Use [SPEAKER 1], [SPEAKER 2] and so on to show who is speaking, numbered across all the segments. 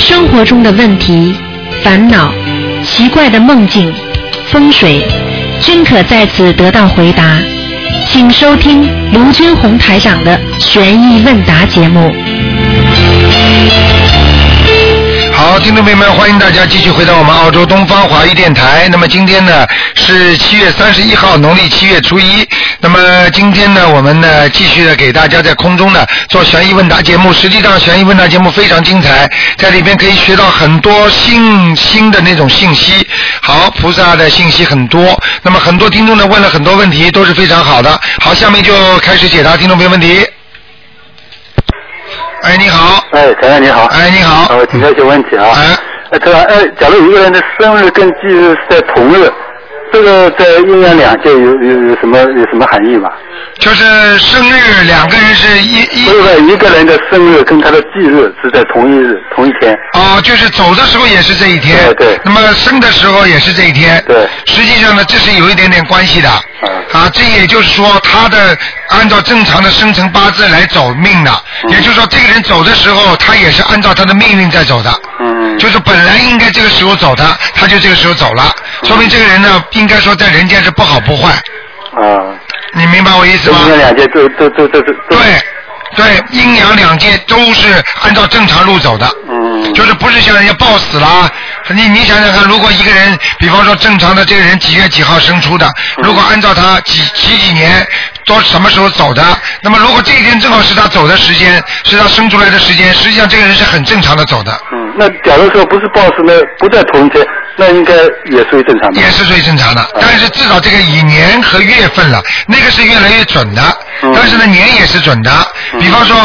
[SPEAKER 1] 生活中的问题、烦恼、奇怪的梦境、风水，均可在此得到回答。请收听卢军红台长的《悬疑问答》节目。
[SPEAKER 2] 好，听众朋友们，欢迎大家继续回到我们澳洲东方华语电台。那么今天呢是七月三十一号，农历七月初一。那么今天呢，我们呢继续的给大家在空中呢做悬疑问答节目。实际上，悬疑问答节目非常精彩，在里边可以学到很多新新的那种信息。好，菩萨的信息很多。那么很多听众呢问了很多问题，都是非常好的。好，下面就开始解答听众朋友问题。哎，你好。
[SPEAKER 3] 哎，台长你好。
[SPEAKER 2] 哎，你好。
[SPEAKER 3] 啊我请教一些问题啊。
[SPEAKER 2] 哎。
[SPEAKER 3] 哎，台长，哎，假如一个人的生日跟忌日是在同日，这个在阴阳两界有有有什么有什么含义吗？
[SPEAKER 2] 就是生日，两个人是一一
[SPEAKER 3] 不是不是，一个人的生日跟他的忌日是在同一日同一天。
[SPEAKER 2] 哦，就是走的时候也是这一天，
[SPEAKER 3] 对对
[SPEAKER 2] 那么生的时候也是这一天，
[SPEAKER 3] 对
[SPEAKER 2] 实际上呢，这是有一点点关系的，
[SPEAKER 3] 嗯
[SPEAKER 2] 啊，这也就是说他的按照正常的生辰八字来走命的，
[SPEAKER 3] 嗯
[SPEAKER 2] 也就是说这个人走的时候，他也是按照他的命运在走的，
[SPEAKER 3] 嗯。
[SPEAKER 2] 就是本来应该这个时候走的，他就这个时候走了，
[SPEAKER 3] 嗯
[SPEAKER 2] 说明这个人呢，应该说在人间是不好不坏，
[SPEAKER 3] 啊，
[SPEAKER 2] 你明白我意思
[SPEAKER 3] 这
[SPEAKER 2] 吗？
[SPEAKER 3] 阴阳两界都都都都都。都
[SPEAKER 2] 对。，对，阴阳两界都是按照正常路走的。
[SPEAKER 3] 嗯。
[SPEAKER 2] 就是不是像人家抱死啦？你你想想看，如果一个人，比方说正常的这个人几月几号生出的，如果按照他几几几年都什么时候走的，那么如果这一天正好是他走的时间，是他生出来的时间，实际上这个人是很正常的走的，
[SPEAKER 3] 嗯，那假如说不是 boss 呢，不在同一天，那应该也属于正常的。
[SPEAKER 2] 也是最正常
[SPEAKER 3] 嗯
[SPEAKER 2] 的。但是至少这个以年和月份了，那个是越来越准的
[SPEAKER 3] 嗯，
[SPEAKER 2] 但是呢年也是准的，比方说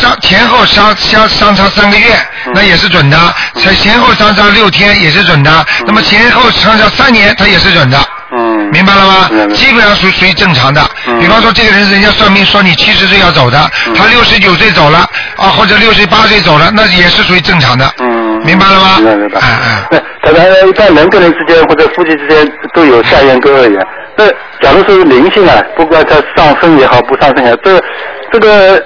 [SPEAKER 2] 相前后相相相差三个月，
[SPEAKER 3] 嗯
[SPEAKER 2] 那也是准的；前前后相差六天也是准的，那么前后相差三年它也是准的。
[SPEAKER 3] 嗯。
[SPEAKER 2] 明白了吗
[SPEAKER 3] 明白？
[SPEAKER 2] 基本上属属于正常的。
[SPEAKER 3] 嗯
[SPEAKER 2] 比方说，这个人人家算命说你七十岁要走的，他六十九岁走了啊，或者六十八岁走了，那也是属于正常的。
[SPEAKER 3] 嗯，
[SPEAKER 2] 明白了吗？
[SPEAKER 3] 明白明白。
[SPEAKER 2] 哎哎。
[SPEAKER 3] 那当然，一般人跟人之间或者夫妻之间都有下缘跟恶缘。啊那假如说是灵性啊，不管它上升也好，不上升也好，这这个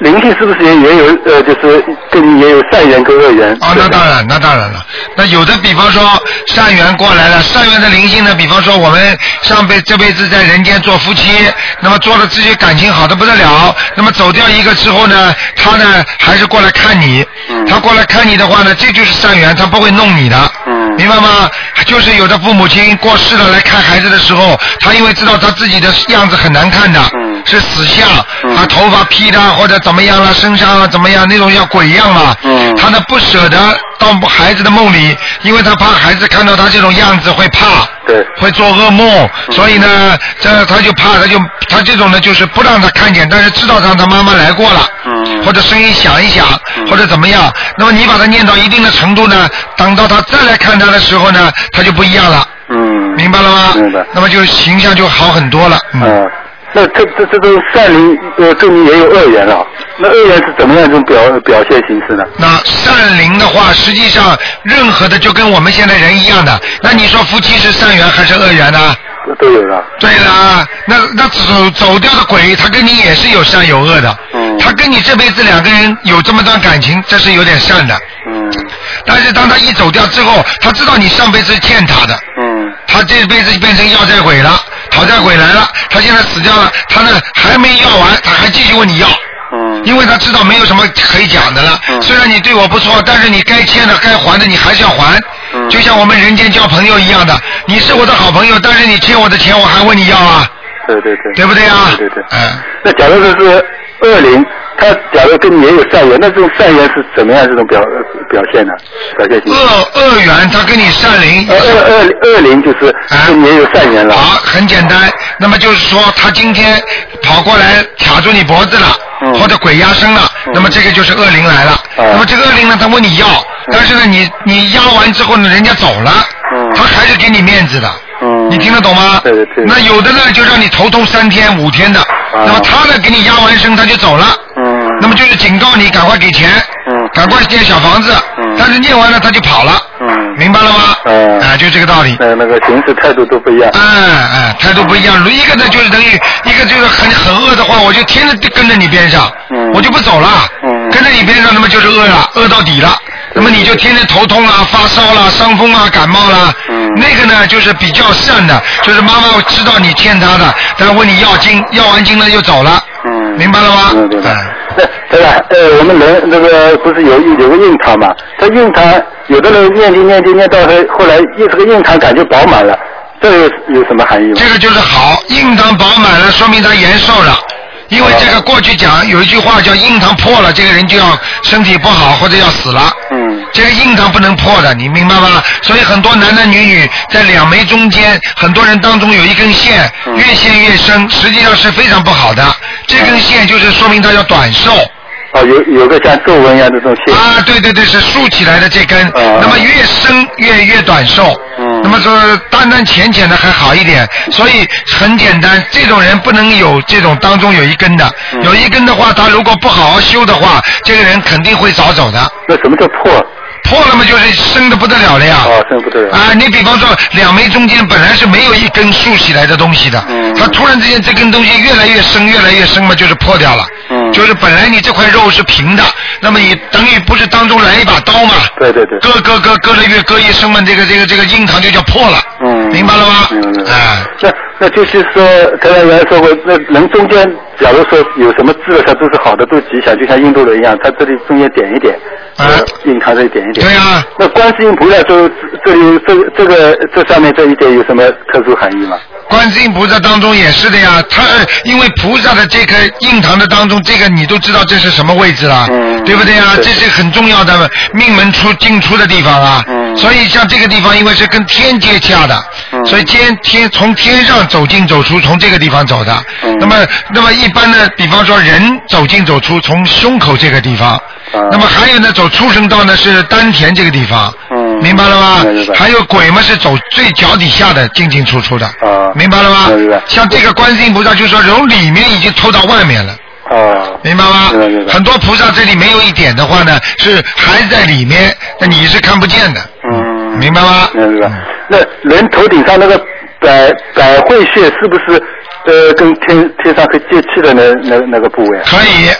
[SPEAKER 3] 灵性是不是也也有呃，就是跟也有善缘跟恶缘？
[SPEAKER 2] 哦，那当然，那当然了。那有的，比方说善缘过来了，善缘的灵性呢，比方说我们上辈这辈子在人间做夫妻，那么做了自己感情好的不得了，那么走掉一个之后呢，他呢还是过来看你，他过来看你的话呢，这就是善缘，他不会弄你的，
[SPEAKER 3] 嗯
[SPEAKER 2] 明白吗？就是有的父母亲过世了来看孩子的时候，他因为知道他自己的样子很难看的，
[SPEAKER 3] 嗯
[SPEAKER 2] 是死相，
[SPEAKER 3] 嗯
[SPEAKER 2] 啊头发披的或者怎么样了，身上啊怎么样那种叫鬼样了，
[SPEAKER 3] 嗯
[SPEAKER 2] 他呢不舍得到孩子的梦里，因为他怕孩子看到他这种样子会怕，
[SPEAKER 3] 对嗯
[SPEAKER 2] 会做噩梦，所以呢，这他就怕，他就他这种呢就是不让他看见，但是知道让他妈妈来过了，
[SPEAKER 3] 嗯
[SPEAKER 2] 或者声音响一响，或者怎么样，那么你把他念到一定的程度呢，等到他再来看他的时候呢，他就不一样了，
[SPEAKER 3] 嗯，
[SPEAKER 2] 明白了吗？
[SPEAKER 3] 明白
[SPEAKER 2] 那么就形象就好很多了，嗯。
[SPEAKER 3] 嗯，那这这这种善灵呃，证明也有恶缘了。那恶缘是怎么样一种表表现形式呢？
[SPEAKER 2] 那善灵的话，实际上任何的就跟我们现在人一样的。那你说夫妻是善缘还是恶缘呢？
[SPEAKER 3] 都有了。
[SPEAKER 2] 对啦，那那走走掉的鬼，他跟你也是有善有恶的。
[SPEAKER 3] 嗯
[SPEAKER 2] 他跟你这辈子两个人有这么段感情，这是有点善的。
[SPEAKER 3] 嗯
[SPEAKER 2] 但是当他一走掉之后，他知道你上辈子欠他的，
[SPEAKER 3] 嗯
[SPEAKER 2] 他这辈子变成要债鬼了，讨债鬼来了，他现在死掉了，他呢还没要完，他还继续问你要。
[SPEAKER 3] 嗯。
[SPEAKER 2] 因为他知道没有什么可以讲的了。
[SPEAKER 3] 嗯
[SPEAKER 2] 虽然你对我不错，但是你该欠的、该还的，你还是要还。
[SPEAKER 3] 嗯
[SPEAKER 2] 就像我们人间交朋友一样的，你是我的好朋友，但是你欠我的钱，我还问你要啊，
[SPEAKER 3] 对对对。
[SPEAKER 2] 对不对啊？
[SPEAKER 3] 对对对。
[SPEAKER 2] 嗯，
[SPEAKER 3] 那假如说是恶灵，他假如跟你也有善缘，那这种善缘是怎么样这种表表现呢？表现形式？
[SPEAKER 2] 恶恶缘，他跟你善灵
[SPEAKER 3] 恶。恶恶恶灵就是
[SPEAKER 2] 啊
[SPEAKER 3] 跟你也有善缘了。
[SPEAKER 2] 好，很简单。那么就是说，他今天跑过来卡住你脖子了，
[SPEAKER 3] 嗯
[SPEAKER 2] 或者鬼压身了，那么这个就是恶灵来了。
[SPEAKER 3] 嗯
[SPEAKER 2] 那么这个恶灵呢，他问你要，但是呢，你你压完之后呢，人家走了，
[SPEAKER 3] 嗯
[SPEAKER 2] 他还是给你面子的。
[SPEAKER 3] 嗯。
[SPEAKER 2] 你听得懂吗？
[SPEAKER 3] 对对对啊
[SPEAKER 2] 那有的呢，就让你头痛三天五天的，那么他呢给你压完身他就走了，
[SPEAKER 3] 嗯。
[SPEAKER 2] 那么就是警告你赶快给钱，
[SPEAKER 3] 嗯
[SPEAKER 2] 赶快建小房子
[SPEAKER 3] 嗯，
[SPEAKER 2] 但是念完了他就跑了，
[SPEAKER 3] 嗯
[SPEAKER 2] 明白了吗？
[SPEAKER 3] 嗯
[SPEAKER 2] 啊，就这个道理。
[SPEAKER 3] 那那个形式态度都不一样嗯
[SPEAKER 2] 哎。哎，态度不一样，一个呢就是等于一个就是很很恶的话，我就天天跟着你边上
[SPEAKER 3] 嗯，
[SPEAKER 2] 我就不走了
[SPEAKER 3] 嗯，
[SPEAKER 2] 跟着你边上，那么就是恶了，恶到底了。那么你就天天头痛啦、发烧啦、伤风啊、感冒啦。
[SPEAKER 3] 嗯
[SPEAKER 2] 那个呢，就是比较善的，就是妈妈知道你欠她的，但问你要经，要完经了就走了。
[SPEAKER 3] 嗯
[SPEAKER 2] 明白了吗？
[SPEAKER 3] 明白明白
[SPEAKER 2] 嗯
[SPEAKER 3] 那对了，呃，我们人那个不是有一有个印堂嘛？这印堂有的人念经念经念到后后来，印这个印堂感觉饱满了，这个有有什么含义吗？
[SPEAKER 2] 这个就是好，印堂饱满了，说明他延寿了。因为这个过去讲有一句话叫印堂破了，这个人就要身体不好或者要死了。
[SPEAKER 3] 嗯
[SPEAKER 2] 这个印堂不能破的，你明白吗？所以很多男男女女在两眉中间，很多人当中有一根线，
[SPEAKER 3] 嗯
[SPEAKER 2] 越陷越深，实际上是非常不好的。这根线就是说明他要短寿
[SPEAKER 3] 哦，有有个像皱纹一样的这种线。
[SPEAKER 2] 啊，对对对，是竖起来的这根，
[SPEAKER 3] 嗯
[SPEAKER 2] 那么越深越越短寿。
[SPEAKER 3] 嗯
[SPEAKER 2] 那么说单单浅浅的还好一点，所以很简单，这种人不能有这种当中有一根的，
[SPEAKER 3] 嗯
[SPEAKER 2] 有一根的话，他如果不好好修的话，这个人肯定会早走的。
[SPEAKER 3] 那什么叫破？
[SPEAKER 2] 破了嘛，就是深的不得了了呀。
[SPEAKER 3] 哦，真不得了。
[SPEAKER 2] 啊，你比方说两眉中间本来是没有一根竖起来的东西的，
[SPEAKER 3] 嗯
[SPEAKER 2] 它突然之间这根东西越来越深，越来越深嘛，就是破掉了。
[SPEAKER 3] 嗯
[SPEAKER 2] 就是本来你这块肉是平的，那么你等于不是当中来一把刀嘛，
[SPEAKER 3] 对对对。
[SPEAKER 2] 割割割割的越割越深嘛，这个这个这个印堂就叫破了。
[SPEAKER 3] 嗯
[SPEAKER 2] 明白了吗？
[SPEAKER 3] 明白
[SPEAKER 2] 哎、
[SPEAKER 3] 那那就是说，刚才原来说过，那人中间，假如说有什么治了，它都是好的，都吉祥，就像印度人一样，他这里中间点一点，
[SPEAKER 2] 啊
[SPEAKER 3] 呃，印堂这里点一点。
[SPEAKER 2] 对啊呀、
[SPEAKER 3] 那观世音菩萨这这里这这个这上面这一点有什么特殊含义吗？
[SPEAKER 2] 观世音菩萨当中也是的呀，他呃因为菩萨的这个印堂的当中，这个你都知道这是什么位置了，
[SPEAKER 3] 嗯
[SPEAKER 2] 对不对呀？
[SPEAKER 3] 对
[SPEAKER 2] 这是很重要的命门出进出的地方啊。
[SPEAKER 3] 嗯
[SPEAKER 2] 所以像这个地方，因为是跟天接洽的，
[SPEAKER 3] 嗯
[SPEAKER 2] 所以天天从天上走进走出，从这个地方走的。
[SPEAKER 3] 嗯
[SPEAKER 2] 那么，那么一般呢，比方说人走进走出，从胸口这个地方。
[SPEAKER 3] 嗯
[SPEAKER 2] 那么还有呢，走畜生道呢是丹田这个地方。
[SPEAKER 3] 嗯
[SPEAKER 2] 明白了吗
[SPEAKER 3] 明白明？白
[SPEAKER 2] 还有鬼嘛是走最脚底下的进进出出的。
[SPEAKER 3] 啊
[SPEAKER 2] 明白了吗
[SPEAKER 3] 明白？
[SPEAKER 2] 像这个观世音菩萨，就是说由里面已经透到外面了，
[SPEAKER 3] 哦，
[SPEAKER 2] 明白吗
[SPEAKER 3] 明白明？白
[SPEAKER 2] 很多菩萨这里没有一点的话呢，是还在里面，那你是看不见的，
[SPEAKER 3] 嗯，
[SPEAKER 2] 明白吗？
[SPEAKER 3] 明白。那人头顶上那个百百会穴是不是呃跟天天上可以接气的那那那个部位啊？
[SPEAKER 2] 可以，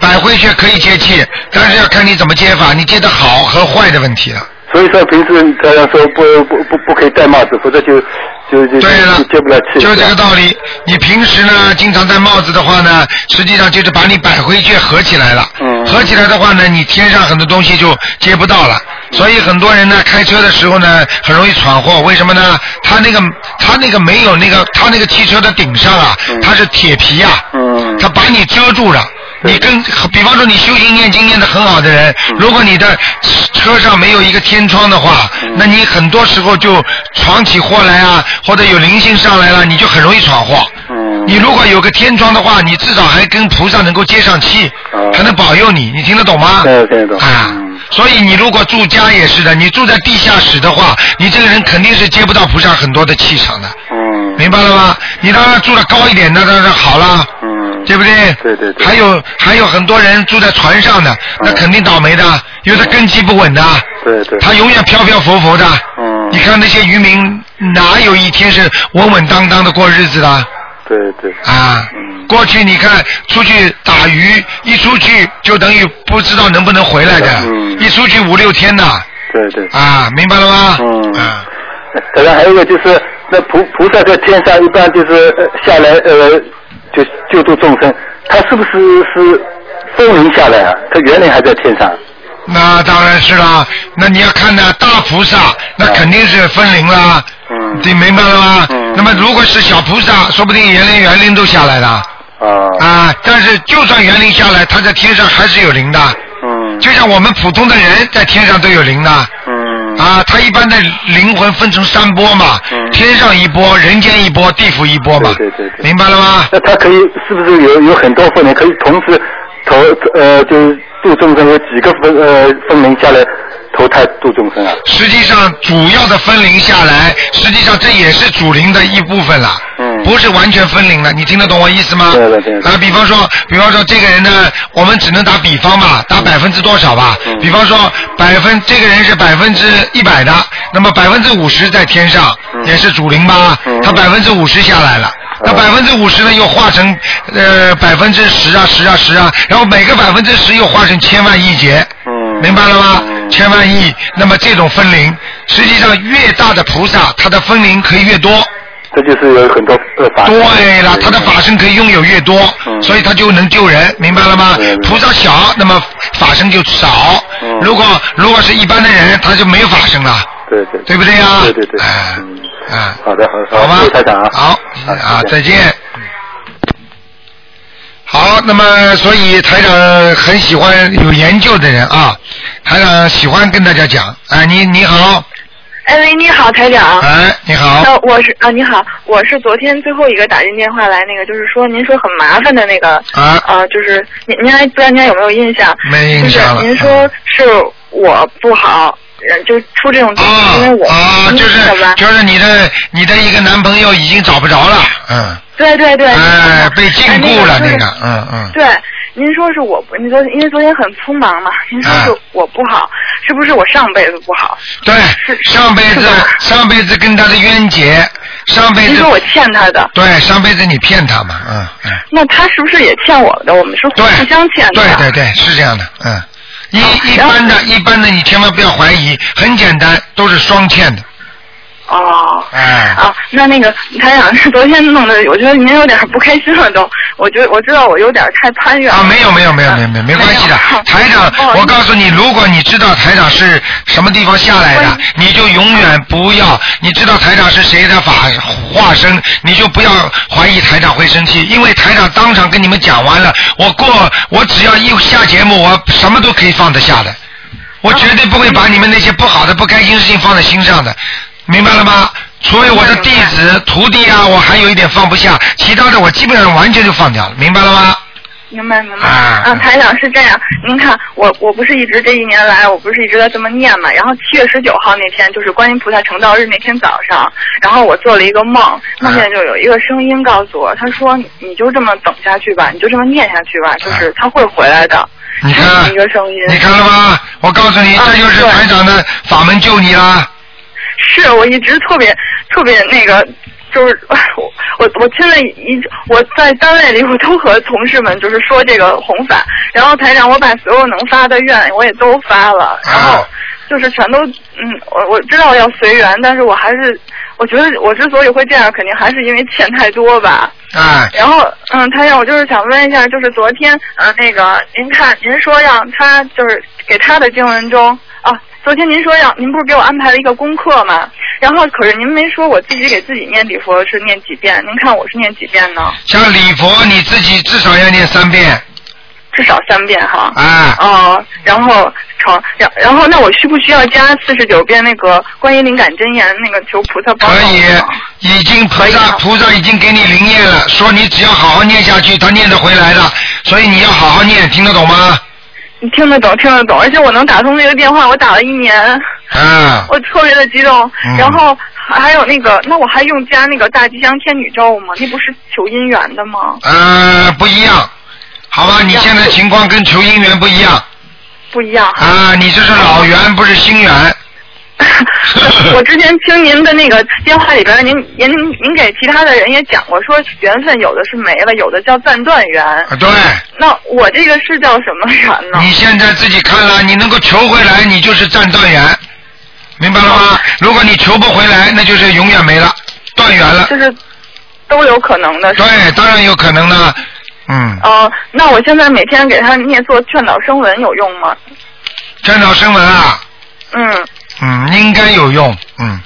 [SPEAKER 2] 百会穴可以接气，但是要看你怎么接法，你接的好和坏的问题了。
[SPEAKER 3] 所以说平时常常说不不不不可以戴帽子，否则就就就
[SPEAKER 2] 对了
[SPEAKER 3] 就接不了气。
[SPEAKER 2] 就是这
[SPEAKER 3] 是
[SPEAKER 2] 个
[SPEAKER 3] 吧
[SPEAKER 2] 道理。你平时呢，
[SPEAKER 3] 嗯
[SPEAKER 2] 经常戴帽子的话呢，实际上就是把你百会穴合起来了。
[SPEAKER 3] 嗯
[SPEAKER 2] 合起来的话呢，你天上很多东西就接不到了。
[SPEAKER 3] 嗯
[SPEAKER 2] 所以很多人呢，开车的时候呢，很容易闯祸。为什么呢？他那个他那个没有那个他那个汽车的顶上啊，
[SPEAKER 3] 嗯
[SPEAKER 2] 它是铁皮啊，
[SPEAKER 3] 嗯
[SPEAKER 2] 它把你遮住了。
[SPEAKER 3] 对
[SPEAKER 2] 你跟比方说你修行念经念得很好的人，
[SPEAKER 3] 嗯
[SPEAKER 2] 如果你的车上没有一个天窗的话，
[SPEAKER 3] 嗯
[SPEAKER 2] 那你很多时候就闯起祸来啊，或者有灵性上来了，你就很容易闯祸。
[SPEAKER 3] 嗯
[SPEAKER 2] 你如果有个天窗的话，你至少还跟菩萨能够接上气
[SPEAKER 3] 哦，
[SPEAKER 2] 才能保佑你。你听得懂吗？
[SPEAKER 3] 对听得懂
[SPEAKER 2] 啊
[SPEAKER 3] 嗯，
[SPEAKER 2] 所以你如果住家也是的，你住在地下室的话，你这个人肯定是接不到菩萨很多的气场的，
[SPEAKER 3] 嗯
[SPEAKER 2] 明白了吗？你当然住的高一点，那当然好了。
[SPEAKER 3] 嗯
[SPEAKER 2] 对不对？
[SPEAKER 3] 对对嗯对
[SPEAKER 2] 还有还有很多人住在船上的，那肯定倒霉的，因为他根基不稳的，
[SPEAKER 3] 对对
[SPEAKER 2] 他永远漂漂浮浮的。
[SPEAKER 3] 嗯
[SPEAKER 2] 你看那些渔民，哪有一天是稳稳当当的过日子的
[SPEAKER 3] 对对
[SPEAKER 2] 啊？
[SPEAKER 3] 嗯
[SPEAKER 2] 过去你看出去打鱼，一出去就等于不知道能不能回来的，
[SPEAKER 3] 嗯
[SPEAKER 2] 一出去五六天的
[SPEAKER 3] 对对。
[SPEAKER 2] 啊，明白了吗？
[SPEAKER 3] 嗯
[SPEAKER 2] 啊
[SPEAKER 3] 当然还有一个就是，那菩菩萨在天上一般就是、呃、下来呃，就救度众生，他是不是是风灵下来啊？他原来还在天上。
[SPEAKER 2] 那当然是啦，那你要看呢，大菩萨那肯定是分灵啦，
[SPEAKER 3] 嗯
[SPEAKER 2] 你明白了吗？
[SPEAKER 3] 嗯
[SPEAKER 2] 那么如果是小菩萨，说不定原灵原灵都下来了
[SPEAKER 3] 啊，
[SPEAKER 2] 啊。但是就算原灵下来，他在天上还是有灵的，
[SPEAKER 3] 嗯
[SPEAKER 2] 就像我们普通的人在天上都有灵的
[SPEAKER 3] 嗯
[SPEAKER 2] 啊。他一般的灵魂分成三波嘛，
[SPEAKER 3] 嗯
[SPEAKER 2] 天上一波，人间一波，地府一波嘛，
[SPEAKER 3] 对对对对
[SPEAKER 2] 明白了吗？
[SPEAKER 3] 那他可以是不是有有很多分灵，可以同时投呃就是度众生有几个分呃分灵下来投胎度众生啊？
[SPEAKER 2] 实际上主要的分灵下来，实际上这也是主灵的一部分了，
[SPEAKER 3] 嗯
[SPEAKER 2] 不是完全分灵了，你听得懂我意思吗？
[SPEAKER 3] 对的对的
[SPEAKER 2] 啊，比方说，比方说这个人呢，我们只能打比方吧，打百分之多少吧？
[SPEAKER 3] 嗯
[SPEAKER 2] 比方说百分，这个人是百分之一百的，那么百分之五十在天上、
[SPEAKER 3] 嗯
[SPEAKER 2] 也是主灵吧？
[SPEAKER 3] 嗯
[SPEAKER 2] 他百分之五十下来了。那
[SPEAKER 3] 嗯
[SPEAKER 2] 百分之五十呢，又化成呃百分之十啊、十啊、十啊，然后每个百分之十又化成千万亿劫，
[SPEAKER 3] 嗯
[SPEAKER 2] 明白了吗？
[SPEAKER 3] 嗯
[SPEAKER 2] 千万亿，那么这种分灵，实际上越大的菩萨，他的分灵可以越多。
[SPEAKER 3] 这就是有很多呃法。
[SPEAKER 2] 对了，他的法身可以拥有越多，
[SPEAKER 3] 嗯
[SPEAKER 2] 所以他就能救人，明白了吗
[SPEAKER 3] 对？对
[SPEAKER 2] 菩萨小，那么法身就少。
[SPEAKER 3] 嗯
[SPEAKER 2] 如果如果是一般的人，他就没有法身了，
[SPEAKER 3] 对对
[SPEAKER 2] 对不对呀？
[SPEAKER 3] 对对对
[SPEAKER 2] 哎，
[SPEAKER 3] 嗯
[SPEAKER 2] 哎
[SPEAKER 3] 好的好的
[SPEAKER 2] 好吧
[SPEAKER 3] 谢谢台长啊，
[SPEAKER 2] 好
[SPEAKER 3] 好
[SPEAKER 2] 啊，
[SPEAKER 3] 再
[SPEAKER 2] 再见。好，那么所以台长很喜欢有研究的人啊，台长喜欢跟大家讲，哎，你你好，
[SPEAKER 4] 哎喂，你好，台长。
[SPEAKER 2] 哎，你好，
[SPEAKER 4] 呃，我是啊，你好，我是昨天最后一个打进电话来那个，就是说您说很麻烦的那个，
[SPEAKER 2] 啊，
[SPEAKER 4] 呃，就是您您还不知道您还有没有印象？
[SPEAKER 2] 没印象了嗯
[SPEAKER 4] 就是您说是我不好，呃就出这种情况，因为我
[SPEAKER 2] 啊，
[SPEAKER 4] 你
[SPEAKER 2] 哦就是
[SPEAKER 4] 记得吧？
[SPEAKER 2] 就是你的你的一个男朋友已经找不着了，嗯，
[SPEAKER 4] 对对对。
[SPEAKER 2] 哎，被禁锢了
[SPEAKER 4] 哎那
[SPEAKER 2] 那
[SPEAKER 4] 个就是
[SPEAKER 2] 个，嗯嗯，
[SPEAKER 4] 对，您说是我不，您昨因为昨天很匆忙嘛，您说
[SPEAKER 2] 哎
[SPEAKER 4] 是我不好，是不是我上辈子不好？
[SPEAKER 2] 对，上辈子
[SPEAKER 4] 是吧
[SPEAKER 2] 上辈子跟他的冤结，上辈子
[SPEAKER 4] 您说我欠他的，
[SPEAKER 2] 对上辈子你骗他嘛，嗯嗯，
[SPEAKER 4] 那他是不是也欠我的？我们是互
[SPEAKER 2] 对，
[SPEAKER 4] 相欠的。
[SPEAKER 2] 对对对，是这样的，嗯。一一
[SPEAKER 4] 然后
[SPEAKER 2] 般的，一般的，你千万不要怀疑，很简单，都是双欠的，
[SPEAKER 4] 哦。
[SPEAKER 2] 哎、
[SPEAKER 4] 啊，那那个台长是昨天弄的，我觉得您有点不开心了都。我觉得我知道我有点太攀越了。
[SPEAKER 2] 啊，没有没有没有没有没有没关系的
[SPEAKER 4] 没 有，哦
[SPEAKER 2] 台长
[SPEAKER 4] 不好，意思
[SPEAKER 2] 我告诉你，如果你知道台长是什么地方下来的
[SPEAKER 4] 关，
[SPEAKER 2] 你就永远不要，你知道台长是谁的法化身，你就不要怀疑台长会生气，因为台长当场跟你们讲完了，我过我只要一下节目，我什么都可以放得下的，我绝对不会把你们那些不好的、不开心的事情放在心上的，明白了吗？所以我的弟子、徒弟啊，我还有一点放不下，其他的我基本上完全就放掉了，明白了吗？
[SPEAKER 4] 明白明白。
[SPEAKER 2] 啊
[SPEAKER 4] 啊，台长是这样，您看我我不是一直这一年来，我不是一直在这么念嘛。然后七月十九号那天，就是观音菩萨成道日那天早上，然后我做了一个梦，梦
[SPEAKER 2] 嗯
[SPEAKER 4] 见就有一个声音告诉我，他说你你就这么等下去吧，你就这么念下去吧，就是他会回来的。
[SPEAKER 2] 嗯你看
[SPEAKER 4] 这么一个声音，
[SPEAKER 2] 你看了吗？我告诉你，
[SPEAKER 4] 啊
[SPEAKER 2] 这就是
[SPEAKER 4] 对
[SPEAKER 2] 台长的法门救你啦！
[SPEAKER 4] 是我一直特别特别那个，就是 哎我我我现在一我在单位里我都和同事们就是说这个弘法，然后台长我把所有能发的愿我也都发了，然后
[SPEAKER 2] 啊
[SPEAKER 4] 就是全都嗯，我我知道要随缘，但是我还是我觉得我之所以会这样，肯定还是因为欠太多吧。
[SPEAKER 2] 哎，
[SPEAKER 4] 然后，嗯，台长，我就是想问一下，就是昨天，呃，那个您看，您说让他就是给他的经文中，啊，昨天您说让您不是给我安排了一个功课吗？然后可是您没说我自己给自己念礼佛是念几遍，您看我是念几遍呢？
[SPEAKER 2] 像礼佛你自己至少要念三遍，
[SPEAKER 4] 至少三遍哈。
[SPEAKER 2] 哎，
[SPEAKER 4] 哦，然后成，然然后那我需不需要加四十九遍那个关于灵感真言那个求菩萨帮
[SPEAKER 2] 可
[SPEAKER 4] 助
[SPEAKER 2] 以
[SPEAKER 4] 我呢？，
[SPEAKER 2] 已经菩
[SPEAKER 4] 可以
[SPEAKER 2] 萨
[SPEAKER 4] 啊
[SPEAKER 2] 菩萨已经给你灵验了，说你只要好好念下去，他念得回来的，所以你要好好念，听得懂吗？
[SPEAKER 4] 你听得懂，听得懂，而且我能打通这个电话，我打了一年。
[SPEAKER 2] 啊，
[SPEAKER 4] 我特别的激动，
[SPEAKER 2] 嗯
[SPEAKER 4] 然后还有那个，那我还用加那个大吉祥天女咒吗？那不是求姻缘的吗？
[SPEAKER 2] 呃，不一样，好吧？
[SPEAKER 4] 不一
[SPEAKER 2] 你
[SPEAKER 4] 样
[SPEAKER 2] 现在情况跟求姻缘不一样
[SPEAKER 4] 不一 样。
[SPEAKER 2] 啊，你这是老缘不是新缘，啊
[SPEAKER 4] 我之前听您的那个电话里边，您您您给其他的人也讲过，说缘分有的是没了，有的叫暂断缘。
[SPEAKER 2] 啊对。
[SPEAKER 4] 那我这个是叫什么缘呢？
[SPEAKER 2] 你现在自己看了，你能够求回来，你就是占断缘，明白了吗？如果你求不回来，那就是永远没了，断缘了。
[SPEAKER 4] 就是都有可能的。是吧
[SPEAKER 2] 对，当然有可能了。嗯，
[SPEAKER 4] 哦、那我现在每天给他念做劝导声文有用吗？
[SPEAKER 2] 劝导声闻啊，
[SPEAKER 4] 嗯。
[SPEAKER 2] 嗯，应该有用。嗯，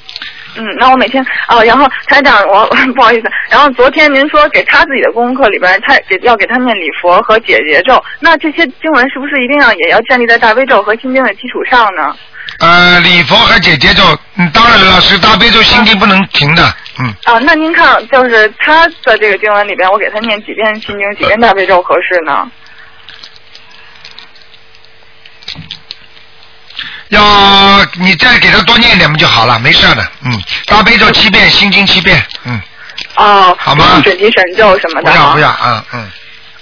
[SPEAKER 4] 嗯，那我每天哦，然后台长，我 不好意思，然后昨天您说给他自己的功课里边，他给要给他念礼佛和解结咒，那这些经文是不是一定要也要建立在大悲咒和心经的基础上呢？
[SPEAKER 2] 呃，礼佛和姐姐咒，嗯，当然了，是大悲咒心经不能停的。嗯，
[SPEAKER 4] 啊，那您看，就是他的这个经文里边，我给他念几遍心经，几遍大悲咒合适呢？
[SPEAKER 2] 要你再给他多念一点不就好了，没事的。嗯，大悲咒七遍，心经七遍。嗯，
[SPEAKER 4] 哦，
[SPEAKER 2] 好吗
[SPEAKER 4] 准提神咒什么
[SPEAKER 2] 不
[SPEAKER 4] 的啊。
[SPEAKER 2] 要不要啊，嗯，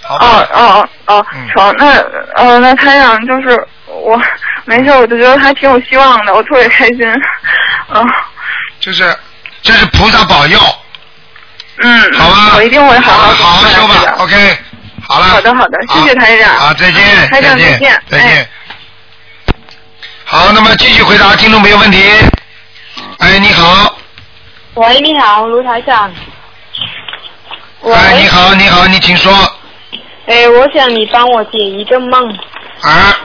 [SPEAKER 2] 好吧
[SPEAKER 4] 哦。哦哦
[SPEAKER 2] 嗯，
[SPEAKER 4] 成，那呃，那台长就是我没事，我就觉得还挺有希望的，我特别开心，嗯、
[SPEAKER 2] 就是这是菩萨保佑，
[SPEAKER 4] 嗯，
[SPEAKER 2] 好吧？
[SPEAKER 4] 我一定会好
[SPEAKER 2] 好好
[SPEAKER 4] 好
[SPEAKER 2] 好修吧
[SPEAKER 4] 的。
[SPEAKER 2] ，OK，好了。
[SPEAKER 4] 好的好的谢谢台长
[SPEAKER 2] 啊好，再见，
[SPEAKER 4] 台长
[SPEAKER 2] 再
[SPEAKER 4] 再
[SPEAKER 2] 见
[SPEAKER 4] 见，
[SPEAKER 2] 再见。好，那么继续回答听众朋友问题。哎，你好，
[SPEAKER 5] 喂，你好，卢台长。喂，
[SPEAKER 2] 哎，你好，你好，你请说。
[SPEAKER 5] 哎，我想你帮我解一个梦。
[SPEAKER 2] 啊，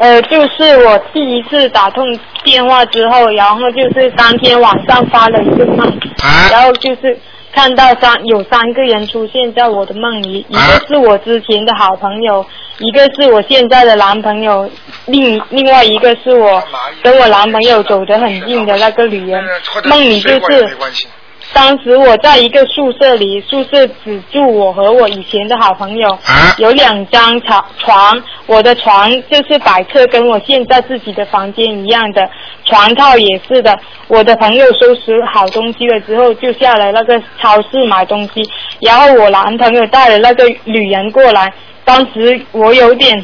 [SPEAKER 5] 呃，就是我第一次打通电话之后，然后就是当天晚上发了一个梦，
[SPEAKER 2] 啊
[SPEAKER 5] 然后就是看到三有三个人出现在我的梦里，一
[SPEAKER 2] 啊
[SPEAKER 5] 个是我之前的好朋友，一个是我现在的男朋友，另另外一个是我跟我男朋友走得很近的那个女
[SPEAKER 2] 哎
[SPEAKER 5] 人。梦里就
[SPEAKER 2] 或者
[SPEAKER 5] 是
[SPEAKER 2] 没关系。
[SPEAKER 5] 当时我在一个宿舍里，宿舍只住我和我以前的好朋友，
[SPEAKER 2] 啊
[SPEAKER 5] 有两张床床，我的床就是摆设跟我现在自己的房间一样的，床套也是的。我的朋友收拾好东西了之后，就下来那个超市买东西，然后我男朋友带了那个女人过来，当时我有点，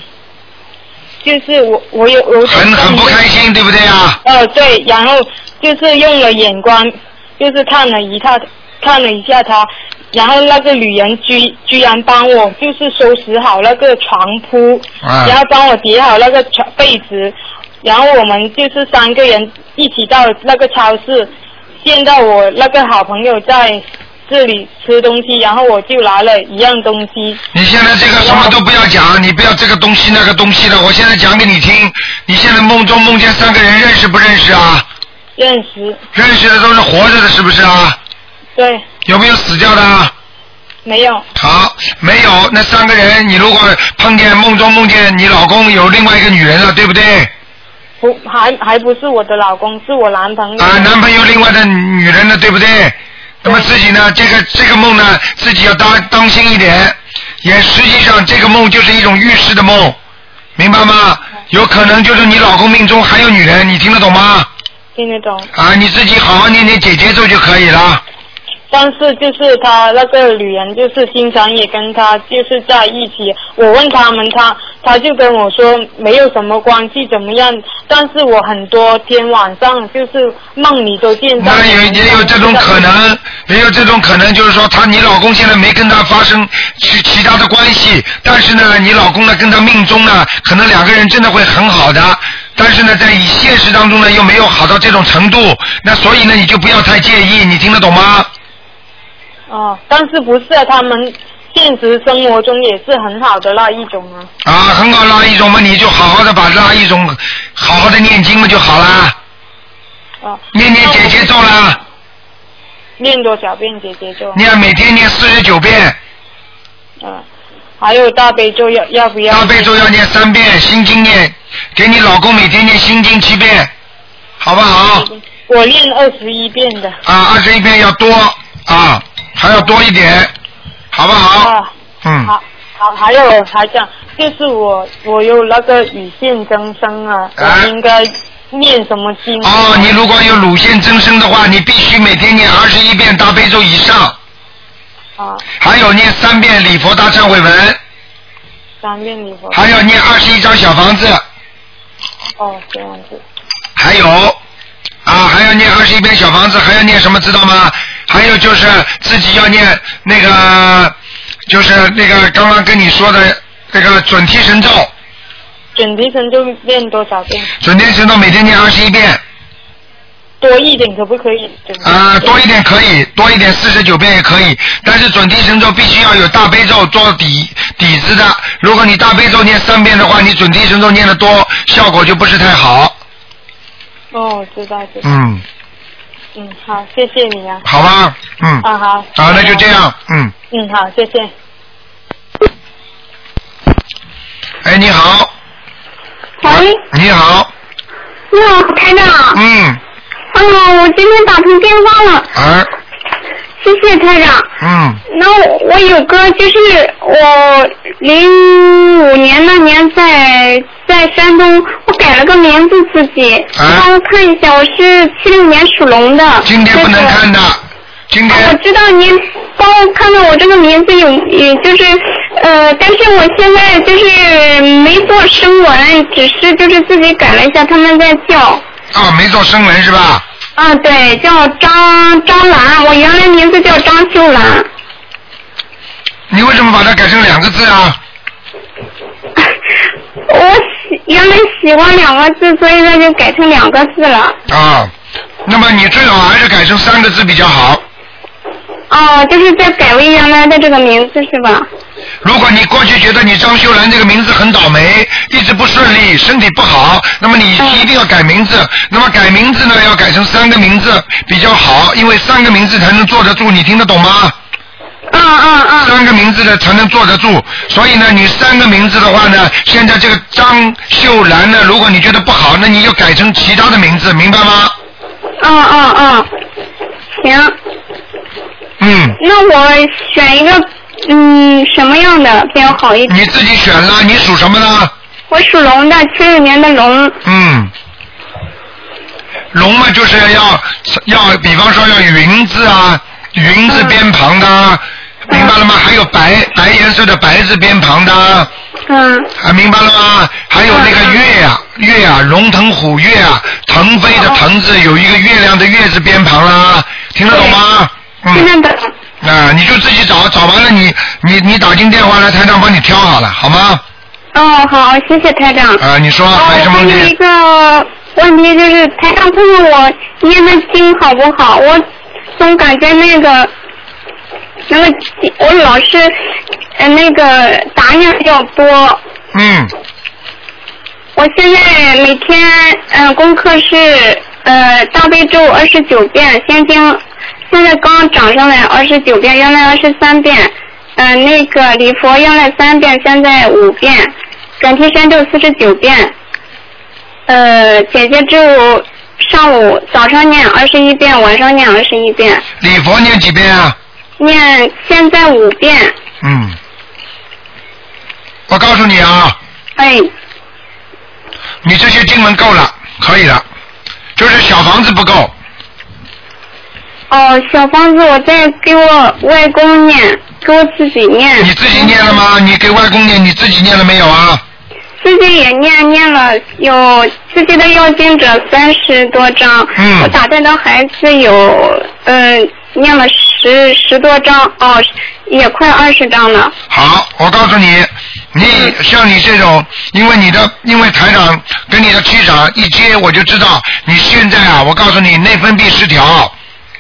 [SPEAKER 5] 就是我我有有点
[SPEAKER 2] 很很不开心，对不对啊？
[SPEAKER 5] 哦，对，然后就是用了眼光，就是看了一下，看了一下他，然后那个女人居居然帮我就是收拾好那个床铺，
[SPEAKER 2] 啊
[SPEAKER 5] 然后帮我叠好那个床被子，然后我们就是三个人一起到那个超市，见到我那个好朋友在这里吃东西，然后我就拿了一样东西，
[SPEAKER 2] 你现在这个什么都不要讲，你不要这个东西那个东西的，我现在讲给你听。你现在梦中梦见三个人，认识不认识啊？
[SPEAKER 5] 认识，
[SPEAKER 2] 认识的都是活着的，是不是啊？
[SPEAKER 5] 对，
[SPEAKER 2] 有没有死掉的啊？
[SPEAKER 5] 没有，
[SPEAKER 2] 好，没有。那三个人，你如果碰见梦中梦见你老公有另外一个女人了，对不对？
[SPEAKER 5] 不还还不是我的老公，是我男朋友。
[SPEAKER 2] 啊，男朋友另外的女人了，对不对？那么自己呢，这个这个梦呢，自己要当当心一点。也实际上，这个梦就是一种预示的梦，明白吗？有可能就是你老公命中还有女人，你听得懂吗？
[SPEAKER 5] 听得懂。
[SPEAKER 2] 啊，你自己好好念念姐姐咒就可以了。
[SPEAKER 5] 但是就是他那个女人，就是经常也跟他就是在一起。我问他们，他他就跟我说没有什么关系，怎么样？但是我很多天晚上就是梦里都见到。
[SPEAKER 2] 那有也有这种可。能，也有这种可能，就是说她你老公现在没跟她发生其其他的关系，但是呢，你老公呢跟她命中呢，可能两个人真的会很好的，但是呢，在以现实当中呢又没有好到这种程度，那所以呢你就不要太介意，你听得懂吗？
[SPEAKER 5] 哦，但是不是啊？他们现实生活中也是很好的那一种啊。
[SPEAKER 2] 啊，很好，拉一种嘛，你就好好的把拉一种好好的念经嘛就好啦，
[SPEAKER 5] 哦。
[SPEAKER 2] 念念姐姐咒啦，
[SPEAKER 5] 念多少遍姐姐咒？
[SPEAKER 2] 念每天念四十九遍，
[SPEAKER 5] 嗯。还有大悲咒要要不要？
[SPEAKER 2] 大悲咒要念三遍，心经念，给你老公每天念心经七遍，好不好？
[SPEAKER 5] 我念二十一遍的。
[SPEAKER 2] 啊，二十一遍要多啊，还要多一点，好不好？
[SPEAKER 5] 啊。
[SPEAKER 2] 嗯，
[SPEAKER 5] 好，好，还有还讲，就是我我有那个乳腺增生啊，
[SPEAKER 2] 啊
[SPEAKER 5] 我应该念什么经？
[SPEAKER 2] 哦，你如果有乳腺增生的话，你必须每天念二十一遍大悲咒以上，
[SPEAKER 5] 啊，
[SPEAKER 2] 还有念三遍礼佛大忏悔文，
[SPEAKER 5] 三遍礼佛。
[SPEAKER 2] 还要念二十一张小房子，
[SPEAKER 5] 哦，这样子。
[SPEAKER 2] 还有啊，还要念二十一遍小房子，还要念什么知道吗？还有就是自己要念那个，就是那个刚刚跟你说的那个准提神咒，
[SPEAKER 5] 准提神咒念多少遍？
[SPEAKER 2] 准提神咒每天念二十一遍，
[SPEAKER 5] 多一点可不可以？准提
[SPEAKER 2] 啊、多一点可以，多一点四十九遍也可以，但是准提神咒必须要有大悲咒做底底子的。如果你大悲咒念三遍的话，你准提神咒念得多，效果就不是太好。
[SPEAKER 5] 哦，知道知道。
[SPEAKER 2] 嗯，
[SPEAKER 5] 嗯，好，谢谢你啊。
[SPEAKER 2] 好吧，嗯，
[SPEAKER 5] 啊好。
[SPEAKER 2] 好，那就这样。，嗯，
[SPEAKER 5] 嗯，好，谢谢。
[SPEAKER 2] 哎，你好，
[SPEAKER 6] 喂，
[SPEAKER 2] 你好，
[SPEAKER 6] 你好，台长。
[SPEAKER 2] 嗯，
[SPEAKER 6] 嗯，我今天打通电话了，
[SPEAKER 2] 儿，
[SPEAKER 6] 谢谢台长。
[SPEAKER 2] 嗯，
[SPEAKER 6] 那我我有个就是我零五年那年在在山东，我改了个名字自己，
[SPEAKER 2] 啊
[SPEAKER 6] 帮我看一下，我是七六年属龙的。
[SPEAKER 2] 今天不能看的，今
[SPEAKER 6] 这个。我
[SPEAKER 2] 天
[SPEAKER 6] 知道您帮我看看我这个名字有，也就是呃，但是我现在就是没做声纹，只是就是自己改了一下，他们在叫。
[SPEAKER 2] 啊没做声纹是吧？
[SPEAKER 6] 啊，对，叫张张兰，我原来名字叫张秀兰。
[SPEAKER 2] 你为什么把它改成两个字啊？
[SPEAKER 6] 我喜原来喜欢两个字，所以他就改成两个字了。
[SPEAKER 2] 啊。那么你最好还是改成三个字比较好。
[SPEAKER 6] 哦，就是在改为原来的这个名字是吧？
[SPEAKER 2] 如果你过去觉得你张秀兰这个名字很倒霉，一直不顺利，身体不好，那么你
[SPEAKER 6] 嗯
[SPEAKER 2] 一定要改名字。那么改名字呢，要改成三个名字比较好，因为三个名字才能坐得住。你听得懂吗？
[SPEAKER 6] 嗯嗯嗯。
[SPEAKER 2] 三个名字的才能坐得住。所以呢，你三个名字的话呢，现在这个张秀兰呢，如果你觉得不好，那你就改成其他的名字，明白吗？
[SPEAKER 6] 嗯嗯嗯。行，
[SPEAKER 2] 嗯，
[SPEAKER 6] 那我选一个嗯什么样的比较好一点？
[SPEAKER 2] 你自己选了，你属什么呢？
[SPEAKER 6] 我属龙的，七六年的龙。
[SPEAKER 2] 嗯，龙嘛，就是要要，比方说要云字啊，云字边旁的啊，明白了吗？还有白白颜色的白字边旁的啊，
[SPEAKER 6] 嗯
[SPEAKER 2] 啊明白了吗？还有那个月啊，月啊，龙腾虎跃啊，腾飞的腾字有一个月亮的月字边旁啦，听得懂吗？
[SPEAKER 6] 现
[SPEAKER 2] 嗯，
[SPEAKER 6] 在的
[SPEAKER 2] 啊，你就自己找，找完了你你你打进电话来，台长帮你挑好了，好吗？
[SPEAKER 6] 哦，好，谢谢台长。
[SPEAKER 2] 啊，你说
[SPEAKER 6] 哦，
[SPEAKER 2] 还有什么
[SPEAKER 6] 还
[SPEAKER 2] 问
[SPEAKER 6] 有一
[SPEAKER 2] 题？
[SPEAKER 6] 个问题就是，台上看看我念的经好不好？我总感觉那个，那个经我老是呃那个杂念比较多。
[SPEAKER 2] 嗯，
[SPEAKER 6] 我现在每天嗯、呃功课是呃大悲咒二十九遍，心经现在刚涨上来二十九遍，原来二十三遍。嗯、那个礼佛原来三遍，现在五遍，转提神咒四十九遍。呃，姐姐咒上午早上念二十一遍，晚上念二十一遍，
[SPEAKER 2] 礼佛念几遍啊？
[SPEAKER 6] 念现在五遍。
[SPEAKER 2] 嗯，我告诉你啊，
[SPEAKER 6] 哎，
[SPEAKER 2] 你这些经文够了，可以了，就是小房子不够，
[SPEAKER 6] 哦，小房子我在给我外公念，给我自己念。
[SPEAKER 2] 你自己念了吗？你给外公念，你自己念了没有啊？
[SPEAKER 6] 自己也念念了有自己的要经者三十多章，
[SPEAKER 2] 嗯
[SPEAKER 6] 我打胎的孩子有嗯、念了十十多章哦，也快二十章了。
[SPEAKER 2] 好，我告诉你，你像你这种，因为你的，因为台长跟你的区长一接，我就知道你现在啊，我告诉你内分泌失调，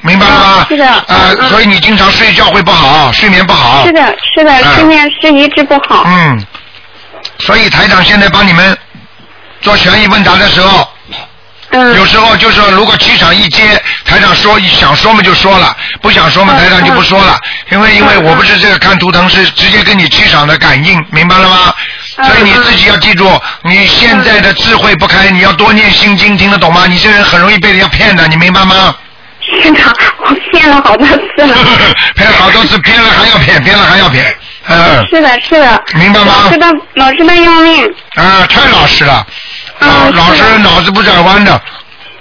[SPEAKER 2] 明白了吗
[SPEAKER 6] 嗯？是的
[SPEAKER 2] 呃
[SPEAKER 6] 嗯，嗯
[SPEAKER 2] 所以你经常睡觉会不好，睡眠不好。
[SPEAKER 6] 是的，是的，
[SPEAKER 2] 嗯
[SPEAKER 6] 睡眠是一直不好。
[SPEAKER 2] 嗯，所以台长现在帮你们做悬疑问答的时候，
[SPEAKER 6] 嗯
[SPEAKER 2] 有时候就是说如果气场一接，台长说想说嘛就说了，不想说嘛
[SPEAKER 6] 嗯
[SPEAKER 2] 台长就不说了，因为因为
[SPEAKER 6] 嗯
[SPEAKER 2] 我不是这个看图腾，是直接跟你气场的感应，明白了吗？
[SPEAKER 6] 嗯
[SPEAKER 2] 所以你自己要记住，你现在的智慧不开，你要多念心经，听得懂吗？你这人很容易被人家骗的，你明白吗？
[SPEAKER 6] 是的，我骗了好多次了。
[SPEAKER 2] 骗了好多次，骗了还要骗，骗了还要骗，嗯，
[SPEAKER 6] 是的，是的。
[SPEAKER 2] 明白吗
[SPEAKER 6] 老师的老师的要命。
[SPEAKER 2] 啊，太老实了，老
[SPEAKER 6] 嗯
[SPEAKER 2] 老
[SPEAKER 6] 是的
[SPEAKER 2] 实脑子不转弯的，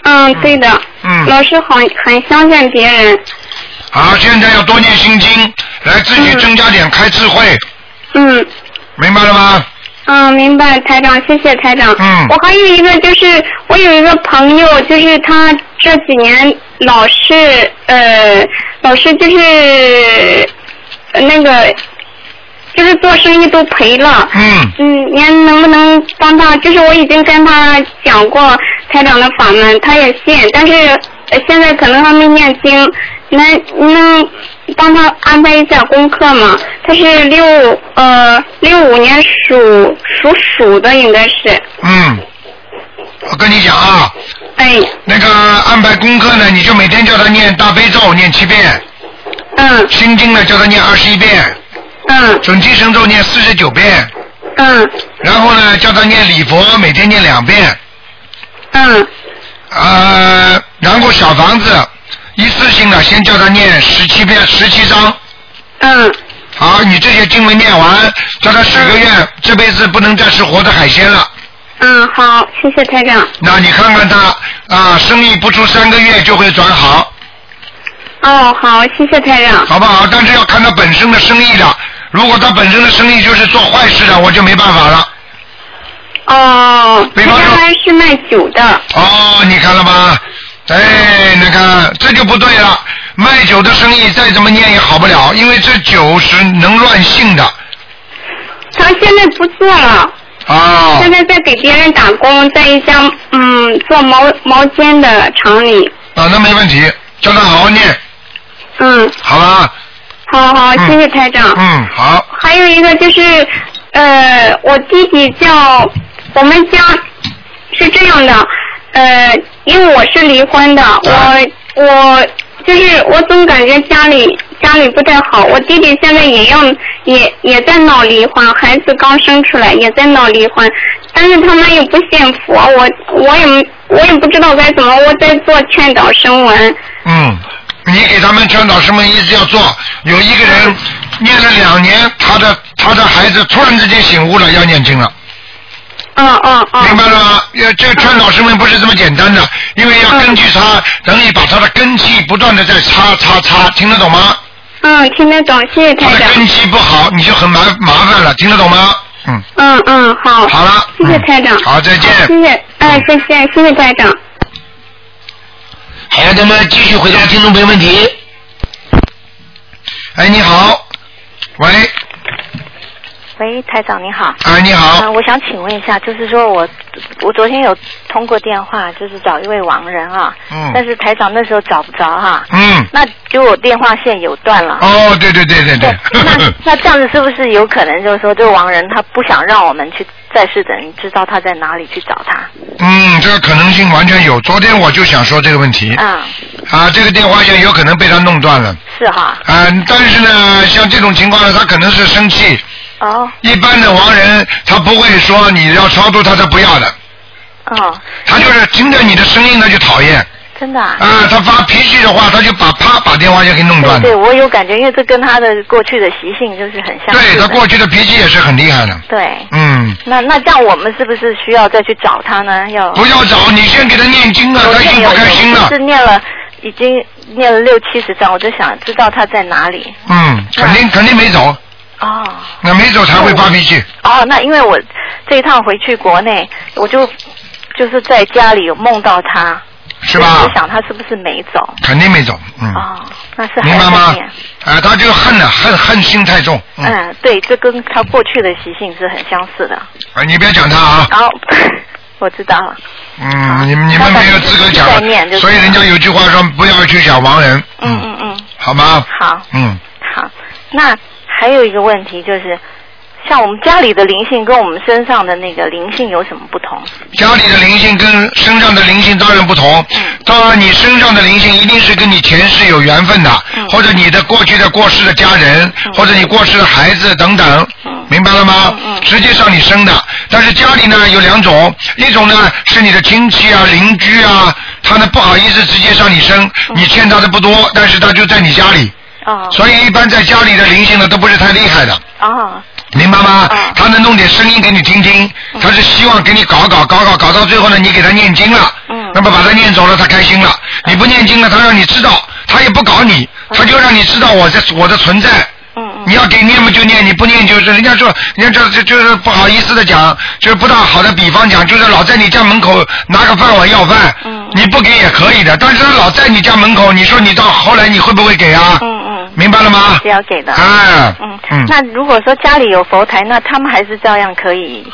[SPEAKER 6] 嗯，对的。
[SPEAKER 2] 嗯
[SPEAKER 6] 老师很很相信别人。
[SPEAKER 2] 啊，现在要多念心经，来自己
[SPEAKER 6] 嗯
[SPEAKER 2] 增加点开智慧，
[SPEAKER 6] 嗯。
[SPEAKER 2] 明白了吗？
[SPEAKER 6] 嗯，明白，台长，谢谢台长。
[SPEAKER 2] 嗯
[SPEAKER 6] 我还有一个就是，我有一个朋友，就是他这几年老是呃，老是就是呃那个，就是做生意都赔了。
[SPEAKER 2] 嗯，
[SPEAKER 6] 嗯，您能不能帮他？就是我已经跟他讲过台长的法门，他也信，但是呃现在可能还没念经，能能帮他安排一下功课吗？他是六呃六五年属属鼠的，应该是，
[SPEAKER 2] 嗯，我跟你讲啊，
[SPEAKER 6] 哎，
[SPEAKER 2] 那个安排功课呢，你就每天叫他念大悲咒念七遍，
[SPEAKER 6] 嗯
[SPEAKER 2] 心经呢叫他念二十一遍，
[SPEAKER 6] 嗯
[SPEAKER 2] 准提神咒念四十九遍，
[SPEAKER 6] 嗯
[SPEAKER 2] 然后呢叫他念礼佛，每天念两遍，
[SPEAKER 6] 嗯
[SPEAKER 2] 呃，然后小房子一次性的先叫他念十七遍十七章。
[SPEAKER 6] 嗯
[SPEAKER 2] 好，你这些经文念完，叫他许个愿，这辈子不能再吃活的海鲜了。
[SPEAKER 6] 嗯，好，谢谢台长。
[SPEAKER 2] 那你看看他啊，生意不出三个月就会转好，
[SPEAKER 6] 哦，好，谢谢台长。
[SPEAKER 2] 好不好？但是要看他本身的生意了。如果他本身的生意就是做坏事的，我就没办法了。
[SPEAKER 6] 哦，
[SPEAKER 2] 比
[SPEAKER 6] 他
[SPEAKER 2] 方说
[SPEAKER 6] 原来是卖酒的。
[SPEAKER 2] 哦，你看了吗？哎，那个这就不对了。卖酒的生意再怎么念也好不了，因为这酒是能乱性的
[SPEAKER 6] 他现在不做了。
[SPEAKER 2] 啊
[SPEAKER 6] 现在在给别人打工，在一家嗯做毛毛巾的厂里。
[SPEAKER 2] 啊，那没问题，叫他好好念，
[SPEAKER 6] 嗯，
[SPEAKER 2] 好吧？
[SPEAKER 6] 好好，
[SPEAKER 2] 嗯
[SPEAKER 6] 谢谢台长。
[SPEAKER 2] 嗯，好，
[SPEAKER 6] 还有一个就是，呃，我弟弟叫我们家是这样的，呃，因为我是离婚的，
[SPEAKER 2] 啊
[SPEAKER 6] 我我就是我总感觉家里家里不太好，我弟弟现在也要也也在闹离婚，孩子刚生出来也在闹离婚，但是他们也不信佛，我我也我也不知道该怎么，我在做劝导声闻，
[SPEAKER 2] 嗯，你给他们劝导什么意思要做？有一个
[SPEAKER 7] 嗯
[SPEAKER 2] 人念了两年，他的他的孩子突然之间醒悟了，要念经了。
[SPEAKER 7] 哦
[SPEAKER 6] 嗯嗯嗯，
[SPEAKER 2] 明白了吗？要
[SPEAKER 7] 嗯
[SPEAKER 2] 这劝导师们不是这么简单的，因为要根据他，等于把他的根基不断的在擦擦擦，听得懂吗？
[SPEAKER 6] 嗯，听得懂，谢谢
[SPEAKER 2] 他
[SPEAKER 6] 台
[SPEAKER 2] 的
[SPEAKER 6] 长，
[SPEAKER 2] 根基啊不好，你就很麻麻烦了，听得懂吗？嗯，
[SPEAKER 6] 嗯嗯，好。
[SPEAKER 2] 好了，
[SPEAKER 6] 谢谢
[SPEAKER 2] 嗯
[SPEAKER 6] 台长
[SPEAKER 2] 好，再见。嗯
[SPEAKER 6] 谢谢，哎，再见，谢谢台长。
[SPEAKER 2] 好，哎咱们继续回答听众朋友问题。哎，你好，喂，
[SPEAKER 7] 喂，台长你好。
[SPEAKER 2] 哎，你
[SPEAKER 7] 嗯、
[SPEAKER 2] 好，
[SPEAKER 7] 我想请问一下，就是说我我昨天有通过电话，就是找一位亡人啊，但
[SPEAKER 2] 嗯，
[SPEAKER 7] 是台长那时候找不着哈、
[SPEAKER 2] 嗯，
[SPEAKER 7] 那就我电话线有断了。
[SPEAKER 2] 哦，对对对对
[SPEAKER 7] 对
[SPEAKER 2] 对，，
[SPEAKER 7] 那那这样子是不是有可能就是说，这亡人他不想让我们去在世的人知道他在哪里去找他？
[SPEAKER 2] 嗯，这个可能性完全有。昨天我就想说这个问题
[SPEAKER 7] 啊，
[SPEAKER 2] 啊，这个电话线有可能被他弄断了。
[SPEAKER 7] 是哈。
[SPEAKER 2] 嗯，但是呢，像这种情况呢，他可能是生气。
[SPEAKER 7] 哦
[SPEAKER 2] 一般的亡人，他不会说你要超度他，他不要的，
[SPEAKER 7] 哦，
[SPEAKER 2] 他就是听着你的声音他就讨厌
[SPEAKER 7] 真的啊。
[SPEAKER 2] 啊、他发脾气的话，他就把啪把电话就给弄断
[SPEAKER 7] 对
[SPEAKER 2] 了
[SPEAKER 7] 对，。我有感觉，因为这跟他的过去的习性就是很相似
[SPEAKER 2] 对
[SPEAKER 7] 的。
[SPEAKER 2] 他过去的脾气也是很厉害的。
[SPEAKER 7] 对，
[SPEAKER 2] 嗯，
[SPEAKER 7] 那那这样我们是不是需要再去找他呢？要
[SPEAKER 2] 不要找，你先给他念经啊，
[SPEAKER 7] 我
[SPEAKER 2] 他已
[SPEAKER 7] 念
[SPEAKER 2] 经
[SPEAKER 7] 有
[SPEAKER 2] 不开心了
[SPEAKER 7] 是。念了，已经念了六七十章，我就想知道他在哪里。
[SPEAKER 2] 嗯，肯
[SPEAKER 7] 啊
[SPEAKER 2] 定肯定没走，
[SPEAKER 7] 哦
[SPEAKER 2] 那没走才会发脾气。
[SPEAKER 7] 哦，那因为我这一趟回去国内，我就就是在家里有梦到他，
[SPEAKER 2] 是
[SPEAKER 7] 所
[SPEAKER 2] 吧
[SPEAKER 7] 以我？想他是不是没走？
[SPEAKER 2] 肯定没走，嗯，
[SPEAKER 7] 哦，那是
[SPEAKER 2] 明
[SPEAKER 7] 还
[SPEAKER 2] 白
[SPEAKER 7] 在
[SPEAKER 2] 吗
[SPEAKER 7] 念。？
[SPEAKER 2] 啊，他就恨了，恨恨心太重。嗯，
[SPEAKER 7] 嗯，对，这跟他过去的习性是很相似的。
[SPEAKER 2] 啊，你不要讲他啊。
[SPEAKER 7] 然后 我知道了，
[SPEAKER 2] 嗯，你们你们没有资格讲
[SPEAKER 7] 在念就，是
[SPEAKER 2] 所以人家有句话说不要去讲亡人，
[SPEAKER 7] 嗯嗯嗯，
[SPEAKER 2] 好吗？
[SPEAKER 7] 好。
[SPEAKER 2] 嗯，
[SPEAKER 7] 好，那还有一个问题就是，像我们家里的灵性跟我们身上的那个灵性有什么不同？
[SPEAKER 2] 家里的灵性跟身上的灵性当然不同，当然你身上的灵性一定是跟你前世有缘分的，或者你的过去的过世的家人，或者你过世的孩子等等，明白了吗？实际上你生的，但是家里呢有两种，一种呢是你的亲戚啊、邻居啊，他呢不好意思直接上你生，你欠他的不多，但是他就在你家里。
[SPEAKER 7] 哦
[SPEAKER 2] 所以一般在家里的灵性呢都不是太厉害的，
[SPEAKER 8] 啊
[SPEAKER 7] 哦
[SPEAKER 2] 明白吗
[SPEAKER 7] 嗯？
[SPEAKER 2] 他能弄点声音给你听听，他是希望给你搞搞搞搞搞到最后呢，你给他念经了，
[SPEAKER 7] 嗯
[SPEAKER 2] 那么把他念走了，他开心了。你不念经了，他让你知道，他也不搞你，他就让你知道我在我的存在。
[SPEAKER 7] 嗯
[SPEAKER 2] 你要给念嘛就念，你不念就是人家说，人家这这就是不好意思的讲，就是不大好的比方讲，就是老在你家门口拿个饭碗要饭，
[SPEAKER 7] 嗯
[SPEAKER 2] 你不给也可以的，但是他老在你家门口，你说你到后来你会不会给啊？
[SPEAKER 7] 嗯嗯
[SPEAKER 2] 明白了吗？
[SPEAKER 7] 是要给的
[SPEAKER 2] 哎，
[SPEAKER 7] 嗯
[SPEAKER 2] 嗯
[SPEAKER 7] 嗯。，那如果说家里有佛台，那他们还是照样可以，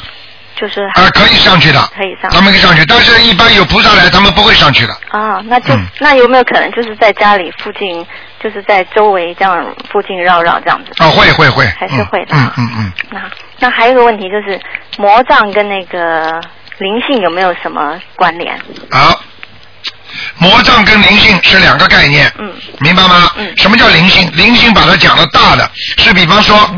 [SPEAKER 7] 就是
[SPEAKER 2] 啊、可以上去的，
[SPEAKER 7] 可以上
[SPEAKER 2] 他们可以上去，但是一般有菩萨来，他们不会上去的。
[SPEAKER 7] 啊、那就、
[SPEAKER 2] 嗯
[SPEAKER 7] 那有没有可能就是在家里附近，就是在周围这样附近绕绕这样子？
[SPEAKER 2] 啊、会会会，
[SPEAKER 7] 还是会的
[SPEAKER 2] 嗯嗯嗯
[SPEAKER 7] 那那还有一个问题就是魔障跟那个灵性有没有什么关联？
[SPEAKER 2] 嗯，好。魔障跟灵性是两个概念，
[SPEAKER 7] 嗯
[SPEAKER 2] 明白吗？
[SPEAKER 7] 嗯
[SPEAKER 2] 什么叫灵性？灵性把它讲的大的，是比方说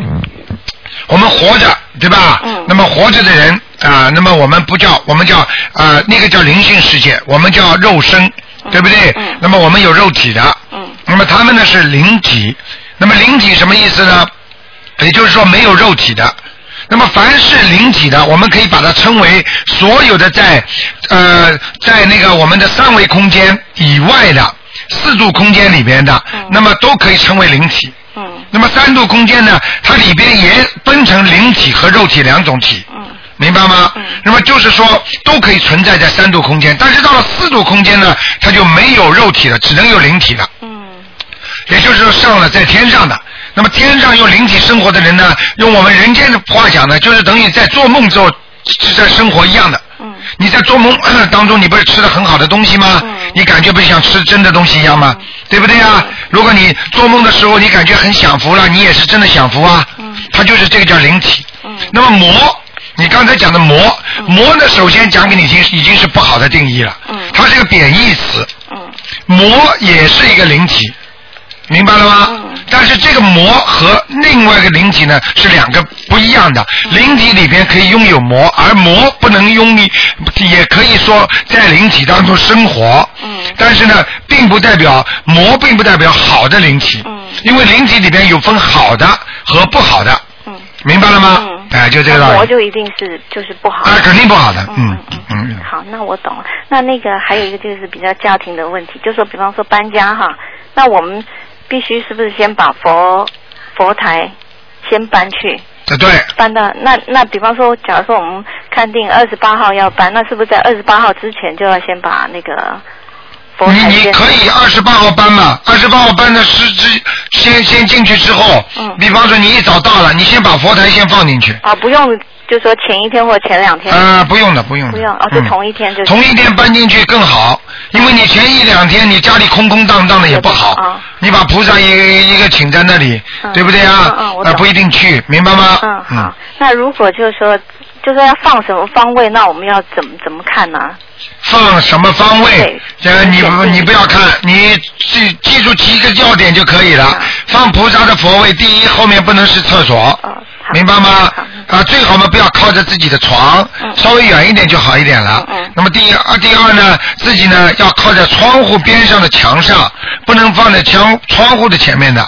[SPEAKER 2] 我们活着，对吧？
[SPEAKER 7] 嗯
[SPEAKER 2] 那么活着的人啊、那么我们不叫，我们叫啊、呃那个叫灵性世界，我们叫肉身，对不对？
[SPEAKER 7] 嗯
[SPEAKER 2] 那么我们有肉体的，
[SPEAKER 7] 嗯
[SPEAKER 2] 那么他们呢是灵体，那么灵体什么意思呢？也就是说没有肉体的。那么凡是灵体的，我们可以把它称为所有的在呃在那个我们的三维空间以外的四度空间里边的，那么都可以称为灵体。
[SPEAKER 7] 嗯
[SPEAKER 2] 那么三度空间呢，它里边也分成灵体和肉体两种体。
[SPEAKER 7] 嗯
[SPEAKER 2] 明白吗
[SPEAKER 7] 嗯？
[SPEAKER 2] 那么就是说，都可以存在在三度空间，但是到了四度空间呢，它就没有肉体了，只能有灵体了。
[SPEAKER 7] 嗯
[SPEAKER 2] 也就是说上了在天上的。那么天上用灵体生活的人呢，用我们人间的话讲呢，就是等于在做梦之后是在生活一样的。
[SPEAKER 7] 嗯
[SPEAKER 2] 你在做梦 当中，你不是吃了很好的东西吗？
[SPEAKER 7] 嗯
[SPEAKER 2] 你感觉不是像吃真的东西一样吗？对不对呀、如果你做梦的时候，你感觉很享福了，你也是真的享福啊。
[SPEAKER 7] 嗯
[SPEAKER 2] 它就是这个叫灵体。
[SPEAKER 7] 嗯
[SPEAKER 2] 那么魔，你刚才讲的魔，魔呢，首先讲给你听，已经是不好的定义了。
[SPEAKER 7] 嗯
[SPEAKER 2] 它是个贬义词，
[SPEAKER 7] 嗯
[SPEAKER 2] 魔也是一个灵体，明白了吗？
[SPEAKER 7] 嗯
[SPEAKER 2] 但是这个魔和另外一个灵体呢是两个不一样的，灵体里边可以拥有魔，而魔不能拥有，也可以说在灵体当中生活。
[SPEAKER 7] 嗯
[SPEAKER 2] 但是呢，并不代表魔，并不代表好的灵体。
[SPEAKER 7] 嗯
[SPEAKER 2] 因为灵体里边有分好的和不好的，
[SPEAKER 7] 嗯。
[SPEAKER 2] 明白了吗？
[SPEAKER 7] 嗯，
[SPEAKER 2] 哎，就这个道
[SPEAKER 7] 那
[SPEAKER 2] 理。
[SPEAKER 7] 魔就一定是就是不好的。
[SPEAKER 2] 啊，肯定不好的，嗯
[SPEAKER 7] 嗯
[SPEAKER 2] 嗯
[SPEAKER 7] 嗯，好，那我懂了。那那个还有一个就是比较家庭的问题，就说比方说搬家哈，那我们必须是不是先把佛佛台先搬去，
[SPEAKER 2] 嗯，对，
[SPEAKER 7] 搬到那那比方说，假如说我们看定二十八号要搬，那是不是在二十八号之前就要先把那个佛
[SPEAKER 2] 你
[SPEAKER 7] 台
[SPEAKER 2] 你
[SPEAKER 7] 先？
[SPEAKER 2] 可以二十八号搬嘛，二十八号搬的是之先先进去之后，
[SPEAKER 7] 嗯
[SPEAKER 2] 比方说你一早到了，你先把佛台先放进去，
[SPEAKER 7] 啊，不用，就说前一天或前两天。
[SPEAKER 2] 呃，不用的，不用的，
[SPEAKER 7] 嗯不用哦
[SPEAKER 2] 嗯
[SPEAKER 7] 就同一天就行
[SPEAKER 2] 同一天搬进去更好，因为你前一两天你家里空空荡荡的也不好
[SPEAKER 7] 啊，
[SPEAKER 2] 你把菩萨一一个请在那里，
[SPEAKER 7] 嗯
[SPEAKER 2] 对不对啊
[SPEAKER 7] 嗯嗯？我
[SPEAKER 2] 呃，
[SPEAKER 7] 懂
[SPEAKER 2] 不一定去，明白吗？
[SPEAKER 7] 嗯，好。 那如果就是说，就说要放什么方位，那我们要怎么怎么看呢？
[SPEAKER 2] 放什么方位
[SPEAKER 7] 对？
[SPEAKER 2] 这个你不
[SPEAKER 7] 嗯
[SPEAKER 2] 你不要看，你记记住几个要点就可以了
[SPEAKER 7] 嗯。
[SPEAKER 2] 放菩萨的佛位，第一后面不能是厕所
[SPEAKER 7] 嗯，好
[SPEAKER 2] 明白吗
[SPEAKER 7] 好？
[SPEAKER 2] 啊，最好嘛不要靠着自己的床，
[SPEAKER 7] 嗯
[SPEAKER 2] 稍微远一点就好一点了
[SPEAKER 7] 嗯嗯。
[SPEAKER 2] 那么第一啊第二呢，自己呢要靠在窗户边上的墙上，不能放在墙窗户的前面的。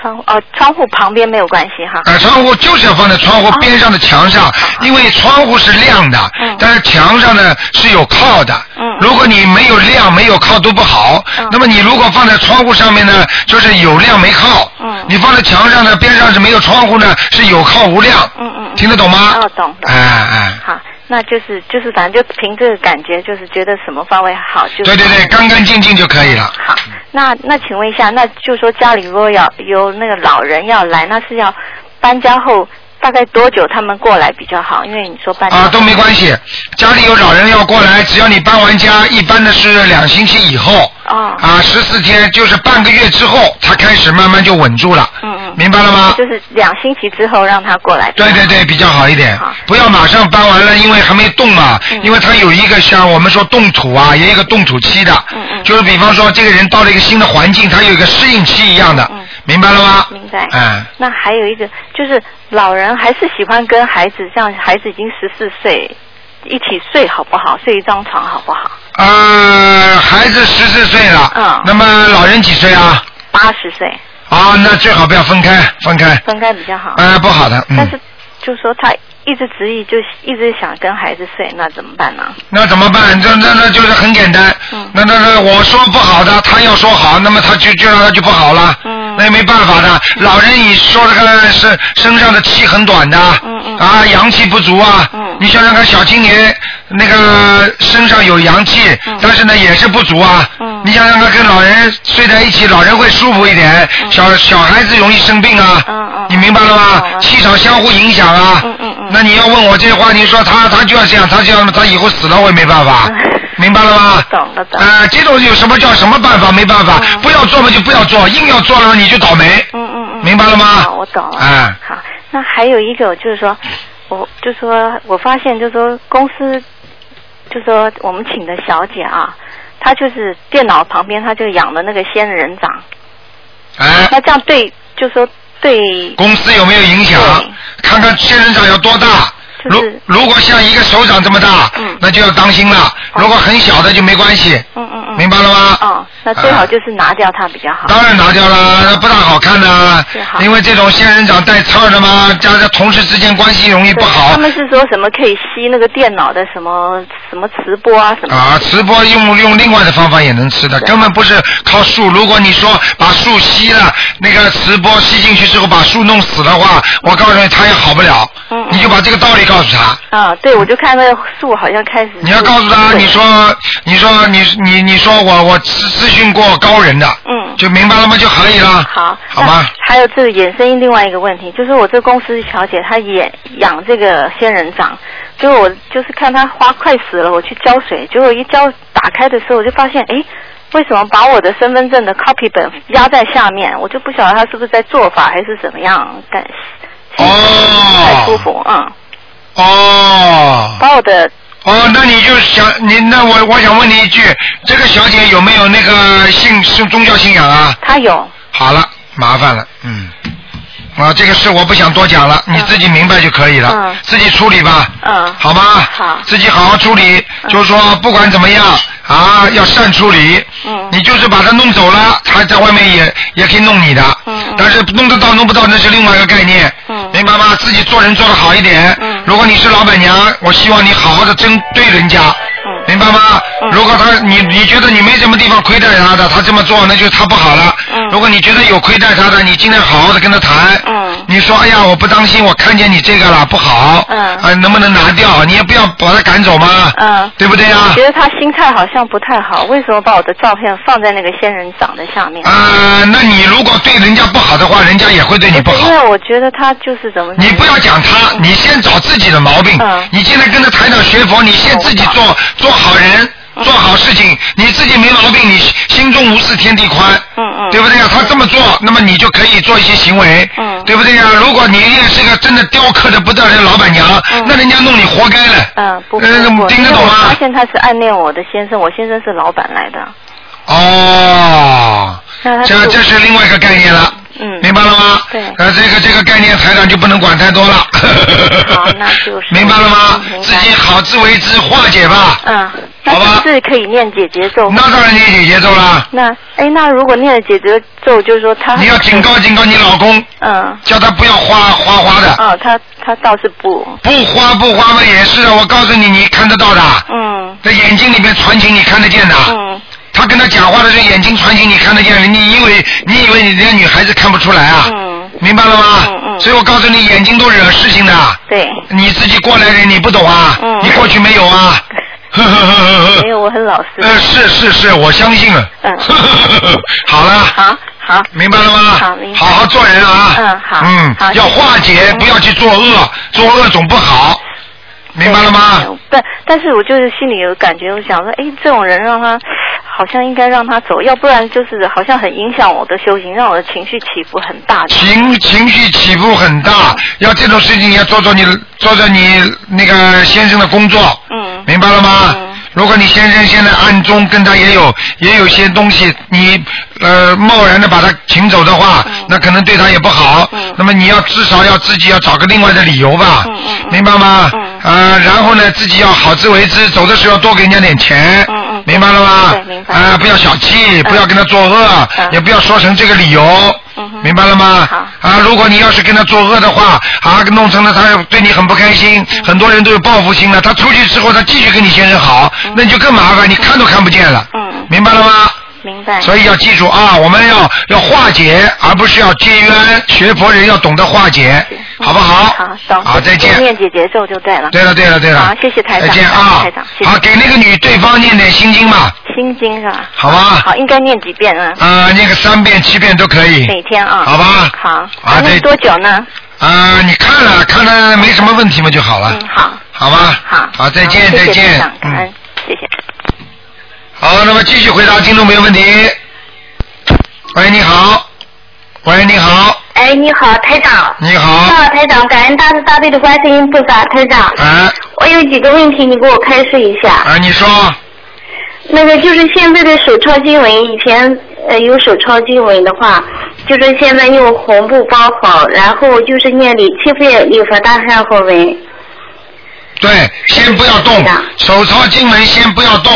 [SPEAKER 7] 窗户哦，窗户旁边没有关系哈。
[SPEAKER 2] 呃，窗户就是要放在窗
[SPEAKER 7] 哦
[SPEAKER 2] 户边上的墙上，因为窗户是亮的，
[SPEAKER 7] 嗯
[SPEAKER 2] 但是墙上呢是有靠的。
[SPEAKER 7] 嗯
[SPEAKER 2] 如果你没有亮没有靠都不好，
[SPEAKER 7] 嗯
[SPEAKER 2] 那么你如果放在窗户上面呢，就是有亮没靠。
[SPEAKER 7] 嗯
[SPEAKER 2] 你放在墙上呢，边上是没有窗户呢，是有靠无亮。
[SPEAKER 7] 嗯嗯嗯
[SPEAKER 2] 听得懂吗？
[SPEAKER 7] 哦懂懂
[SPEAKER 2] 哎哎。
[SPEAKER 7] 好，那就是就是，反正就凭这个感觉，就是觉得什么方位好，就是
[SPEAKER 2] 对对对，干干净净就可以了。
[SPEAKER 7] 好，那那请问一下，那就说家里如果要有那个老人要来，那是要搬家后大概多久他们过来比较好？因为你说搬家
[SPEAKER 2] 啊，都没关系。家里有老人要过来，只要你搬完家，一般的是两星期以后。
[SPEAKER 7] 哦
[SPEAKER 2] 啊，十四天就是半个月之后，他开始慢慢就稳住了。
[SPEAKER 7] 嗯嗯
[SPEAKER 2] 明白了吗？
[SPEAKER 7] 就是两星期之后让他过来。
[SPEAKER 2] 对对对，比较好一点
[SPEAKER 7] 好，
[SPEAKER 2] 不要马上搬完了，因为还没动嘛，
[SPEAKER 7] 嗯
[SPEAKER 2] 因为它有一个像我们说动土啊，也有一个动土期的，
[SPEAKER 7] 嗯嗯
[SPEAKER 2] 就是比方说这个人到了一个新的环境，他有一个适应期一样的，
[SPEAKER 7] 嗯
[SPEAKER 2] 明白了吗？
[SPEAKER 7] 明白。
[SPEAKER 2] 嗯。
[SPEAKER 7] 那还有一个就是老人还是喜欢跟孩子，像孩子已经十四岁，一起睡好不好？睡一张床好不好？
[SPEAKER 2] 呃，孩子十四岁了，
[SPEAKER 7] 嗯
[SPEAKER 2] 那么老人几岁啊？
[SPEAKER 7] 八十岁
[SPEAKER 2] 啊，那最好不要分开，分开，
[SPEAKER 7] 分开比较好。
[SPEAKER 2] 呃，不好的，
[SPEAKER 7] 但是
[SPEAKER 2] 嗯，
[SPEAKER 7] 就说他一直执意，就一直想跟孩子睡，那怎么办呢？
[SPEAKER 2] 那怎么办？那那那就是很简单
[SPEAKER 7] 嗯，
[SPEAKER 2] 那那那我说不好的，他要说好，那么他就就让他就不好了，
[SPEAKER 7] 嗯
[SPEAKER 2] 那也没办法的。老人你说这个身身上的气很短的，
[SPEAKER 7] 嗯嗯
[SPEAKER 2] 啊，阳气不足啊，
[SPEAKER 7] 嗯
[SPEAKER 2] 你想想看，小青年那个身上有阳气，
[SPEAKER 7] 嗯
[SPEAKER 2] 但是呢也是不足啊，
[SPEAKER 7] 嗯
[SPEAKER 2] 你想想看，跟老人睡在一起，老人会舒服一点，小小孩子容易生病啊，
[SPEAKER 7] 嗯嗯
[SPEAKER 2] 你明白了吗
[SPEAKER 7] 懂？了
[SPEAKER 2] 气场相互影响啊，
[SPEAKER 7] 嗯嗯嗯
[SPEAKER 2] 那你要问我这些话，你说他他就要这样，他这样，他以后死了我也没办法
[SPEAKER 7] 嗯，
[SPEAKER 2] 明白了吗？
[SPEAKER 7] 懂了懂了
[SPEAKER 2] 呃，这种有什么叫什么办法？没办法，
[SPEAKER 7] 嗯
[SPEAKER 2] 不要做嘛就不要做，硬要做了你就倒霉，
[SPEAKER 7] 嗯嗯嗯。
[SPEAKER 2] 明白了吗？
[SPEAKER 7] 好，我懂了。
[SPEAKER 2] 哎
[SPEAKER 7] 好，那还有一个就是说，我就说我发现就是说公司，就说我们请的小姐啊，她就是电脑旁边她就养了那个仙人掌，
[SPEAKER 2] 哎，
[SPEAKER 7] 那这样对，就说对，
[SPEAKER 2] 公司有没有影响
[SPEAKER 7] 对？
[SPEAKER 2] 看看仙人掌有多大。
[SPEAKER 7] 就
[SPEAKER 2] 如
[SPEAKER 7] 是
[SPEAKER 2] 如果像一个手掌这么大
[SPEAKER 7] 嗯，
[SPEAKER 2] 那就要当心了。如果很小的就没关系，
[SPEAKER 7] 嗯嗯嗯。
[SPEAKER 2] 明白了吗
[SPEAKER 7] 哦？，那最好
[SPEAKER 2] 哎
[SPEAKER 7] 就是拿掉它比较好。
[SPEAKER 2] 当然拿掉了，那不大好看的
[SPEAKER 7] 是。好
[SPEAKER 2] 因为这种仙人掌带刺儿的嘛，加上同事之间关系容易不
[SPEAKER 7] 对
[SPEAKER 2] 好
[SPEAKER 7] 他。们是说什么可以吸那个电脑的什么什么磁波啊什么的？
[SPEAKER 2] 啊，直播用用另外的方法也能吃的，
[SPEAKER 7] 对
[SPEAKER 2] 根本不是靠树。如果你说把树吸了，那个直播吸进去之后把树弄死的话，我告诉你他也好不了。
[SPEAKER 7] 嗯嗯
[SPEAKER 2] 你就把这个道理告诉他。
[SPEAKER 7] 啊，对，我就看那个树好像开始。
[SPEAKER 2] 你要告诉他，
[SPEAKER 7] 对
[SPEAKER 2] 你说，你说，你你你说我我咨咨询过高人的，
[SPEAKER 7] 嗯
[SPEAKER 2] 就明白了吗？就可以了。
[SPEAKER 7] 好，
[SPEAKER 2] 好吗？
[SPEAKER 7] 那还有这个衍生另外一个问题，就是我这公司小姐她也养这个仙人掌，结果我就是看它花快死了，我去浇水，结果一浇打开的时候，我就发现，哎，为什么把我的身份证的 copy 本压在下面？我就不晓得他是不是在做法还是怎么样，但不太舒
[SPEAKER 2] 哦
[SPEAKER 7] 服，嗯，
[SPEAKER 2] 哦
[SPEAKER 7] 把我的
[SPEAKER 2] 哦，那你就想你那我我想问你一句，这个小姐有没有那个信是宗教信仰啊？
[SPEAKER 7] 他有，
[SPEAKER 2] 好了，麻烦了，嗯。啊，这个事我不想多讲了，你自己明白就可以了，
[SPEAKER 7] 嗯
[SPEAKER 2] 自己处理吧，
[SPEAKER 7] 嗯，
[SPEAKER 2] 好吗？
[SPEAKER 7] 好嗯
[SPEAKER 2] 自己好好处理，就是说不管怎么样啊，要善处理。
[SPEAKER 7] 嗯
[SPEAKER 2] 你就是把他弄走了，他在外面也也可以弄你的。
[SPEAKER 7] 嗯嗯
[SPEAKER 2] 但是弄得到弄不到那是另外一个概念。
[SPEAKER 7] 嗯
[SPEAKER 2] 明白吗？自己做人做得好一点。
[SPEAKER 7] 嗯
[SPEAKER 2] 如果你是老板娘，我希望你好好的针对人家。
[SPEAKER 7] 嗯
[SPEAKER 2] 明白吗？
[SPEAKER 7] 嗯
[SPEAKER 2] 如果他你你觉得你没什么地方亏待他的，他这么做那就是他不好了。
[SPEAKER 7] 嗯
[SPEAKER 2] 如果你觉得有亏待他的，你尽量好好的跟他谈。
[SPEAKER 7] 嗯
[SPEAKER 2] 你说哎呀，我不当心，我看见你这个了，不好。
[SPEAKER 7] 嗯
[SPEAKER 2] 啊，能不能拿掉？你也不要把他赶走嘛。
[SPEAKER 7] 嗯
[SPEAKER 2] 对不对
[SPEAKER 7] 我
[SPEAKER 2] 啊？
[SPEAKER 7] 觉得他心态好像不太好，为什么把我的照片放在那个仙人掌的下面？
[SPEAKER 2] 呃，那你如果对人家不好的话，人家也会对你不
[SPEAKER 7] 不是
[SPEAKER 2] 好
[SPEAKER 7] 因。为我觉得他就是怎么
[SPEAKER 2] 你不要讲他，你先找自己的毛病。
[SPEAKER 7] 嗯哦
[SPEAKER 2] 你现在跟着台长学佛，你先自己做做好人，
[SPEAKER 7] 嗯
[SPEAKER 2] 做好事情，你自己没毛病，你心心中无事天地宽。
[SPEAKER 7] 嗯嗯
[SPEAKER 2] 对不对呀？他这么做，那么你就可以做一些行为。
[SPEAKER 7] 嗯
[SPEAKER 2] 对不对呀？如果你也是个真的雕刻的不得了的老板娘，
[SPEAKER 7] 嗯
[SPEAKER 2] 那人家弄你活该了。
[SPEAKER 7] 嗯，不会，
[SPEAKER 2] 嗯
[SPEAKER 7] 我
[SPEAKER 2] 听
[SPEAKER 7] 因
[SPEAKER 2] 得
[SPEAKER 7] 为
[SPEAKER 2] 懂
[SPEAKER 7] 我
[SPEAKER 2] 吗
[SPEAKER 7] 发？现他是暗恋我的先生，我先生是老板来的。
[SPEAKER 2] 哦，
[SPEAKER 7] 那他
[SPEAKER 2] 这
[SPEAKER 7] 对
[SPEAKER 2] 这
[SPEAKER 7] 我
[SPEAKER 2] 是另外一个概念了。
[SPEAKER 7] 嗯
[SPEAKER 2] 明白了吗？
[SPEAKER 7] 对
[SPEAKER 2] 呃，这个这个概念，台长就不能管太多了。
[SPEAKER 7] 好那就是
[SPEAKER 2] 明白了吗
[SPEAKER 7] 嗯？明白
[SPEAKER 2] 自己好自为之，化解吧。
[SPEAKER 7] 嗯，那
[SPEAKER 2] 好吧
[SPEAKER 7] 是不是可以念姐姐咒？
[SPEAKER 2] 那当然念姐姐咒了。
[SPEAKER 7] 那哎，那如果念了姐姐咒，就是说他
[SPEAKER 2] 你要警告警告你老公，
[SPEAKER 7] 嗯
[SPEAKER 2] 叫他不要花花花的，
[SPEAKER 7] 哦，他他倒是不
[SPEAKER 2] 不花不花嘛也是的。我告诉你，你看得到的，
[SPEAKER 7] 嗯
[SPEAKER 2] 在眼睛里面传情，你看得见的。
[SPEAKER 7] 嗯
[SPEAKER 2] 他跟他讲话的时候，眼睛传情，你看得见。你以为你以为你人家女孩子看不出来啊？
[SPEAKER 7] 嗯，
[SPEAKER 2] 明白了吗？
[SPEAKER 7] 嗯嗯
[SPEAKER 2] 所以我告诉你，眼睛都惹事情的。
[SPEAKER 7] 对，
[SPEAKER 2] 你自己过来人，你不懂啊？
[SPEAKER 7] 嗯
[SPEAKER 2] 你过去没有 啊？呵呵呵呵
[SPEAKER 7] 没
[SPEAKER 2] 呵。
[SPEAKER 7] 有，我很老实。
[SPEAKER 2] 呃，是是是，我相信了。
[SPEAKER 7] 嗯
[SPEAKER 2] 呵呵呵呵。 好了，
[SPEAKER 7] 好好，
[SPEAKER 2] 明白了吗？
[SPEAKER 7] 好明白
[SPEAKER 2] 好好做人啊。
[SPEAKER 7] 嗯好
[SPEAKER 2] 嗯
[SPEAKER 7] 好，
[SPEAKER 2] 要
[SPEAKER 7] 谢谢
[SPEAKER 2] 化解，
[SPEAKER 7] 嗯
[SPEAKER 2] 不要去做恶，做恶总不好，明白了吗？
[SPEAKER 7] 对？但但是我就是心里有感觉，我想说，哎，这种人让他好像应该让他走，要不然就是好像很影响我的修行，让我的情绪起伏很大。嗯
[SPEAKER 2] 情情绪起伏很大，要这种事情你要做做你做做你那个先生的工作，
[SPEAKER 7] 嗯
[SPEAKER 2] 明白了吗？
[SPEAKER 7] 嗯
[SPEAKER 2] 如果你先生现在暗中跟他也有也有些东西，你呃贸然的把他请走的话，
[SPEAKER 7] 嗯
[SPEAKER 2] 那可能对他也不好。
[SPEAKER 7] 嗯
[SPEAKER 2] 那么你要至少要自己要找个另外的理由吧，
[SPEAKER 7] 嗯嗯嗯
[SPEAKER 2] 明白吗？
[SPEAKER 7] 嗯
[SPEAKER 2] 呃，然后呢，自己要好自为之，走的时候要多给人家点钱，
[SPEAKER 7] 嗯嗯
[SPEAKER 2] 明白了吗？
[SPEAKER 7] 对明白
[SPEAKER 2] 啊、不要小气，不要跟他作恶，
[SPEAKER 7] 嗯
[SPEAKER 2] 也不要说成这个理由。
[SPEAKER 7] 嗯哼
[SPEAKER 2] 明白了吗？
[SPEAKER 7] 好
[SPEAKER 2] 啊，如果你要是跟他作恶的话，啊，弄成了他对你很不开心，
[SPEAKER 7] 嗯
[SPEAKER 2] 很多人都有报复心了。他出去之后，他继续跟你先生好，那你就更麻烦，你看都看不见了。
[SPEAKER 7] 嗯
[SPEAKER 2] 明白了吗？
[SPEAKER 7] 明白。
[SPEAKER 2] 所以要记住啊，我们要要化解，而不是要结冤。学佛人要懂得化解，
[SPEAKER 7] 嗯
[SPEAKER 2] 好不好？
[SPEAKER 7] 啊好，懂。
[SPEAKER 2] 好，再
[SPEAKER 7] 就
[SPEAKER 2] 见。
[SPEAKER 7] 念姐姐咒就对了。
[SPEAKER 2] 对了，对了，对了。
[SPEAKER 7] 好谢谢台长
[SPEAKER 2] 再见
[SPEAKER 7] 谢
[SPEAKER 2] 啊
[SPEAKER 7] 谢台长！谢谢
[SPEAKER 2] 好，给那个女对方念点心经吧，
[SPEAKER 7] 心经是吧？
[SPEAKER 2] 好吧？
[SPEAKER 7] 好，应该念几遍啊？
[SPEAKER 2] 啊，念个三遍、七遍都可以。
[SPEAKER 7] 每天啊。
[SPEAKER 2] 好吧
[SPEAKER 7] 好。
[SPEAKER 2] 好
[SPEAKER 7] 那
[SPEAKER 2] 再
[SPEAKER 7] 念多久呢？
[SPEAKER 2] 啊、你看了看了没什么问题嘛就好了，
[SPEAKER 7] 嗯，好，
[SPEAKER 2] 好吧？
[SPEAKER 7] 好。
[SPEAKER 2] 好，再见，
[SPEAKER 7] 谢谢
[SPEAKER 2] 再
[SPEAKER 7] 台
[SPEAKER 2] 见
[SPEAKER 7] 长，感
[SPEAKER 2] 嗯
[SPEAKER 7] 恩，，谢谢。
[SPEAKER 2] 好，那么继续回答听众朋友问题。喂，你好，喂，你好，
[SPEAKER 6] 哎，你好，台长。
[SPEAKER 2] 你好，
[SPEAKER 6] 啊，台长，感恩大慈大悲的观世音菩萨，台长，
[SPEAKER 2] 啊
[SPEAKER 6] 我有几个问题，你给我开示一下。
[SPEAKER 2] 啊，你说，
[SPEAKER 6] 那个就是现在的手抄经文，以前呃有手抄经文的话，就是现在用红布包好，然后就是念礼七遍礼佛大忏悔文。
[SPEAKER 2] 对，先不要动
[SPEAKER 6] 是的，
[SPEAKER 2] 手抄经文先不要动，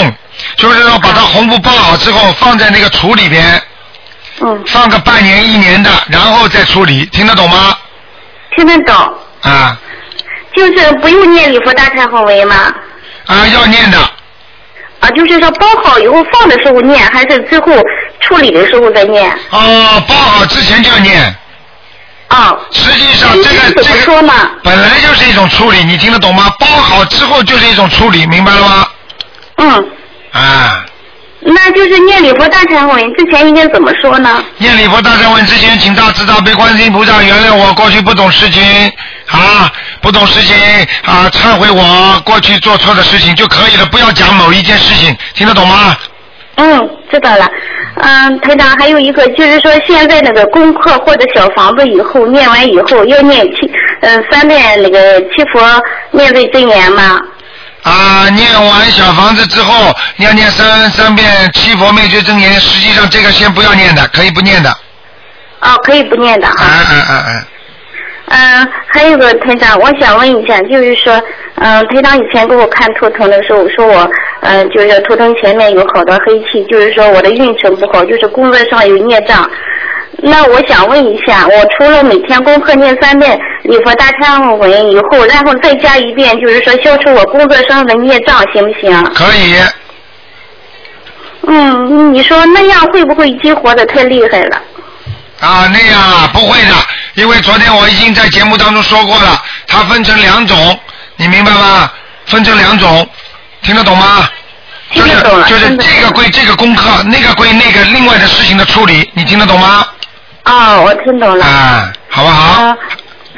[SPEAKER 2] 就是说把它红布包好之后放在那个橱里边，
[SPEAKER 6] 嗯，
[SPEAKER 2] 放个半年一年的，然后再处理，听得懂吗？
[SPEAKER 6] 听得懂，
[SPEAKER 2] 啊
[SPEAKER 6] 就是不用念礼佛大忏悔文吗？
[SPEAKER 2] 啊，要念的，
[SPEAKER 6] 啊，就是说包好以后放的时候念，还是最后处理的时候再念？
[SPEAKER 2] 哦，包好之前就要念。
[SPEAKER 6] 啊，
[SPEAKER 2] 实际上，
[SPEAKER 6] 您
[SPEAKER 2] 这个
[SPEAKER 6] 怎么
[SPEAKER 2] 这
[SPEAKER 6] 说
[SPEAKER 2] 个
[SPEAKER 6] 嘛？
[SPEAKER 2] 本来就是一种处理，你听得懂吗？包好之后就是一种处理，明白了吗？
[SPEAKER 6] 嗯，
[SPEAKER 2] 啊，
[SPEAKER 9] 那就是念礼佛大忏悔文之前应该怎么说呢？
[SPEAKER 2] 念礼佛大忏文之前，请大慈大悲观世音菩萨原谅我过去不懂事情啊，不懂事情啊，忏悔我过去做错的事情就可以了，不要讲某一件事情，听得懂吗？
[SPEAKER 9] 嗯，知道了。嗯，台长，还有一个就是说，现在那个功课或者小房子以后念完以后要念七嗯、三遍那个七佛面对真言吗？
[SPEAKER 2] 啊，念完小房子之后，你要念三三遍七佛灭罪真言，实际上这个先不要念的，可以不念的。
[SPEAKER 9] 哦，可以不念的哈。
[SPEAKER 2] 嗯嗯嗯嗯，
[SPEAKER 9] 嗯，还有个台长，我想问一下，就是说，嗯，台长以前给我看图腾的时候说我，嗯，就是图腾前面有好多黑气，就是说我的运程不好，就是工作上有孽障。那我想问一下，我除了每天功课念三遍礼佛大忏悔文以后，然后再加一遍，就是说消除我工作上的孽障，行不行？
[SPEAKER 2] 可以。
[SPEAKER 9] 嗯，你说那样会不会激活的太厉害了？
[SPEAKER 2] 啊，那样啊，不会的，因为昨天我已经在节目当中说过了，它分成两种，你明白吗？分成两种，听得懂吗？就
[SPEAKER 9] 听
[SPEAKER 2] 是
[SPEAKER 9] 得懂了
[SPEAKER 2] 就是
[SPEAKER 9] 听得懂
[SPEAKER 2] 这个归这个功课，那个归那个另外的事情的处理，你听得懂吗？
[SPEAKER 9] 哦，我听懂了。
[SPEAKER 2] 啊，好不好？
[SPEAKER 9] 啊，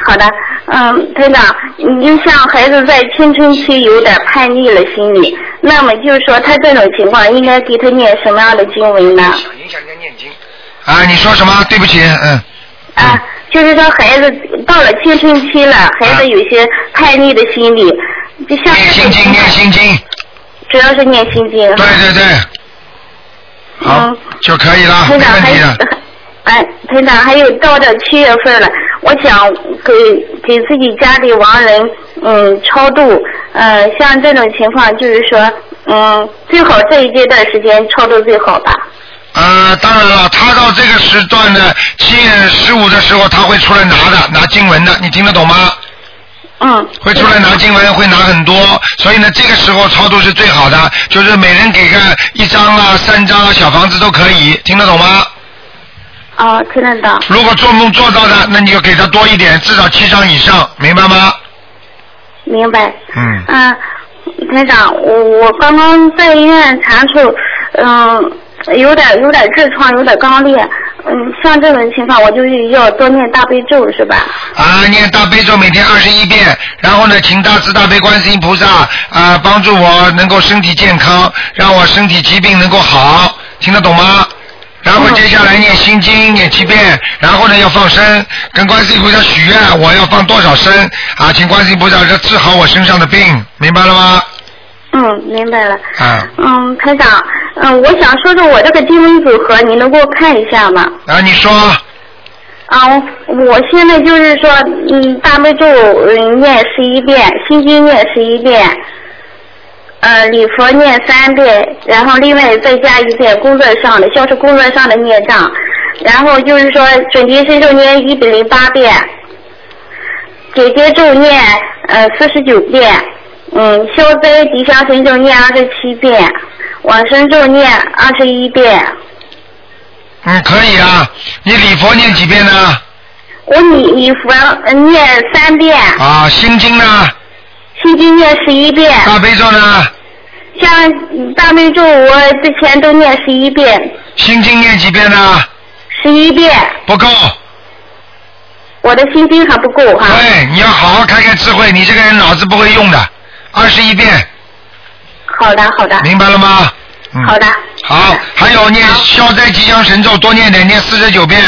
[SPEAKER 9] 好的，嗯，队长，你就像孩子在青春期有点叛逆了心理，那么就是说他这种情况应该给他念什么样的经文呢？
[SPEAKER 2] 影响人家念经。啊，你说什么？对不起，嗯。
[SPEAKER 9] 啊，就是说孩子到了青春期了，孩子有些叛逆的心理，就像
[SPEAKER 2] 啊念
[SPEAKER 9] 这
[SPEAKER 2] 心经，
[SPEAKER 9] 种情
[SPEAKER 2] 念
[SPEAKER 9] 况，
[SPEAKER 2] 心经，
[SPEAKER 9] 主要是念心经。
[SPEAKER 2] 对对对，好
[SPEAKER 9] 嗯，
[SPEAKER 2] 就可以了，
[SPEAKER 9] 台
[SPEAKER 2] 啊没
[SPEAKER 9] 长
[SPEAKER 2] 问
[SPEAKER 9] 还
[SPEAKER 2] 题
[SPEAKER 9] 有
[SPEAKER 2] 的。，
[SPEAKER 9] 哎，台长还有到这七月份了，我想给给自己家里亡人嗯超度，呃，像这种情况就是说，嗯，最好这一阶段时间超度最好吧。
[SPEAKER 2] 呃，当然了，他到这个时段的七月十五的时候，他会出来拿的，拿经文的，你听得懂吗？
[SPEAKER 9] 嗯，
[SPEAKER 2] 会出来拿经文，会拿很多，所以呢，这个时候超度是最好的，就是每人给个一张啊、三张啊，小房子都可以，听得懂吗？
[SPEAKER 9] 哦，听得到。
[SPEAKER 2] 如果做梦做到的，那你就给他多一点，至少七张以上，明白吗？
[SPEAKER 9] 明白。
[SPEAKER 2] 嗯
[SPEAKER 9] 嗯，台长，我我刚刚在医院查出，嗯，有点有点痔疮，有点肛裂，嗯，像这种情况，我就是要多念大悲咒，是吧？
[SPEAKER 2] 啊，念大悲咒每天二十一遍，然后呢，请大慈大悲观世音菩萨啊帮助我能够身体健康，让我身体疾病能够好，听得懂吗？然后接下来念心经念七遍，然后呢要放生，跟观世音菩萨许愿，我要放多少生啊？请观世音菩萨治好我身上的病，明白了吗？
[SPEAKER 9] 嗯，明白了。
[SPEAKER 2] 啊
[SPEAKER 9] 嗯，台长，嗯，我想说说我这个经文组合，你能给我看一下吗？
[SPEAKER 2] 啊，你说
[SPEAKER 9] 啊，我我现在就是说，嗯，大悲咒嗯念十一遍，心经念十一遍，呃，礼佛念三遍，然后另外再加一遍工作上的，消除工作上的孽障，然后就是说准提神咒念一百零八遍，姐姐咒念呃四十九遍，嗯，消灾吉祥神咒念二十七遍，往生咒念二十一遍。
[SPEAKER 2] 嗯可以啊，你礼佛念几遍呢？
[SPEAKER 9] 我礼礼佛呃念三遍，
[SPEAKER 2] 啊，心经呢？
[SPEAKER 9] 心经念十一遍，
[SPEAKER 2] 大悲咒呢？
[SPEAKER 9] 像大悲咒我之前都念十一遍，
[SPEAKER 2] 心经念几遍呢？
[SPEAKER 9] 十一遍，
[SPEAKER 2] 不够。
[SPEAKER 9] 我的心经还不够哈、
[SPEAKER 2] 对，哎你要好好开开智慧，你这个人脑子不会用的。二十一遍，
[SPEAKER 9] 好的，好的，
[SPEAKER 2] 明白了吗？嗯。
[SPEAKER 9] 好的。
[SPEAKER 2] 好，还有念消灾吉祥神咒，多念点，念四十九遍，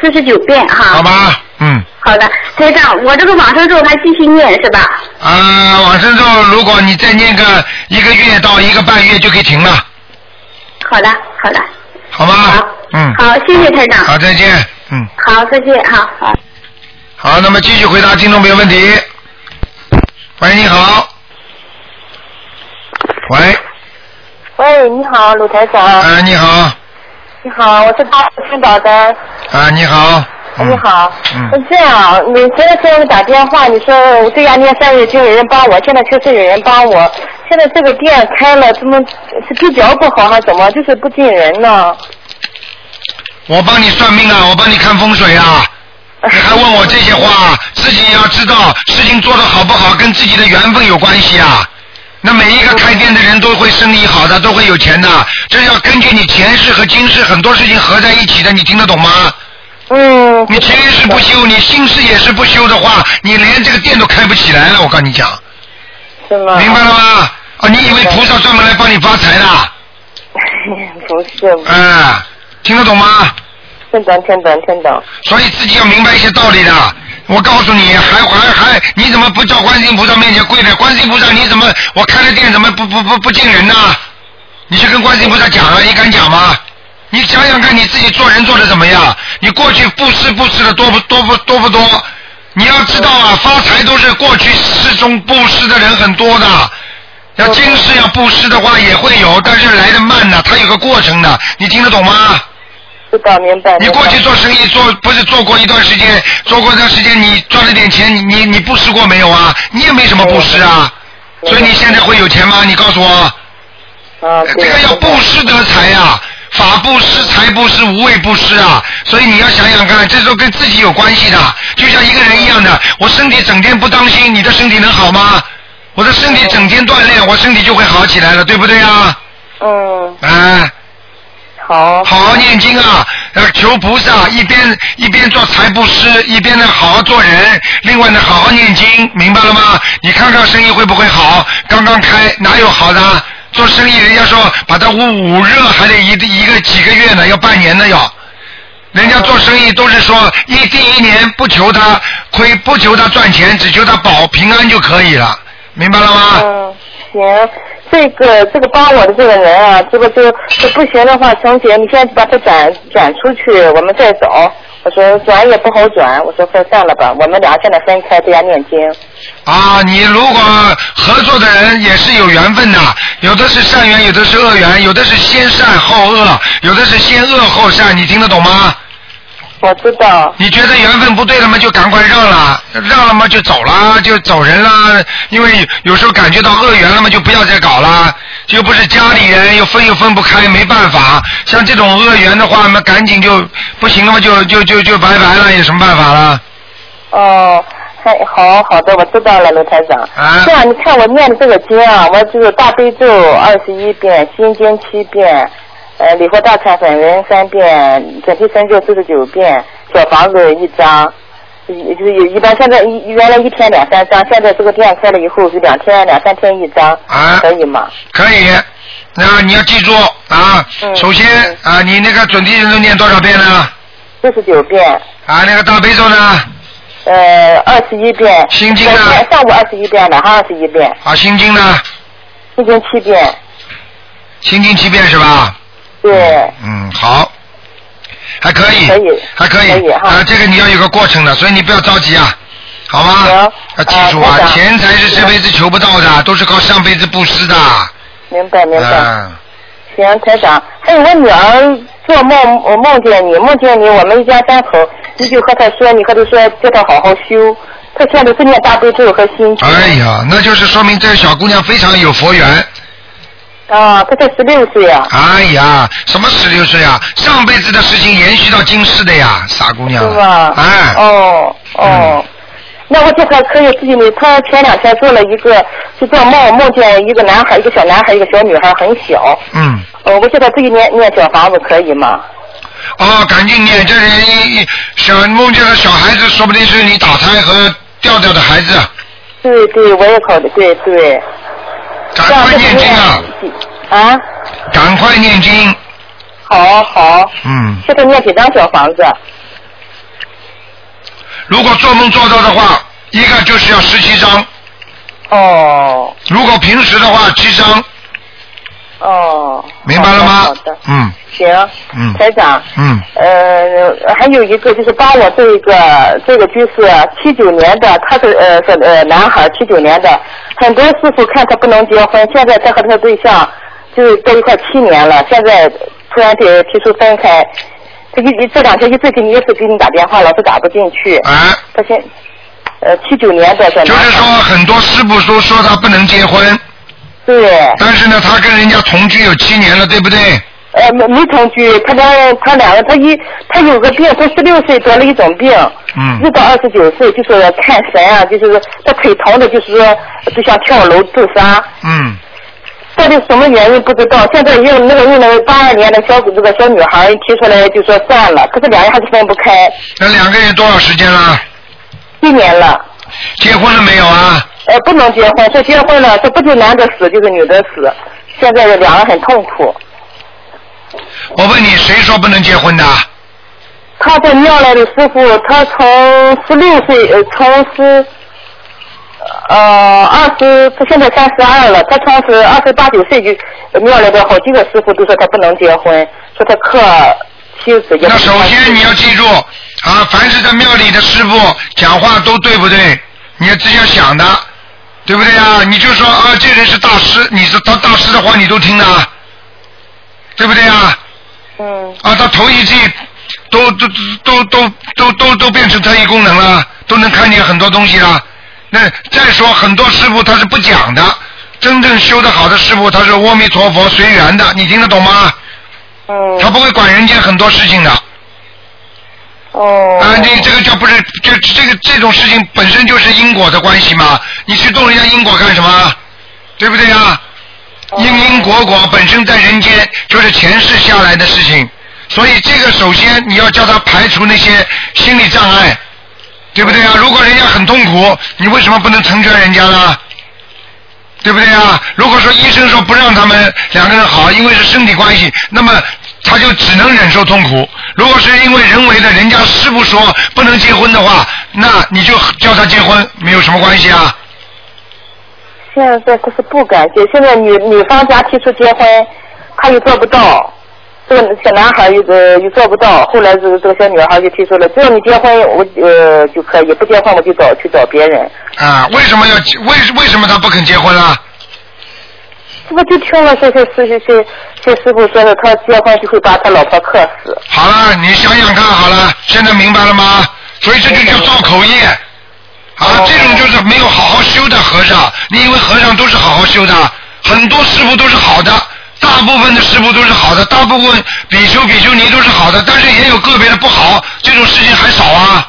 [SPEAKER 9] 四十九遍哈。
[SPEAKER 2] 好。吧？嗯。
[SPEAKER 9] 好的，台长，我这个往生咒还继续念是吧？
[SPEAKER 2] 啊，往生咒，如果你再念个一个月到一个半月就可以停了，
[SPEAKER 9] 好的，好的，
[SPEAKER 2] 好吗？
[SPEAKER 9] 好
[SPEAKER 2] 嗯。
[SPEAKER 9] 好，谢谢台长。
[SPEAKER 2] 好，再见。嗯。
[SPEAKER 9] 好，再见哈。好。
[SPEAKER 2] 好，那么继续回答听众朋友问题。喂，你好。喂，
[SPEAKER 8] 喂，你好，鲁台长。
[SPEAKER 2] 哎，你好，
[SPEAKER 8] 你好，我是大青岛的。
[SPEAKER 2] 啊，你好。嗯
[SPEAKER 8] 你好。
[SPEAKER 2] 嗯
[SPEAKER 8] 是这样，你前段时间我打电话，你说我这家念三日经有人帮我，现在确实有人帮我。现在这个店开了，怎么是地表不好还是怎么？就是不进人呢？
[SPEAKER 2] 我帮你算命啊，我帮你看风水 啊，你还问我这些话，自己也要知道事情做得好不好跟自己的缘分有关系啊。那每一个开店的人都会生意好的，都会有钱的，这要根据你前世和今世很多事情合在一起的，你听得懂吗？
[SPEAKER 8] 嗯，
[SPEAKER 2] 你前世不修，你今世也是不修的话，你连这个店都开不起来了。我跟你讲，
[SPEAKER 8] 是吗？
[SPEAKER 2] 明白了吗？啊，你以为菩萨专门来帮你发财的？
[SPEAKER 8] 不是，
[SPEAKER 2] 哎、听得懂吗？
[SPEAKER 8] 听懂听懂听懂。
[SPEAKER 2] 所以自己要明白一些道理的。我告诉你，还还还，你怎么不到观世音菩萨面前跪着？观世音菩萨，你怎么我开了店怎么不不不不敬人呢？你去跟观世音菩萨讲啊，你敢讲吗？你想想看，你自己做人做的怎么样？你过去布施布施的多不多不多不多？你要知道啊，发财都是过去世中布施的人很多的。要今世要布施的话也会有，但是来的慢呐、它有个过程的，你听得懂吗？
[SPEAKER 8] 知道明白。
[SPEAKER 2] 你
[SPEAKER 8] 明白
[SPEAKER 2] 过去做生意做不是做过一段时间，做过一段时间你赚了点钱，你你你布施过没有啊？你也没什么布施啊，
[SPEAKER 8] 嗯
[SPEAKER 2] 所以你现在会有钱吗？你告诉我，
[SPEAKER 8] 啊，
[SPEAKER 2] 呃
[SPEAKER 8] 对
[SPEAKER 2] 这个要布施得财呀、法布施、财布施、无畏布施啊，所以你要想想看，这都跟自己有关系的，就像一个人一样的，我身体整天不当心，你的身体能好吗？我的身体整天锻炼，我身体就会好起来了，对不对啊？
[SPEAKER 8] 嗯，
[SPEAKER 2] 哎、
[SPEAKER 8] 好，
[SPEAKER 2] 好好念经啊，呃，求菩萨一边一边做财布施，一边呢好好做人，另外呢好好念经，明白了吗？你看看生意会不会好？刚刚开哪有好的？做生意人家说把它捂捂热还得一一个几个月呢，要半年呢要。人家做生意都是说一第一年不求他亏，不求他赚钱，只求他保平安就可以了，明白了吗？
[SPEAKER 8] 嗯，行，这个这个帮我的这个人啊，这个就这不行的话，程姐，你现在就把他转转出去，我们再走。我说转也不好转，我说分散了吧，我们俩现在分开，在家念经。
[SPEAKER 2] 啊，你如果合作的人也是有缘分的，有的是善缘，有的是恶缘，有的是先善后恶，有的是先恶后善，你听得懂吗？
[SPEAKER 8] 我知道，
[SPEAKER 2] 你觉得缘分不对了吗？就赶快让了，让了嘛就走了，就走人了。因为有时候感觉到恶缘了嘛，就不要再搞了。又不是家里人，又分又分不开，没办法。像这种恶缘的话，那赶紧就不行了嘛，就就就就拜拜了，有什么办法了？
[SPEAKER 8] 哦，还好好的，我知道了，卢台长。
[SPEAKER 2] 啊
[SPEAKER 8] 这样，你看我念的这个经啊，我就是大悲咒二十一遍，心经七遍，呃，礼佛大忏悔文三遍，准提神咒四十九遍，小房子一张。一就是有一般现在一原来一天两三张，现在这个店开了以后是两天两三天一张，
[SPEAKER 2] 啊
[SPEAKER 8] 可以吗？
[SPEAKER 2] 可以，那你要记住啊，
[SPEAKER 8] 嗯
[SPEAKER 2] 首先啊，你那个准提神咒念多少遍呢？
[SPEAKER 8] 四十九遍，
[SPEAKER 2] 啊，那个大悲咒呢？
[SPEAKER 8] 呃，二十一遍。
[SPEAKER 2] 心经呢
[SPEAKER 8] 我念上午二十一遍，晚上二十一遍，
[SPEAKER 2] 啊，心经呢？
[SPEAKER 8] 心经七遍，
[SPEAKER 2] 心经七遍是吧？
[SPEAKER 8] 对，
[SPEAKER 2] 嗯，好，还可以，
[SPEAKER 8] 可以
[SPEAKER 2] 还可以，
[SPEAKER 8] 可以哈
[SPEAKER 2] 啊，这个你要有个过程的，所以你不要着急啊。好吗
[SPEAKER 8] 行？
[SPEAKER 2] 要记住啊
[SPEAKER 8] 啊台，长
[SPEAKER 2] 钱财是这辈子求不到的，都是靠上辈子布施的。
[SPEAKER 8] 明白明白。
[SPEAKER 2] 嗯，
[SPEAKER 8] 行，台长，还有我女儿做梦，我梦见你，梦见你，我们一家三口，你就和她说，你和她说，叫她好好修。她现在是念大悲咒和心经。
[SPEAKER 2] 哎呀，那就是说明这个小姑娘非常有佛缘。
[SPEAKER 8] 啊，她才十六岁啊。
[SPEAKER 2] 哎呀，什么十六岁啊？上辈子的事情延续到今世的呀，傻姑娘。
[SPEAKER 8] 是吧？
[SPEAKER 2] 哎。嗯
[SPEAKER 8] 哦哦。那我就还可以自己呢。她前两天做了一个，就做梦梦见一个男孩，一个小男孩，一个小女孩，很小。
[SPEAKER 2] 嗯。
[SPEAKER 8] 呃，我叫她自己念念小房子可以吗？
[SPEAKER 2] 哦，赶紧念，这人一一小梦见的小孩子，说不定是你打胎和掉掉的孩子，
[SPEAKER 8] 对对，我也考虑，对对。
[SPEAKER 2] 赶
[SPEAKER 8] 这样
[SPEAKER 2] 快
[SPEAKER 8] 就
[SPEAKER 2] 念经啊，
[SPEAKER 8] 是念！啊，
[SPEAKER 2] 赶快念经。
[SPEAKER 8] 好好。
[SPEAKER 2] 嗯，
[SPEAKER 8] 现在念几张小房子？
[SPEAKER 2] 如果做梦做到的话，一个就是要十七张；
[SPEAKER 8] 哦
[SPEAKER 2] 如果平时的话，七张，
[SPEAKER 8] 哦，
[SPEAKER 2] 明白了
[SPEAKER 8] 好
[SPEAKER 2] 吗
[SPEAKER 8] 的，好的？
[SPEAKER 2] 嗯
[SPEAKER 8] 行，
[SPEAKER 2] 嗯
[SPEAKER 8] 台长，
[SPEAKER 2] 嗯，
[SPEAKER 8] 呃，还有一个就是帮我这一个这个居士，七九年的，他是呃是呃男孩，七九年的，很多师傅看他不能结婚，现在他和他的对象就是在一块七年了，现在突然得提出分开，他一一这两天一直给你一直给你打电话，老是打不进去，
[SPEAKER 2] 哎，
[SPEAKER 8] 他现呃七九年的小
[SPEAKER 2] 就
[SPEAKER 8] 男
[SPEAKER 2] 是
[SPEAKER 8] 孩，
[SPEAKER 2] 说很多师傅都说他不能结婚，
[SPEAKER 8] 对，
[SPEAKER 2] 但是呢，他跟人家同居有七年了，对不对？
[SPEAKER 8] 呃没没同居，他两人他两个他一他有个病，他十六岁得了一种病，
[SPEAKER 2] 嗯
[SPEAKER 8] 一直到二十九岁就是看神啊，就是说他腿疼的，就是说就想跳楼自杀，
[SPEAKER 2] 嗯，
[SPEAKER 8] 到底什么原因不知道。现在一个那个那个八二年的小这个小女孩提出来就说算了，可是两人还是分不开，
[SPEAKER 2] 那两个人多少时间了？
[SPEAKER 8] 一年了。
[SPEAKER 2] 结婚了没有啊？
[SPEAKER 8] 呃，不能结婚，说结婚了，这不就男的死就是女的死，现在两人很痛苦。
[SPEAKER 2] 我问你，谁说不能结婚的？
[SPEAKER 8] 他在庙来的师傅，他从十六岁，呃，从十，呃，二十，他现在三十二了，他从十二十八九岁就呃庙来的好几个师傅都说他不能结婚，说他克妻子也不
[SPEAKER 2] 那首先你要记住啊，凡是在庙里的师傅讲话都对不对？你要自己要想的，对不对啊？你就说啊，这人是大师，你是他大师的话你都听的啊，对不对啊？
[SPEAKER 8] 嗯
[SPEAKER 2] 啊，他头一季都都都都都都都变成特异功能了，都能看见很多东西了。那再说很多师傅他是不讲的，真正修得好的师傅他是阿弥陀佛随缘的，你听得懂吗？
[SPEAKER 8] 嗯
[SPEAKER 2] 他不会管人间很多事情的。
[SPEAKER 8] 哦
[SPEAKER 2] 啊，你这个叫不是，这这个这种事情本身就是因果的关系嘛，你去动人家因果干什么？对不对啊？因因果果本身在人间就是前世下来的事情，所以这个首先你要叫他排除那些心理障碍，对不对啊？如果人家很痛苦，你为什么不能成全人家呢？对不对啊？如果说医生说不让他们两个人好，因为是身体关系，那么他就只能忍受痛苦。如果是因为人为的，人家师傅说不能结婚的话，那你就叫他结婚，没有什么关系啊。
[SPEAKER 8] 现在他是不敢结，现在女女方家提出结婚，他又做不到，这个小男孩又呃又做不到，后来这个这个小女孩就提出了，只要你结婚我呃就可以，不结婚我就找去找别人，
[SPEAKER 2] 啊，为什么要结为为什么他不肯结婚啊啦？
[SPEAKER 8] 这不就听了这些师些些些师傅说的，他结婚就会把他老婆克死，
[SPEAKER 2] 好了，你想想看好了，现在明白了吗？所以这就叫造口业啊，这种就是没有好好修的和尚。你以为和尚都是好好修的？很多师傅都是好的，大部分的师傅都是好的，大部分比丘比丘尼都是好的，但是也有个别的不好，这种事情还少啊。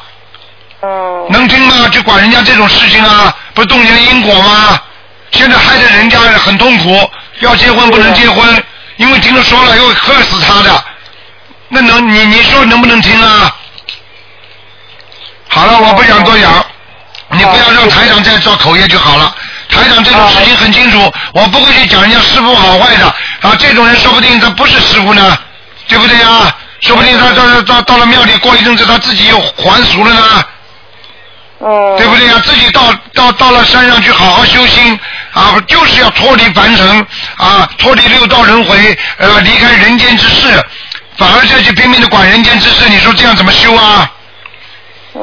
[SPEAKER 8] 嗯，
[SPEAKER 2] 能听吗？就管人家这种事情啊，不是动人因果吗？现在害得人家很痛苦，要结婚不能结婚，因为听了说了又克死他的，那能你你说能不能听啊？好了，我不想多讲，你不要让台长再造口业就好了。台长这种事情很清楚，我不会去讲人家师傅好坏的啊。这种人说不定他不是师傅呢，对不对啊？说不定他到到到了庙里过一阵子，他自己又还俗了呢。
[SPEAKER 8] 嗯，
[SPEAKER 2] 对不对呀、自己到到到了山上去好好修心啊，就是要脱离凡尘啊，脱离六道轮回，呃，离开人间之事，反而再去拼命的管人间之事，你说这样怎么修啊？
[SPEAKER 8] 嗯，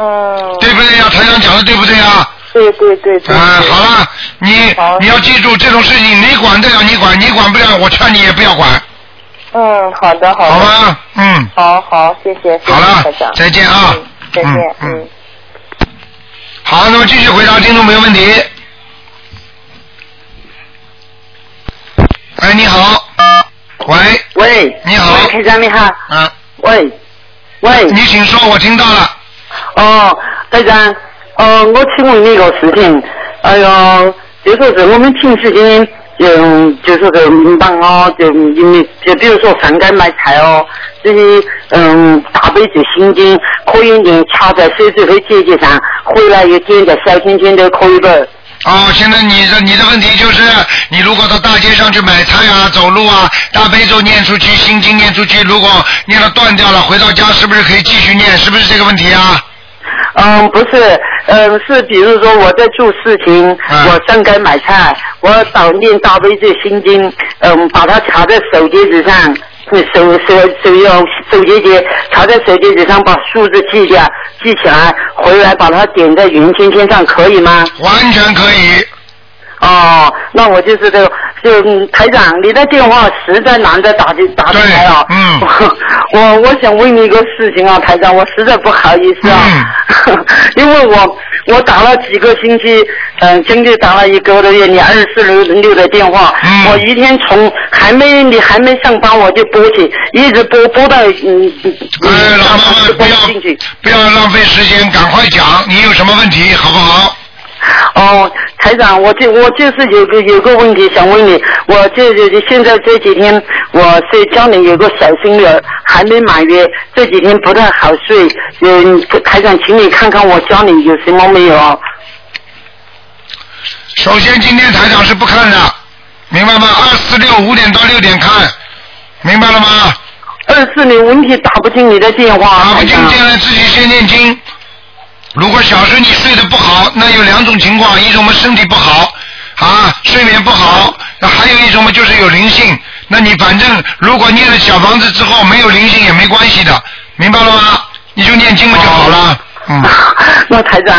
[SPEAKER 2] 对不对呀、台长讲的对不对啊？
[SPEAKER 8] 对对对对，
[SPEAKER 2] 啊、好了，你
[SPEAKER 8] 好
[SPEAKER 2] 你要记住这种事情，你管得了你管，你管不了，我劝你也不要管，
[SPEAKER 8] 嗯，好的好的，
[SPEAKER 2] 好吧？嗯，
[SPEAKER 8] 好好，谢谢，谢谢
[SPEAKER 2] 好了
[SPEAKER 8] 台长，
[SPEAKER 2] 再见啊
[SPEAKER 8] 嗯再见
[SPEAKER 2] 嗯，嗯
[SPEAKER 8] 嗯
[SPEAKER 2] 好，那么继续回答听众朋友问题。哎，你好，嗯喂，
[SPEAKER 10] 喂，
[SPEAKER 2] 你好
[SPEAKER 10] 喂，台长你好，
[SPEAKER 2] 啊，
[SPEAKER 10] 喂，喂，
[SPEAKER 2] 你请说，我听到了。
[SPEAKER 10] 哦，台长，哦，我请问你一个事情，哎呦，就说是我们平时呢，嗯，就说是帮哦，就因为就比如说上街买菜哦，这些嗯大悲咒心经可以呢插在手指头结节上，回来又点在小圈圈都可以不？
[SPEAKER 2] 哦，现在你的你的问题就是，你如果到大街上去买菜啊、走路啊，大悲咒念出去，心经念出去，如果念了断掉了，回到家是不是可以继续念？是不是这个问题啊？
[SPEAKER 10] 嗯，不是，嗯，是比如说我在做事情，
[SPEAKER 2] 嗯
[SPEAKER 10] 我上街买菜，我早念大悲咒心经，嗯，把它插在手戒指上，嗯手手手要手戒指插在手戒指上，把数字记下记起来，回来把它点在圆圈圈上，可以吗？
[SPEAKER 2] 完全可以。
[SPEAKER 10] 哦，那我就是这个，就嗯台长，你的电话实在难得打进打进来啊。嗯。 我我想问你一个事情啊，台长，我实在不好意思啊，
[SPEAKER 2] 嗯
[SPEAKER 10] 因为我我打了几个星期，嗯、将近打了一个多月，你二十四零六的电话，
[SPEAKER 2] 嗯
[SPEAKER 10] 我一天从还没你还没上班我就拨起，一直拨拨到嗯嗯
[SPEAKER 2] 哎，老妈妈，不要不要浪费时间，赶快讲，你有什么问题，好不好？
[SPEAKER 10] 哦，台长，我就我就是有个有个问题想问你，我这这现在这几天我是家里有个小孙女儿还没满月，这几天不太好睡，嗯，台长，请你看看我家里有什么没有啊？
[SPEAKER 2] 首先，今天台长是不看的，明白吗？二四六五点到六点看，明白了吗？
[SPEAKER 10] 二四零问题打不进你的电话，
[SPEAKER 2] 打不进进来自己先念经。如果小时候你睡得不好，那有两种情况，一种嘛身体不好啊，睡眠不好，那还有一种嘛就是有灵性。那你反正如果念了小房子之后没有灵性也没关系的，明白了吗？你就念经嘛就好了。
[SPEAKER 10] 哦
[SPEAKER 2] 嗯
[SPEAKER 10] 那台长，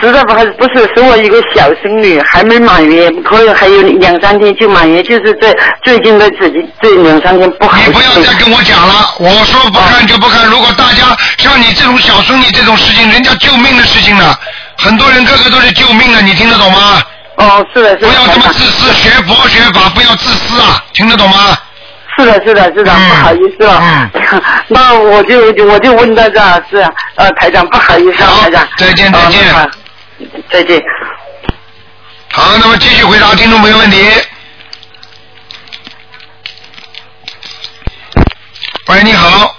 [SPEAKER 10] 实在不好不是，是我一个小孙女还没满月，可能还有两三天就满月，就是这最近的这几这两三天不好。你不要再
[SPEAKER 2] 跟我讲了，我说不
[SPEAKER 10] 哦
[SPEAKER 2] 看就不看。如果大家像你这种小孙女这种事情，人家救命的事情呢，很多人个个都是救命的，你听得懂吗？
[SPEAKER 10] 哦，是的，是的。
[SPEAKER 2] 不要这么自私，学佛学法不要自私啊，嗯听得懂吗？
[SPEAKER 10] 是的，是的，是的，不好意思啊。 那我就我就问到这儿是啊呃台长，不好意思啊，台长。啊
[SPEAKER 2] 再见，再见。
[SPEAKER 10] 好再见。
[SPEAKER 2] 好，那么继续回答听众朋友问题。喂，你好。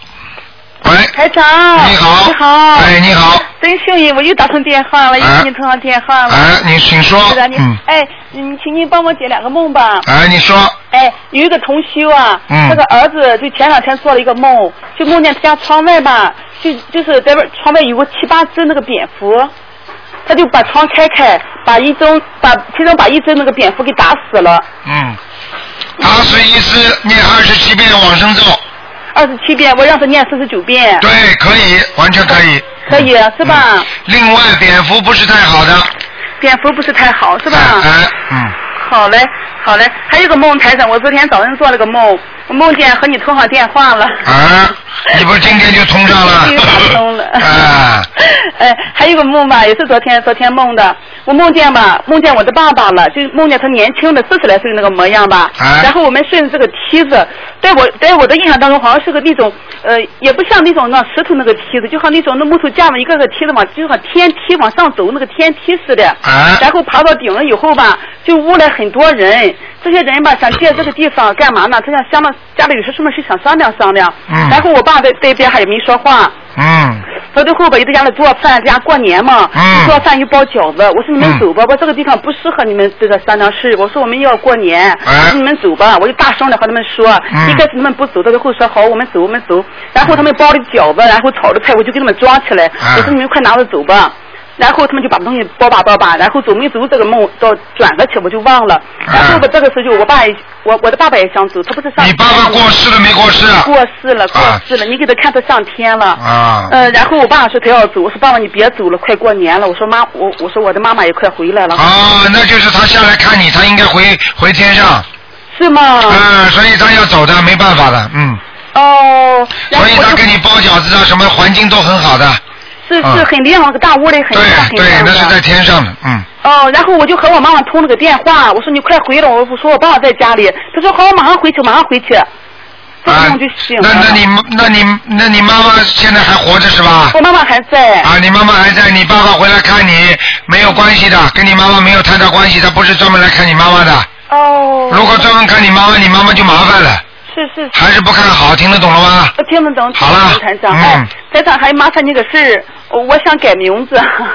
[SPEAKER 11] 台长，你好，你好，哎，你好，真幸运，我又打通电话了，又给你通上电话了。
[SPEAKER 2] 哎你请说
[SPEAKER 11] 是的，你
[SPEAKER 2] 嗯，
[SPEAKER 11] 哎，你请你帮我解两个梦吧。
[SPEAKER 2] 哎，你说。
[SPEAKER 11] 哎，有一个同修啊，
[SPEAKER 2] 嗯
[SPEAKER 11] 他的儿子就前两天做了一个梦，就梦见他家窗外吧，就就是在外窗外有个七八只那个蝙蝠，他就把窗开开，把一只把其中把一只那个蝙蝠给打死了，
[SPEAKER 2] 嗯，打死一只念二十七遍往生咒，
[SPEAKER 11] 二十七遍，我让他念四十九遍。
[SPEAKER 10] 哎
[SPEAKER 2] 对，可以，完全可以。
[SPEAKER 11] 可以是吧？
[SPEAKER 2] 另外，蝙蝠不是太好的，
[SPEAKER 11] 蝙蝠不是太好，是吧？
[SPEAKER 2] 嗯。
[SPEAKER 11] 好嘞，好嘞。还有个梦，台长，我昨天早上做了个梦，我梦见和你通好电话了。
[SPEAKER 2] 啊，你不是今天就通上了？
[SPEAKER 11] 又打通了。
[SPEAKER 2] 啊。
[SPEAKER 11] 哎，还有个梦吧，也是昨天昨天梦的。我梦见吧，梦见我的爸爸了，就梦见他年轻的四十来岁那个模样吧。
[SPEAKER 12] 啊
[SPEAKER 11] 然后我们顺着这个梯子，在我在我的印象当中，好像是个那种呃，也不像那种那石头那个梯子，就像那种那木头架子一个个梯子往，就像天梯往上走那个天梯似的。
[SPEAKER 12] 啊
[SPEAKER 11] 然后爬到顶了以后吧，就屋来很多人，这些人吧想借这个地方干嘛呢？他想商量家里有些什么事想商量商量。
[SPEAKER 12] 嗯
[SPEAKER 11] 然后我爸在这边还也没说话。
[SPEAKER 2] 嗯
[SPEAKER 11] 到最后吧，也在家里做饭，在家过年嘛，
[SPEAKER 12] 嗯
[SPEAKER 11] 做饭又包饺子。我说你们走吧，我这个地方不适合你们这个商量事。我说我们要过年，我说你们走吧。我就大声的和他们说，
[SPEAKER 12] 嗯
[SPEAKER 11] 一开始他们不走，到最后说好，我们走，我们走。然后他们包了饺子，然后炒了菜，我就给他们抓起来，
[SPEAKER 12] 嗯
[SPEAKER 11] 我说你们快拿着走吧。然后他们就把东西包吧包吧，然后走没走这个梦到转过去我就忘了。然后吧，这个时候就我爸也，我我的爸爸也想走，他不是上你爸爸过
[SPEAKER 2] 世了没过世啊
[SPEAKER 11] 过世了，过世了，你给他看他上天了。
[SPEAKER 2] 啊，
[SPEAKER 11] 呃，然后我爸说他要走，我说爸爸你别走了，快过年了。我说妈，我我说我的妈妈也快回来了。
[SPEAKER 2] 啊，那就是他下来看你，他应该回回天上。
[SPEAKER 11] 是吗？
[SPEAKER 2] 嗯，所以他要走的，没办法的，嗯。
[SPEAKER 11] 哦。
[SPEAKER 2] 所以他给你包饺子啊，什么环境都很好的，
[SPEAKER 11] 是
[SPEAKER 2] 啊
[SPEAKER 11] 是很亮，大屋里很亮很
[SPEAKER 2] 对，
[SPEAKER 11] 亮
[SPEAKER 2] 那是在
[SPEAKER 11] 的。
[SPEAKER 2] 天上的，嗯。
[SPEAKER 11] 哦，然后我就和我妈妈通了个电话，我说你快回来，我说我爸爸在家里，她说好，我马上回去，马上回去。这个梦就醒了。
[SPEAKER 2] 啊那那你那你那你妈妈现在还活着是吧？
[SPEAKER 11] 我妈妈还在。
[SPEAKER 2] 啊，你妈妈还在，你爸爸回来看你没有关系的，跟你妈妈没有太大关系，他不是专门来看你妈妈的。
[SPEAKER 11] 哦。
[SPEAKER 2] 如果专门看你妈妈，你妈妈就麻烦了。
[SPEAKER 11] 是是是。
[SPEAKER 2] 还是不看好，听得懂了吗？
[SPEAKER 11] 我听得懂，好了，台长，
[SPEAKER 2] 嗯
[SPEAKER 11] 哎，台长还麻烦你个事儿，我我想改名字，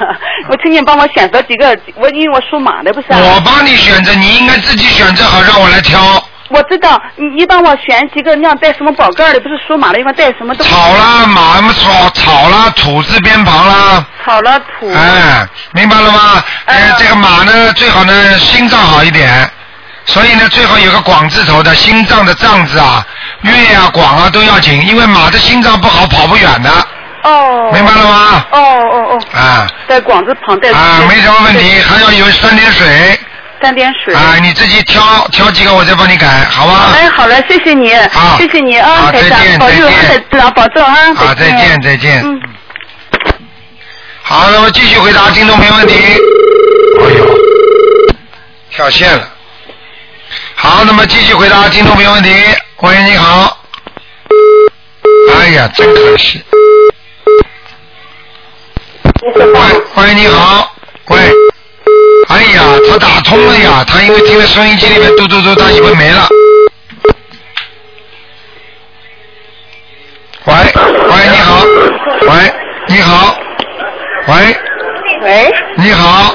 [SPEAKER 11] 我请你帮我选择几个，我因为我属马的不是啊。
[SPEAKER 2] 我帮你选择，你应该自己选择好，让我来挑。
[SPEAKER 11] 我知道，你你帮我选几个，那样带什么宝盖儿的，不是属马的，一般带什么都。
[SPEAKER 2] 草啦，马么草草啦，土字边旁啦，
[SPEAKER 11] 草了土。嗯
[SPEAKER 2] 哎，明白了吗？呃，这个马呢，最好呢心脏好一点，所以呢，最好有个广字头的，心脏的脏字啊，月啊、广啊都要紧，因为马的心脏不好，跑不远的。
[SPEAKER 11] 哦。
[SPEAKER 2] 明白了吗？
[SPEAKER 11] 哦哦哦，
[SPEAKER 2] 啊
[SPEAKER 11] 带广字旁，带。
[SPEAKER 2] 啊，没什么问题，还要有三点水。
[SPEAKER 8] 三点水。
[SPEAKER 2] 啊，你自己挑挑几个，我再帮你改，好吧？
[SPEAKER 8] 哎，好了，谢谢你，谢谢你啊，
[SPEAKER 2] 好
[SPEAKER 8] 台
[SPEAKER 2] 再见
[SPEAKER 8] 长，保
[SPEAKER 2] 再
[SPEAKER 8] 佑
[SPEAKER 2] 见
[SPEAKER 8] 台长保重啊，
[SPEAKER 2] 好，再见，再见。
[SPEAKER 8] 嗯。
[SPEAKER 2] 好，那么继续回答听众朋友问题。哎呦，跳线了。好，那么继续回答听众朋友问题。喂，你好。哎呀，真可惜。喂，喂，你好，喂。哎呀，他打通了呀，他因为听了收音机里面嘟嘟嘟，他以为没了。喂，喂，你好，喂，你好，喂，
[SPEAKER 8] 喂，
[SPEAKER 2] 你好，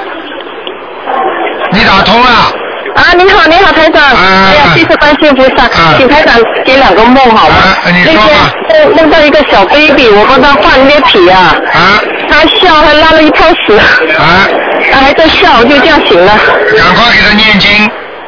[SPEAKER 2] 你打通了，啊
[SPEAKER 8] 啊，你好，你好，台长，哎呀，谢谢观世音菩萨，请台长给两个梦好吗？
[SPEAKER 2] 啊你
[SPEAKER 8] 说吧。梦梦到一个小 baby，我帮他换裂皮啊，
[SPEAKER 2] 啊，
[SPEAKER 8] 他笑，还拉了一泡屎，
[SPEAKER 2] 啊，
[SPEAKER 8] 他还在笑，我就这样醒了。
[SPEAKER 2] 赶快给他念经。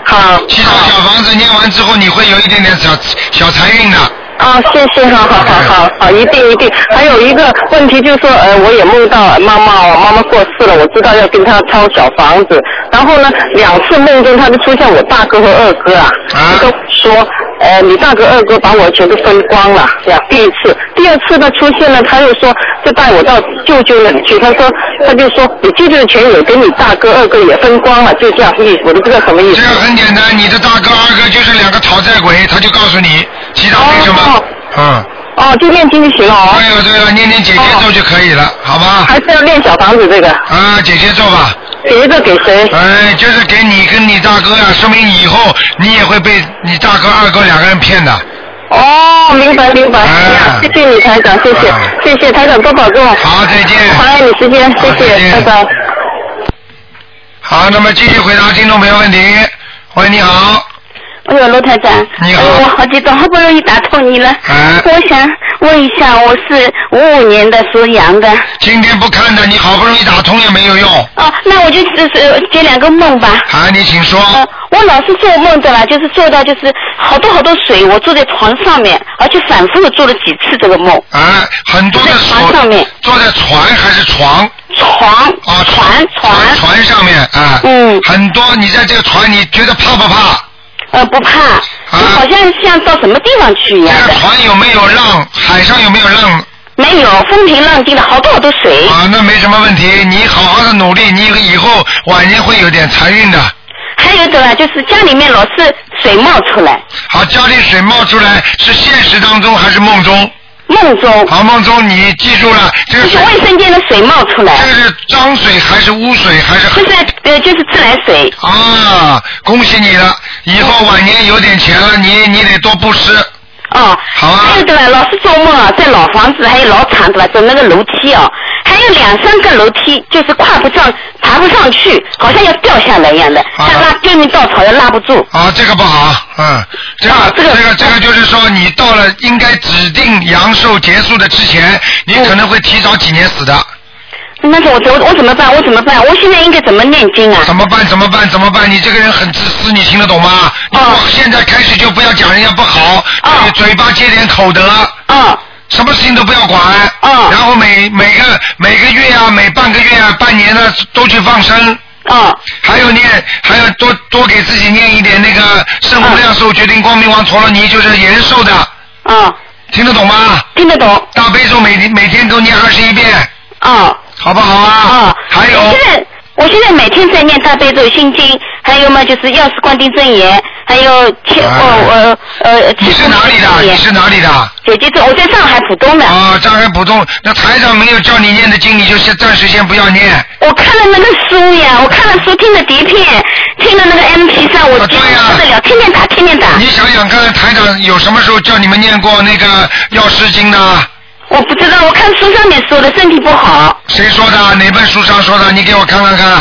[SPEAKER 8] 好。
[SPEAKER 2] 其他小房子念完之后，你会有一点点小小财运的。
[SPEAKER 8] 啊，谢谢，好好好好好，一定一定。还有一个问题就是说，呃，我也梦到妈妈，我妈妈过世了，我知道要跟她抄小房子。然后呢，两次梦中她就出现我大哥和二哥啊，就跟我说，呃，你大哥二哥把我的钱都分光了，这样第一次。第二次呢出现了，他又说就带我到舅舅那里去，他说他就说你舅舅的钱也跟你大哥二哥也分光了，就这样意思，我都不知道什么意
[SPEAKER 2] 这
[SPEAKER 8] 思。
[SPEAKER 2] 个很简单，你的大哥二哥就是两个讨债鬼，他就告诉你，其他没什么。嗯。
[SPEAKER 8] 哦，就念经就行了哦。
[SPEAKER 2] 对了对了，念念姐姐咒就可以了，好吧？
[SPEAKER 8] 还是要练小房子这个。
[SPEAKER 2] 啊，姐姐咒吧。
[SPEAKER 8] 姐姐咒给谁？
[SPEAKER 2] 哎，就是给你跟你大哥呀、说明以后你也会被你大哥二哥两个人骗的。
[SPEAKER 8] 哦，明白明白，谢谢你台长，谢谢、谢谢台长多保重。
[SPEAKER 2] 好，再见。
[SPEAKER 8] 欢迎你时间，谢谢，拜拜。
[SPEAKER 2] 好，那么继续回答听众朋友问题。喂，你好，
[SPEAKER 12] 哎呦，罗台长，
[SPEAKER 2] 你好啊
[SPEAKER 12] 哎呦我好激动，好不容易打通你了。我想问一下，我是五五年的属羊的。
[SPEAKER 2] 今天不看的，你好不容易打通也没有用。
[SPEAKER 12] 哦，那我就就是解两个梦吧。
[SPEAKER 2] 好，哎你请说。
[SPEAKER 12] 呃，我老是做梦的啦，就是做到就是好多好多水，我坐在床上面，而且反复的做了几次这个梦。
[SPEAKER 2] 啊，很多的
[SPEAKER 12] 床上面。
[SPEAKER 2] 坐在船还是床？
[SPEAKER 12] 床
[SPEAKER 2] 啊，船船船上面啊，嗯，很多。你在这个船，你觉得怕不怕？
[SPEAKER 12] 呃，不怕，
[SPEAKER 2] 啊
[SPEAKER 12] 就好像像到什么地方去一样的。
[SPEAKER 2] 船有没有浪？海上有没有浪？
[SPEAKER 12] 没有，风平浪静的，好多好多水。
[SPEAKER 2] 啊，那没什么问题。你好好的努力，你以后晚年会有点财运的。
[SPEAKER 12] 还有的啦，就是家里面老是水冒出来。
[SPEAKER 2] 好，家里水冒出来是现实当中还是梦中？
[SPEAKER 12] 梦中。
[SPEAKER 2] 好，梦中你记住了，这个是
[SPEAKER 12] 卫生间的水冒出来。
[SPEAKER 2] 这是脏水还是污水还是？
[SPEAKER 12] 就是呃，就是自来水。
[SPEAKER 2] 啊，恭喜你了，以后晚年有点钱了，你你得多布施。
[SPEAKER 12] 哦，
[SPEAKER 2] 好啊
[SPEAKER 12] 还有的啦，老是做梦啊，在老房子还有老厂对吧，走那个楼梯哦，还有两三个楼梯，就是跨不上、爬不上去，好像要掉下来一样的，像拉救命稻草也拉不住。
[SPEAKER 2] 啊，这个不好，嗯，这个、
[SPEAKER 12] 哦
[SPEAKER 2] 这个这个就是说，你到了应该指定阳寿结束的之前，你可能会提早几年死的。
[SPEAKER 12] 那是我我我怎么办？我怎么办？我现在应该怎么念经啊？
[SPEAKER 2] 怎么办？怎么办？怎么办？你这个人很自私，你听得懂吗？
[SPEAKER 12] 啊
[SPEAKER 2] 你从现在开始就不要讲人家不好，你嘴巴接点口德。
[SPEAKER 12] 啊。
[SPEAKER 2] 什么事情都不要管。啊。然后每每个每个月啊，每半个月啊，半年呢、都去放生。
[SPEAKER 12] 啊。
[SPEAKER 2] 还有念，还要多多给自己念一点那个圣无量寿决定光明王陀罗尼，就是延寿的。
[SPEAKER 12] 啊。
[SPEAKER 2] 听得懂吗？
[SPEAKER 12] 听得懂。
[SPEAKER 2] 大悲咒每天每天都念二十一遍。
[SPEAKER 12] 啊。
[SPEAKER 2] 好不好啊？
[SPEAKER 12] 啊。
[SPEAKER 2] 还有。
[SPEAKER 12] 我现在我现在每天在念大悲咒心经，还有嘛就是药师灌顶真言，还有七哦呃呃七。你是哪
[SPEAKER 2] 里的？哎你是哪里的？
[SPEAKER 12] 姐姐咒，我在上海浦东的。
[SPEAKER 2] 啊，上海浦东，那台长没有叫你念的经，你就先暂时先不要念。
[SPEAKER 12] 我看了那个书呀，我看了书，听了碟片，听了那个 M P 三，我接受不得了，天天打，天天打。
[SPEAKER 2] 啊你想想看，台长有什么时候叫你们念过那个药师经的？
[SPEAKER 12] 我不知道，我看书上面说的，身体不好。
[SPEAKER 2] 谁说的？哪本书上说的？你给我看看看。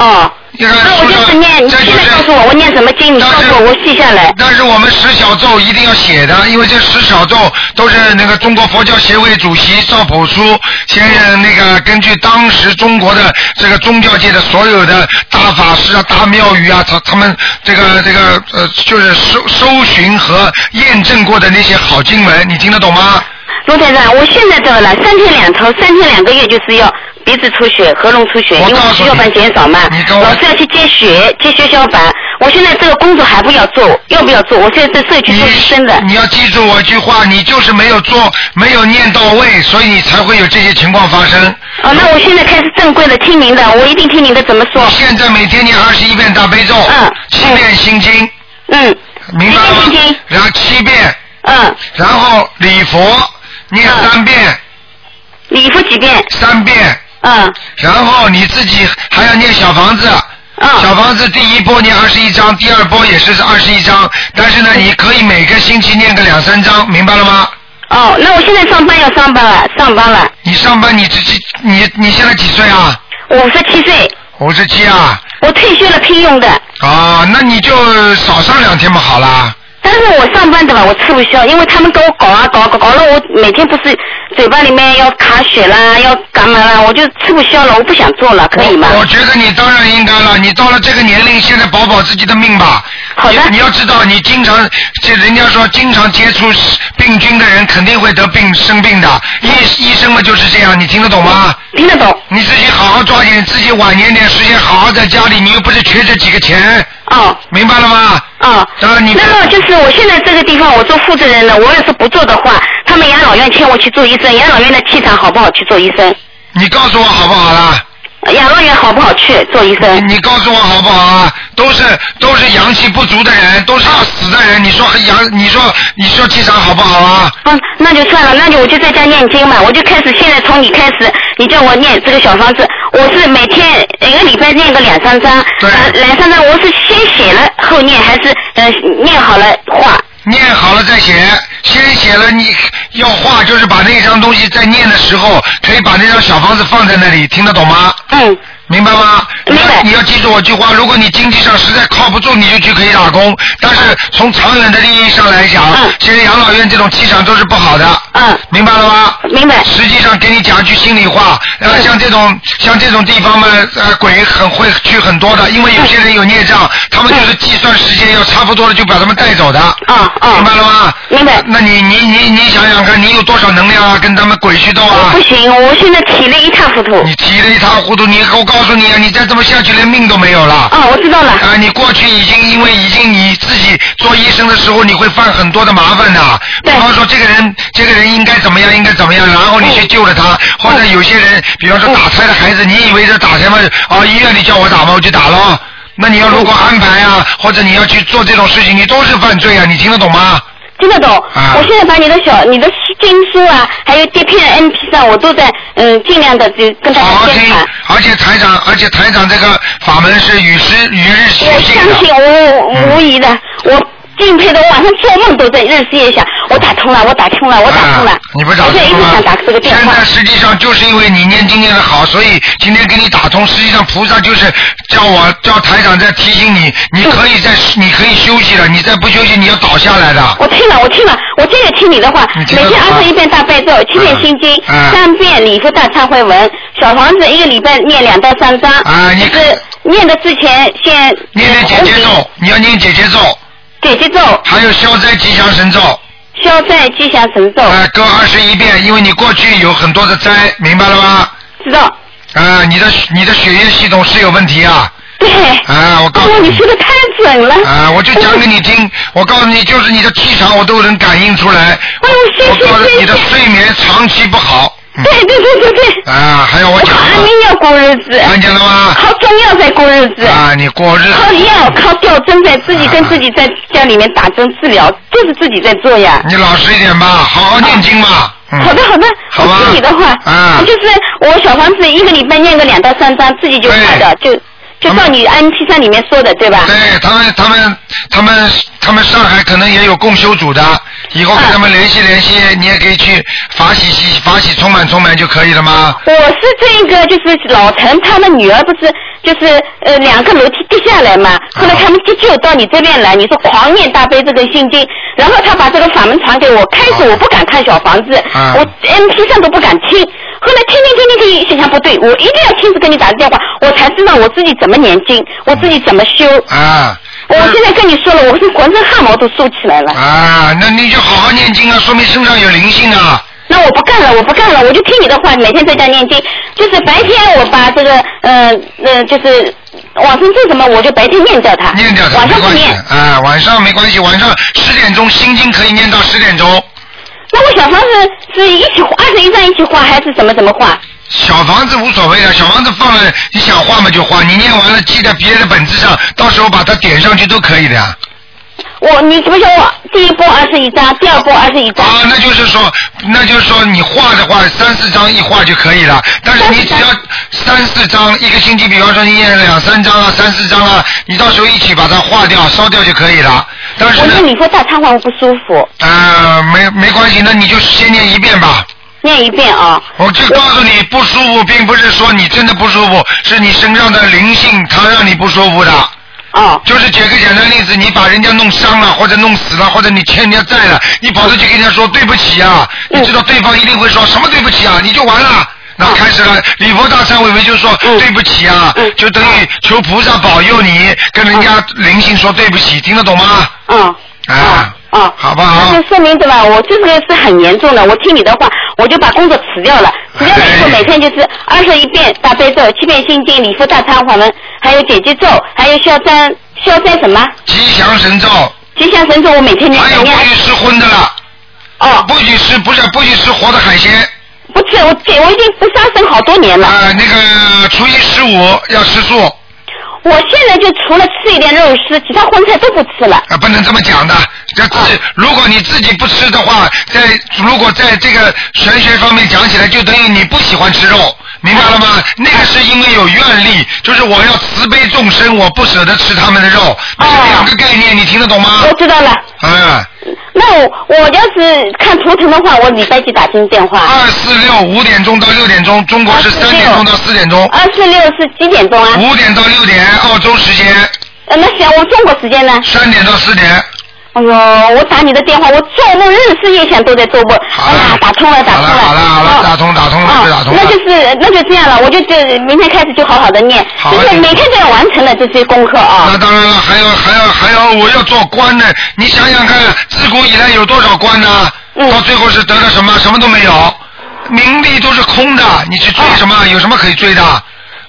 [SPEAKER 12] 哦。
[SPEAKER 2] 那
[SPEAKER 12] 我就是念，你现在告诉我我念什么经，你告诉我，我记下来。
[SPEAKER 2] 但是我们十小咒一定要写的，因为这十小咒都是那个中国佛教协会主席赵朴初先生那个根据当时中国的这个宗教界的所有的大法师啊、大庙宇啊，他他们这个这个呃，就是搜搜寻和验证过的那些好经文，你听得懂吗？
[SPEAKER 12] 罗台长，我现在这个了，三天两头，三天两个月就是要鼻子出血、喉咙出血，因为血小板减少嘛，老是要去接血、接血小板。我现在这个工作还不要做，要不要做？我现在在社区做医生的。
[SPEAKER 2] 你要记住我一句话，你就是没有做，没有念到位，所以你才会有这些情况发生。
[SPEAKER 12] 哦，那我现在开始正规的听您的，我一定听您的怎么说。
[SPEAKER 2] 现在每天念二十一遍大悲咒，嗯，七遍心经，
[SPEAKER 12] 嗯，
[SPEAKER 2] 明白吗？然后七遍，
[SPEAKER 12] 嗯，
[SPEAKER 2] 然后礼佛念三遍，
[SPEAKER 12] 礼佛几遍？
[SPEAKER 2] 三遍，
[SPEAKER 12] 嗯，
[SPEAKER 2] 然后你自己还要念小房子。
[SPEAKER 12] 嗯
[SPEAKER 2] 小房子第一波念二十一章，第二波也是二十一章，但是呢，
[SPEAKER 12] 嗯
[SPEAKER 2] 你可以每个星期念个两三章，明白了吗？
[SPEAKER 12] 哦，那我现在上班要上班了，上班了。
[SPEAKER 2] 你上班你自己你你现在几岁啊？
[SPEAKER 12] 五十七岁。
[SPEAKER 2] 五十七啊。
[SPEAKER 12] 我退休了，聘用的。
[SPEAKER 2] 啊，那你就少上两天嘛，好啦。
[SPEAKER 12] 但是我上班的吧，我吃不消，因为他们给我搞啊搞啊搞，搞了我每天不是嘴巴里面要卡血啦，要干嘛啦，我就吃不消了，我不想做了，可以吗？
[SPEAKER 2] 我觉得你当然应该了，你到了这个年龄，现在保保自己的命吧。
[SPEAKER 12] 好的。
[SPEAKER 2] 你要知道，你经常这人家说经常接触病菌的人，肯定会得病生病的。医医生嘛就是这样，你听得懂吗？
[SPEAKER 12] 嗯听得懂。
[SPEAKER 2] 你自己好好抓紧，自己晚年点时间好好在家里，你又不是缺这几个钱。
[SPEAKER 12] 哦。
[SPEAKER 2] 明白了吗？
[SPEAKER 12] 啊、
[SPEAKER 2] 嗯。你
[SPEAKER 12] 那么就是我现在这个地方，我做负责人的，我要是不做的话，他们养老院请我去做医生，养老院的气场好不好去做医生？
[SPEAKER 2] 你告诉我好不好啦？
[SPEAKER 12] 养老院好不好去做医生？
[SPEAKER 2] 你告诉我好不好啊？都是都是阳气不足的人，都是要死的人。你说阳，你说你说气场好不好啊？
[SPEAKER 12] 嗯，那就算了，那就我就在家念经嘛，我就开始现在从你开始，你叫我念这个小房子，我是每天一个礼拜念个两三张，呃两三张我是先写了后念，还是呃念好了画？
[SPEAKER 2] 念好了再写，先写了你要画，就是把那张东西在念的时候，可以把那张小房子放在那里，听得懂吗？
[SPEAKER 12] 嗯。
[SPEAKER 2] 明白吗？明白。你要记住我句话，如果你经济上实在靠不住，你就去可以打工。但是从长远的利益上来讲，现在养老院这种气场都是不好的。
[SPEAKER 12] 嗯。
[SPEAKER 2] 明白了吗？
[SPEAKER 12] 明白。嗯
[SPEAKER 2] 实际上，给你讲句心里话，呃，像这种像这种地方嘛，呃，鬼很会去很多
[SPEAKER 12] 嗯
[SPEAKER 2] 的，因为有些人有孽障，他们就是计算时间要差不多了，就把他们带走的。
[SPEAKER 12] 啊啊！
[SPEAKER 2] 明白了吗？
[SPEAKER 12] 明白。
[SPEAKER 2] 那你你你你想想看，你有多少能量啊？跟他们鬼去斗啊？
[SPEAKER 12] 不行，我现在体力一塌糊涂。
[SPEAKER 2] 你急得一塌糊涂，你我告诉你啊，你再这么下去连命都没有了。
[SPEAKER 12] 啊，我知道了。
[SPEAKER 2] 啊，你过去已经因为已经你自己做医生的时候，你会犯很多的麻烦的。比方说这个人，这个人应该怎么样，应该怎么样，然后你去救了他，或者有些人，比方说打胎的孩子，你以为这打胎嘛，啊，医院里叫我打嘛，我就打了。那你要如果安排啊，或者你要去做这种事情，你都是犯罪啊，你听得懂吗？
[SPEAKER 12] 听得懂。
[SPEAKER 2] 啊
[SPEAKER 12] 我现在把你的小、你的经书啊，还有碟片、N P 上，我都在嗯尽量的就跟大
[SPEAKER 2] 哦
[SPEAKER 12] 家宣传。
[SPEAKER 2] 而且台长，而且台长这个法门是与时与日俱
[SPEAKER 12] 我
[SPEAKER 2] 进
[SPEAKER 12] 相
[SPEAKER 2] 的。
[SPEAKER 12] 信无无疑
[SPEAKER 2] 嗯
[SPEAKER 12] 的，我敬佩的，我晚上做梦都在日思夜想，我打通了，我打
[SPEAKER 2] 啊
[SPEAKER 12] 通了，我打通了。
[SPEAKER 2] 你不打
[SPEAKER 12] 我就一
[SPEAKER 2] 通
[SPEAKER 12] 直
[SPEAKER 2] 吗
[SPEAKER 12] 想打这个？电
[SPEAKER 2] 现
[SPEAKER 12] 话
[SPEAKER 2] 在。实际上就是因为你念经念的好，所以今天给你打通。实际上菩萨就是叫我叫台长在提醒你，你可以在你可以休息了，你再不休息你要倒下来的。
[SPEAKER 12] 我听了，我听了，我这个听你的话，每
[SPEAKER 2] 听得
[SPEAKER 12] 天
[SPEAKER 2] 懂啊嗯吗
[SPEAKER 12] 二十一遍大悲咒，七遍心经，三遍礼佛大忏悔文，小房子一个礼拜念两到三章，
[SPEAKER 2] 啊
[SPEAKER 12] 就是念的之前先
[SPEAKER 2] 念念姐姐咒，你要念姐姐咒。
[SPEAKER 12] 姐姐咒。
[SPEAKER 2] 还有消灾吉祥神咒。
[SPEAKER 12] 消灾吉祥神咒。
[SPEAKER 2] 哎、各二十一遍，因为你过去有很多的灾，明白了吗？
[SPEAKER 12] 知道。
[SPEAKER 2] 啊、你的你的血液系统是有问题啊。
[SPEAKER 12] 对。
[SPEAKER 2] 啊、我告诉你。
[SPEAKER 12] 你说的太准了。
[SPEAKER 2] 啊、我就讲给你听，我告诉你，就是你的气场我都能感应出
[SPEAKER 12] 哎
[SPEAKER 2] 来。我告诉你的睡眠长期不好。嗯
[SPEAKER 12] 对对对对对。
[SPEAKER 2] 啊，还有我讲
[SPEAKER 12] 安民要过日子。
[SPEAKER 2] 看见了吗？
[SPEAKER 12] 靠中药在过日子。
[SPEAKER 2] 啊，你过日子。
[SPEAKER 12] 靠药，靠吊针在自己跟自己在家里面打针治疗，就是自己在做呀。
[SPEAKER 2] 你老实一点吧，好好念经吧。嗯
[SPEAKER 12] 好的好的，
[SPEAKER 2] 好吧
[SPEAKER 12] 我听你的话，
[SPEAKER 2] 啊
[SPEAKER 12] 我就是我小房子一个礼拜念个两到三章，自己就快的，就就照你 N P 三里面说的，对吧？
[SPEAKER 2] 对哎他们，他们，他们，他们上海可能也有共修组的，以后跟他们联系联系，你也可以去法喜喜法喜充满充满就可以了吗？
[SPEAKER 12] 我是这个，就是老陈他们女儿不是就是呃两个楼梯跌下来嘛，后来他们急救到你这边来，你说狂念大悲这个心经，然后他把这个法门传给我，开始我不敢看小房子，
[SPEAKER 2] 啊
[SPEAKER 12] 我 M P 上都不敢听，后来天天天天给想想不对，我一定要亲自跟你打个电话，我才知道我自己怎么念经，我自己怎么修。
[SPEAKER 2] 啊。
[SPEAKER 12] 我现在跟你说了，我是浑身汗毛都竖起来了。
[SPEAKER 2] 啊，那你就好好念经啊，说明身上有灵性啊。
[SPEAKER 12] 那我不干了，我不干了，我就听你的话，每天在家念经。就是白天我把这个，呃呃，就是往生咒什么，我就白天念掉它，
[SPEAKER 2] 念掉它
[SPEAKER 12] 晚
[SPEAKER 2] 没
[SPEAKER 12] 上不
[SPEAKER 2] 关系
[SPEAKER 12] 念。
[SPEAKER 2] 啊，晚上没关系，晚上十点钟心经可以念到十点钟。
[SPEAKER 12] 那我小房子是一起画，二十一张一起画，还是怎么怎么画？
[SPEAKER 2] 小房子无所谓的，小房子放了，你想画嘛就画，你念完了记在别的本子上，到时候把它点上去都可以的呀。
[SPEAKER 12] 我你是不是我第一波二十一张，第二波二十一张？
[SPEAKER 2] 啊，那就是说，那就是说你画的话，三四张一画就可以了。但是你只要三四张，一个星期，比方说你念两三张啊，三四张啊，你到时候一起把它画掉、烧掉就可以了。但是
[SPEAKER 12] 我
[SPEAKER 2] 呢
[SPEAKER 12] 念，礼佛大忏悔我不舒服，
[SPEAKER 2] 啊、没没关系，那你就先念一遍吧。
[SPEAKER 12] 念一遍啊。
[SPEAKER 2] 我就告诉你，不舒服并不是说你真的不舒服，是你身上的灵性它让你不舒服的。
[SPEAKER 12] 哦。
[SPEAKER 2] 就是举个简单例子，你把人家弄伤了，或者弄死了，或者你欠人家债了，你跑出去跟人家说对不起啊，你知道对方一定会说什么对不起啊，你就完了。那开始了，礼佛大忏悔文就说对不起啊，就等于求菩萨保佑你，跟人家灵性说对不起，听得懂吗？
[SPEAKER 12] 嗯。
[SPEAKER 2] 啊。
[SPEAKER 12] 哦，
[SPEAKER 2] 好不好？
[SPEAKER 12] 那就说明对吧？我这个是很严重的，我听你的话，我就把工作辞掉了。辞掉了
[SPEAKER 2] 哎
[SPEAKER 12] 以后，每天就是二十一遍大悲咒、七遍心经、礼佛大忏悔文，还有解结咒，还有消灾消灾什么？
[SPEAKER 2] 吉祥神咒。
[SPEAKER 12] 吉祥神咒我每天念。
[SPEAKER 2] 还有不许吃荤的了。
[SPEAKER 12] 哦。
[SPEAKER 2] 不许吃，不是不许吃活的海鲜。
[SPEAKER 12] 不吃，我这我已经不杀生好多年了。
[SPEAKER 2] 啊、那个初一十五要吃素。
[SPEAKER 12] 我现在就除了吃一点肉丝，其他荤菜都不吃了。
[SPEAKER 2] 啊，不能这么讲的。要自己，如果你自己不吃的话，在如果在这个玄学方面讲起来，就等于你不喜欢吃肉，明白了吗？那个是因为有愿力，就是我要慈悲众生，我不舍得吃他们的肉，那是两个概念，你听得懂吗？
[SPEAKER 12] 我知道了。
[SPEAKER 2] 嗯，
[SPEAKER 12] 那我我要是看图腾的话，我礼拜几打进电话？
[SPEAKER 2] 二四六五点钟到六点钟，中
[SPEAKER 12] 啊
[SPEAKER 2] 国是三点钟到四点钟。
[SPEAKER 12] 二啊四六是几点钟啊？
[SPEAKER 2] 五点到六点，澳洲时间。
[SPEAKER 12] 呃，那行，我中国时间呢？
[SPEAKER 2] 三点到四点。
[SPEAKER 12] 哎呦，我打你的电话，我做梦日思夜想都在做梦。哎呀，打通了，打通了。好了，好了，打
[SPEAKER 2] 通，打通
[SPEAKER 12] 了，打通了。那就是，那就这样了，我就这明天开始就好好的啊念，就是每天都要完成了这些功课啊。
[SPEAKER 2] 那当然了，还有还有还有，我要做官呢。你想想看，自古以来有多少官呢？
[SPEAKER 12] 嗯
[SPEAKER 2] 到最后是得了什么？什么都没有，名利都是空的。你去追什
[SPEAKER 12] 啊
[SPEAKER 2] 么？有什么可以追的？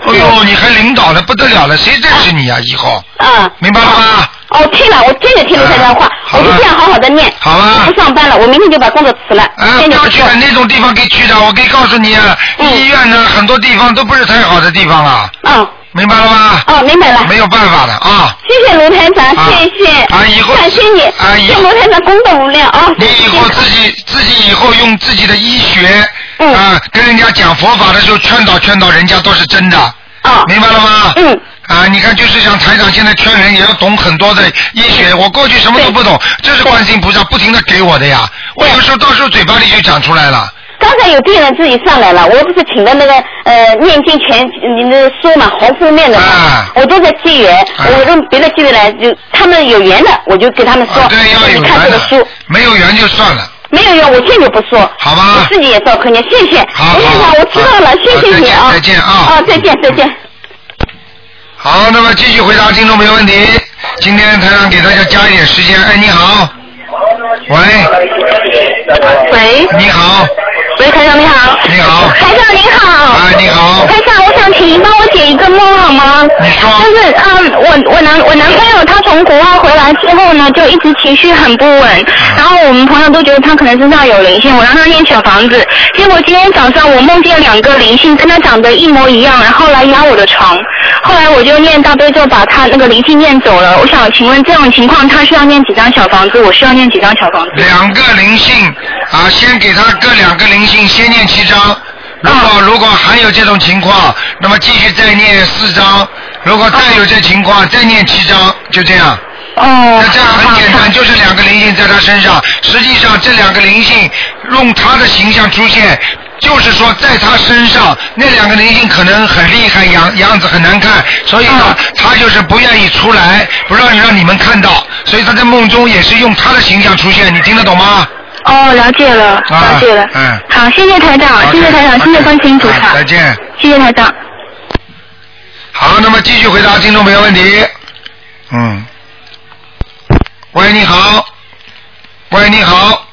[SPEAKER 2] 哎呦，你还领导了，不得了了，谁认识你啊？以后
[SPEAKER 12] 嗯啊，
[SPEAKER 2] 明白了吗？啊
[SPEAKER 12] 哦，听了，我坚决听了台长话，我就这样好好的念。好啊。不上班了，我明天就把工作辞了。
[SPEAKER 2] 啊，不要去那种地方给去的，我可以告诉你啊，医院呢，很多地方都不是太好的地方啊。
[SPEAKER 12] 嗯。
[SPEAKER 2] 明白了吗？
[SPEAKER 12] 哦，明白了。
[SPEAKER 2] 没有办法的啊。
[SPEAKER 12] 谢谢卢台长，谢谢。
[SPEAKER 2] 啊，以后
[SPEAKER 12] 感谢你，
[SPEAKER 2] 啊，以
[SPEAKER 12] 谢
[SPEAKER 2] 后
[SPEAKER 12] 谢卢台长功德无量啊。
[SPEAKER 2] 你以后自己自己以后用自己的医学，
[SPEAKER 12] 嗯
[SPEAKER 2] 啊，跟人家讲佛法的时候劝导劝导人家都是真的，
[SPEAKER 12] 啊，
[SPEAKER 2] 明白了吗？
[SPEAKER 12] 嗯。
[SPEAKER 2] 啊，你看，就是像台长现在劝人也要懂很多的医学，我过去什么都不懂，这是观世音菩萨不停的给我的呀。我有时候到时候嘴巴里就讲出来了。
[SPEAKER 12] 刚才有病人自己上来了，我不是请的那个呃念经全你的书嘛，红封面的嘛，我都在机缘，我用别的机缘来，就他们有缘的，我就给他们说，你看这个书，
[SPEAKER 2] 没有缘就算了。
[SPEAKER 12] 没有缘，我坚决不说，
[SPEAKER 2] 好吧？
[SPEAKER 12] 我自己也照客念，谢谢，卢先生，我知道了，谢谢你啊，再见啊，啊，再见，再见。
[SPEAKER 2] 好，那么继续回答听众朋友问题。今天台长给大家加一点时间。哎，你好。喂。
[SPEAKER 13] 喂。
[SPEAKER 2] 你好。
[SPEAKER 13] 喂，台长你好。
[SPEAKER 2] 你好。
[SPEAKER 13] 台长您好。
[SPEAKER 2] 啊，你好。
[SPEAKER 13] 台长，我想请您帮我解一个梦好吗？
[SPEAKER 2] 你说。
[SPEAKER 13] 就是嗯，我我男我男朋友他从国外回来之后呢，就一直情绪很不稳，
[SPEAKER 2] 嗯
[SPEAKER 13] 然后我们朋友都觉得他可能身上有灵性，我让他念小房子，结果今天早上我梦见两个灵性跟他长得一模一样，然后来压我的床，后来我就念大悲咒把他那个灵性念走了。我想请问这种情况他需要念几张小房子？我需要念几张小房子？
[SPEAKER 2] 两个灵性啊，先给他各两个灵性，先念七张。如果、如果还有这种情况，那么继续再念四张。如果再有这情况，再念七张，就这样。
[SPEAKER 13] 哦，
[SPEAKER 2] 那这样很简单，就是两个灵性在他身上。实际上，这两个灵性用他的形象出现，就是说在他身上，那两个灵性可能很厉害，样样子很难看，所以
[SPEAKER 13] 啊
[SPEAKER 2] 呢，他就是不愿意出来，不让让你们看到，所以他在梦中也是用他的形象出现，你听得懂吗？
[SPEAKER 13] 哦，了解了，了解了。
[SPEAKER 2] 嗯，
[SPEAKER 13] 好，谢谢台长，谢谢台长，谢谢观世音菩萨，
[SPEAKER 2] 再见。
[SPEAKER 13] 谢谢台长。
[SPEAKER 2] 好，那么继续回答听众朋友问题。嗯。喂，你好。喂，你好。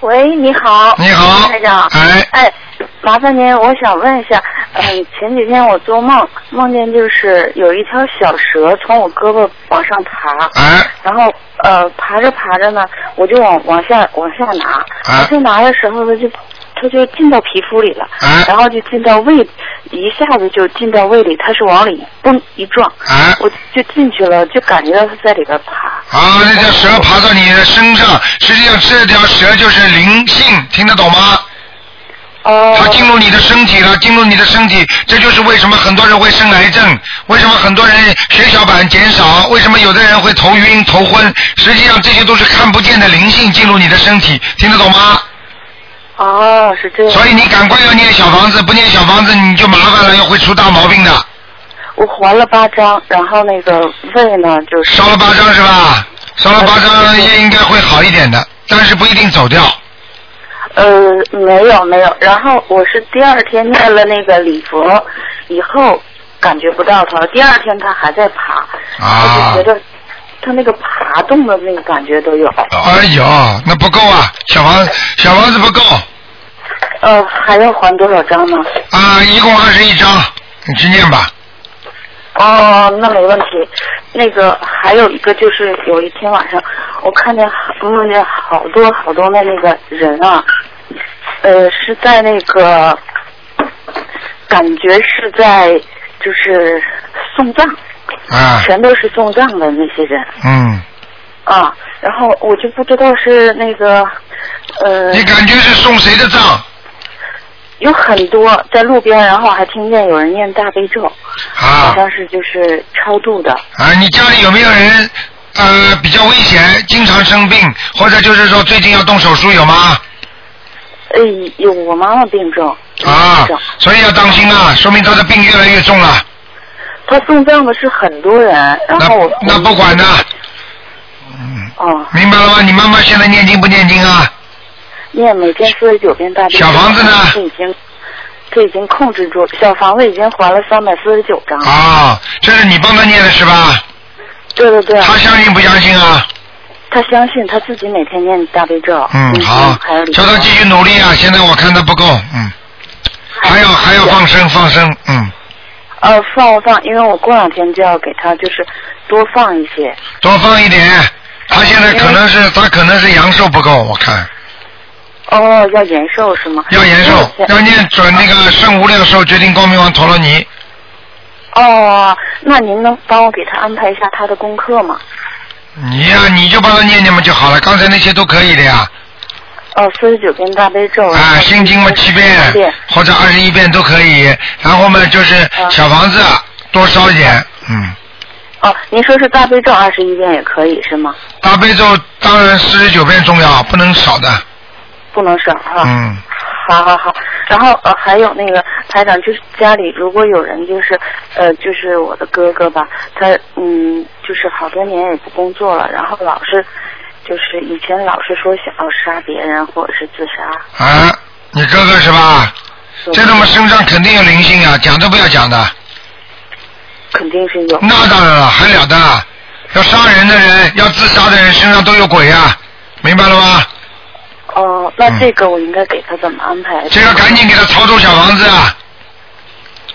[SPEAKER 14] 喂，喂，你好。
[SPEAKER 2] 你好
[SPEAKER 14] 台长。
[SPEAKER 2] 哎。
[SPEAKER 14] 哎，麻烦您，我想问一下，嗯，前几天我做梦，梦见就是有一条小蛇从我胳膊往上爬，
[SPEAKER 2] 哎，
[SPEAKER 14] 然后呃，爬着爬着呢，我就往往下往下拿，
[SPEAKER 2] 哎
[SPEAKER 14] 往下拿的时候呢，就它就进到皮肤里了，
[SPEAKER 2] 哎
[SPEAKER 14] 然后就进到胃，一下子就进到胃里，它是往里嘣一撞，
[SPEAKER 2] 哎
[SPEAKER 14] 我就进去了，就感觉到它在里边爬。
[SPEAKER 2] 啊，那条蛇爬到你的身上，实际上这条蛇就是灵性，听得懂吗？
[SPEAKER 14] 哦。
[SPEAKER 2] 它进入你的身体了，进入你的身体，这就是为什么很多人会生癌症，为什么很多人血小板减少，为什么有的人会头晕头昏，实际上这些都是看不见的灵性进入你的身体，听得懂吗？
[SPEAKER 14] 哦，是这样。
[SPEAKER 2] 所以你赶快要念小房子，不念小房子你就麻烦了，又会出大毛病的。
[SPEAKER 14] 我还了八张，然后那个胃呢就是
[SPEAKER 2] 烧了八张是吧？烧了八张也应该会好一点的，但是不一定走掉。
[SPEAKER 14] 呃没有没有，然后我是第二天念了那个礼佛以后感觉不到它，第二天它还在爬，
[SPEAKER 2] 啊
[SPEAKER 14] 我就觉得它那个爬动的那个感觉都有。
[SPEAKER 2] 哎呦，那不够啊，小房小房子不够
[SPEAKER 14] 呃，还要还多少张呢？
[SPEAKER 2] 啊，一共二十一张，你去念吧。
[SPEAKER 14] 哦，那没问题。那个还有一个就是有一天晚上，我看见好梦见好多好多的那个人啊，呃，是在那个感觉是在就是送葬，
[SPEAKER 2] 啊，
[SPEAKER 14] 全都是送葬的那些人
[SPEAKER 2] 嗯，
[SPEAKER 14] 啊。然后我就不知道是那个呃，
[SPEAKER 2] 你感觉是送谁的葬？
[SPEAKER 14] 有很多在路边，然后还听见有人念大悲
[SPEAKER 2] 啊
[SPEAKER 14] 咒，
[SPEAKER 2] 好
[SPEAKER 14] 像是就是超度的。
[SPEAKER 2] 啊，你家里有没有人呃比较危险，经常生病，或者就是说最近要动手术有吗？
[SPEAKER 14] 哎，有我妈妈病重，
[SPEAKER 2] 啊，所以要当心啊，说明他的病越来越重了。
[SPEAKER 14] 她送葬的是很多人，然后我
[SPEAKER 2] 那不管的，
[SPEAKER 14] 哦
[SPEAKER 2] 明白了吗？你妈妈现在念经不念经啊？
[SPEAKER 14] 念每天四十九遍大悲咒。
[SPEAKER 2] 小房子呢
[SPEAKER 14] 这已经这已经控制住，小房子已经还了三百四十九张。
[SPEAKER 2] 啊，这是你帮他念的是吧？
[SPEAKER 14] 对对对。
[SPEAKER 2] 他相信不相信啊？
[SPEAKER 14] 她相信，她自己每天念大悲咒。
[SPEAKER 2] 嗯，好
[SPEAKER 14] 还有，礼嗯
[SPEAKER 2] 叫
[SPEAKER 14] 佛
[SPEAKER 2] 他继续努力啊！现在我看他不够，嗯，还要还要放生放生，嗯，
[SPEAKER 14] 呃，放放，因为我过两天就要给她就是多放一些。
[SPEAKER 2] 多放一点。他现在
[SPEAKER 14] 嗯
[SPEAKER 2] 可能是他可能是阳寿不够，我看
[SPEAKER 14] 哦，要延寿是吗？
[SPEAKER 2] 要延寿，
[SPEAKER 14] 嗯
[SPEAKER 2] 要念准那个圣无量寿决定光明王陀罗尼。
[SPEAKER 14] 哦，那您能帮我给她安排一下她的功课吗？
[SPEAKER 2] 你呀、你就帮他念念嘛就好了，刚才那些都可以的呀。
[SPEAKER 14] 哦，四十九遍大悲咒。
[SPEAKER 2] 啊，心经嘛七
[SPEAKER 14] 嗯
[SPEAKER 2] 遍，或者二十一遍都可以。然后嘛，就是
[SPEAKER 14] 嗯
[SPEAKER 2] 小房子啊多烧一点，嗯，
[SPEAKER 14] 哦，您说是大悲咒二十一遍也可以是吗？
[SPEAKER 2] 大悲咒当然四十九遍重要，不能少的。
[SPEAKER 14] 啊不能省啊哈。
[SPEAKER 2] 嗯，
[SPEAKER 14] 好好好，然后呃还有那个台长，就是家里如果有人就是呃就是我的哥哥吧，他嗯就是好多年也不工作了，然后老是就是以前老是说想要杀别人或者是自杀，
[SPEAKER 2] 啊，你哥哥是吧？这种嘛身上肯定有灵性啊，讲都不要讲的。
[SPEAKER 14] 肯定是有。
[SPEAKER 2] 那当然了，还了得？啊要杀人的人，要自杀的人身上都有鬼啊，明白了吗？
[SPEAKER 14] 哦、那这个我应该给他怎么安排？
[SPEAKER 2] 这个赶紧给他操作小房子啊！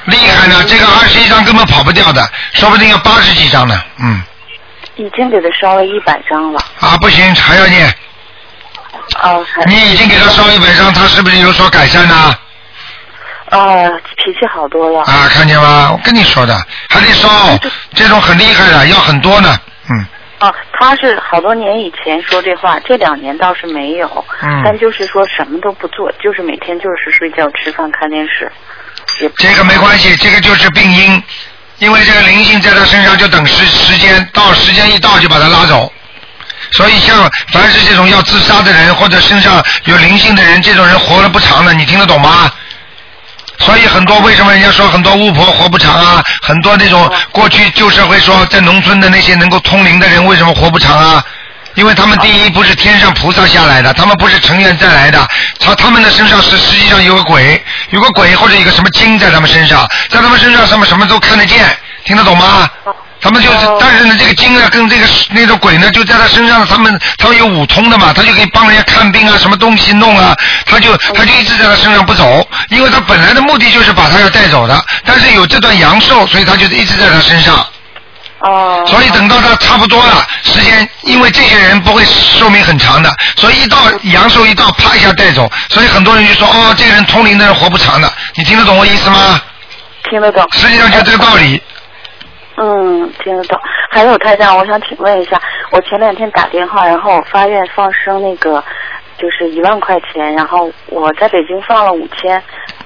[SPEAKER 2] 厉害
[SPEAKER 14] 嗯
[SPEAKER 2] 了，这个二十一张根本跑不掉的，说不定要八十几张呢。嗯，
[SPEAKER 14] 已经给他烧了一百张了。
[SPEAKER 2] 啊，不行，还要念。
[SPEAKER 14] 哎哦、还
[SPEAKER 2] 你已经给他烧一百张，他是不是有所改善呢？
[SPEAKER 14] 啊，脾气好多了。
[SPEAKER 2] 啊，看见吗？我跟你说的，还得烧，这种很厉害的，要很多呢。嗯，
[SPEAKER 14] 啊，他是好多年以前说这话，这两年倒是没有，
[SPEAKER 2] 嗯
[SPEAKER 14] 但就是说什么都不做，就是每天就是睡觉、吃饭、看电视。
[SPEAKER 2] 这个没关系，这个就是病因，因为这个灵性在他身上就等时时间到，时间一到就把他拉走。所以像凡是这种要自杀的人或者身上有灵性的人，这种人活了不长的，你听得懂吗？所以很多为什么人家说很多巫婆活不长啊，很多那种过去旧社会说在农村的那些能够通灵的人为什么活不长啊？因为他们第一不是天上菩萨下来的，他们不是成愿再来的，他他们的身上是实际上有个鬼，有个鬼或者有个什么精在他们身上，在他们身上什么什么都看得见，听得懂吗？他们就是，但是呢，这个精啊，跟这个那种鬼呢，就在他身上，他们他们有五通的嘛，他就可以帮人家看病啊，什么东西弄啊，他就他就一直在他身上不走，因为他本来的目的就是把他要带走的，但是有这段阳寿，所以他就一直在他身上。哦。所以等到他差不多了，时间，因为这些人不会寿命很长的，所以一到阳寿一到，啪一下带走，所以很多人就说，哦，这个人通灵的人活不长的，你听得懂我意思吗？
[SPEAKER 14] 听得懂。
[SPEAKER 2] 实际上就这个道理。
[SPEAKER 14] 嗯，听得懂。还有台长，我想请问一下，我前两天打电话，然后我发愿放生那个，就是一万块钱，然后我在北京放了五千，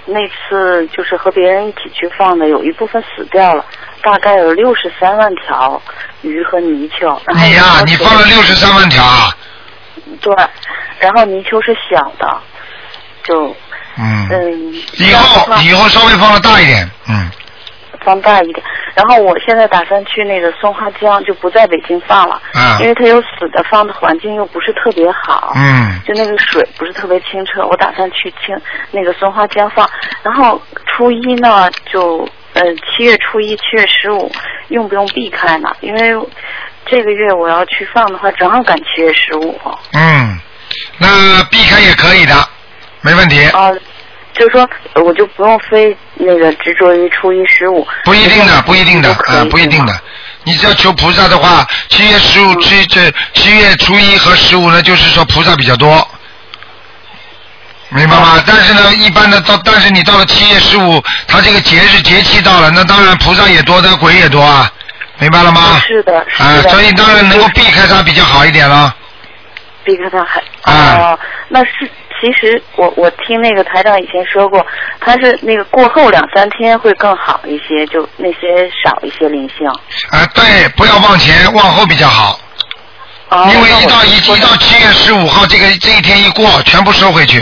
[SPEAKER 14] 那次就是和别人一起去放的，有一部分死掉了，大概有六十三万条鱼和泥鳅。然后
[SPEAKER 2] 哎你呀、你放了六十三万条啊，
[SPEAKER 14] 对，然后泥鳅是小的，就
[SPEAKER 2] 嗯，
[SPEAKER 14] 嗯，
[SPEAKER 2] 以后以后稍微放的大一点，嗯，
[SPEAKER 14] 放大一点。然后我现在打算去那个松花江，就不在北京放了，
[SPEAKER 2] 啊
[SPEAKER 14] 因为它有死的，放的环境又不是特别好，
[SPEAKER 2] 嗯
[SPEAKER 14] 就那个水不是特别清澈。我打算去清那个松花江放，然后初一呢就呃七月初一七月十五用不用避开呢？因为这个月我要去放的话，正好赶七月十五。
[SPEAKER 2] 嗯，那避开也可以的，没问题。
[SPEAKER 14] 啊，就是说呃我就不用非那个执着于初一十五。
[SPEAKER 2] 不一定的，不一定的，啊，不一定的。你只要求菩萨的话，七月十
[SPEAKER 14] 嗯
[SPEAKER 2] 五、七这七月初一和十五呢，就是说菩萨比较多，明白
[SPEAKER 14] 嗯
[SPEAKER 2] 吗？但是呢，一般的到，但是你到了七月十五，他这个节日节气到了，那当然菩萨也多，那鬼也多啊，明白了吗？
[SPEAKER 14] 是的，是
[SPEAKER 2] 啊，
[SPEAKER 14] 的
[SPEAKER 2] 所以当然能够避开它比较好一点了。
[SPEAKER 14] 避开他还啊、那是其实我我听那个台长以前说过，他是那个过后两三天会更好一些，就那些少一些灵性。
[SPEAKER 2] 啊，对，不要往前，往后比较好。
[SPEAKER 14] 哦
[SPEAKER 2] 因为一到一一到七月十五号这个这一天一过，全部收回去。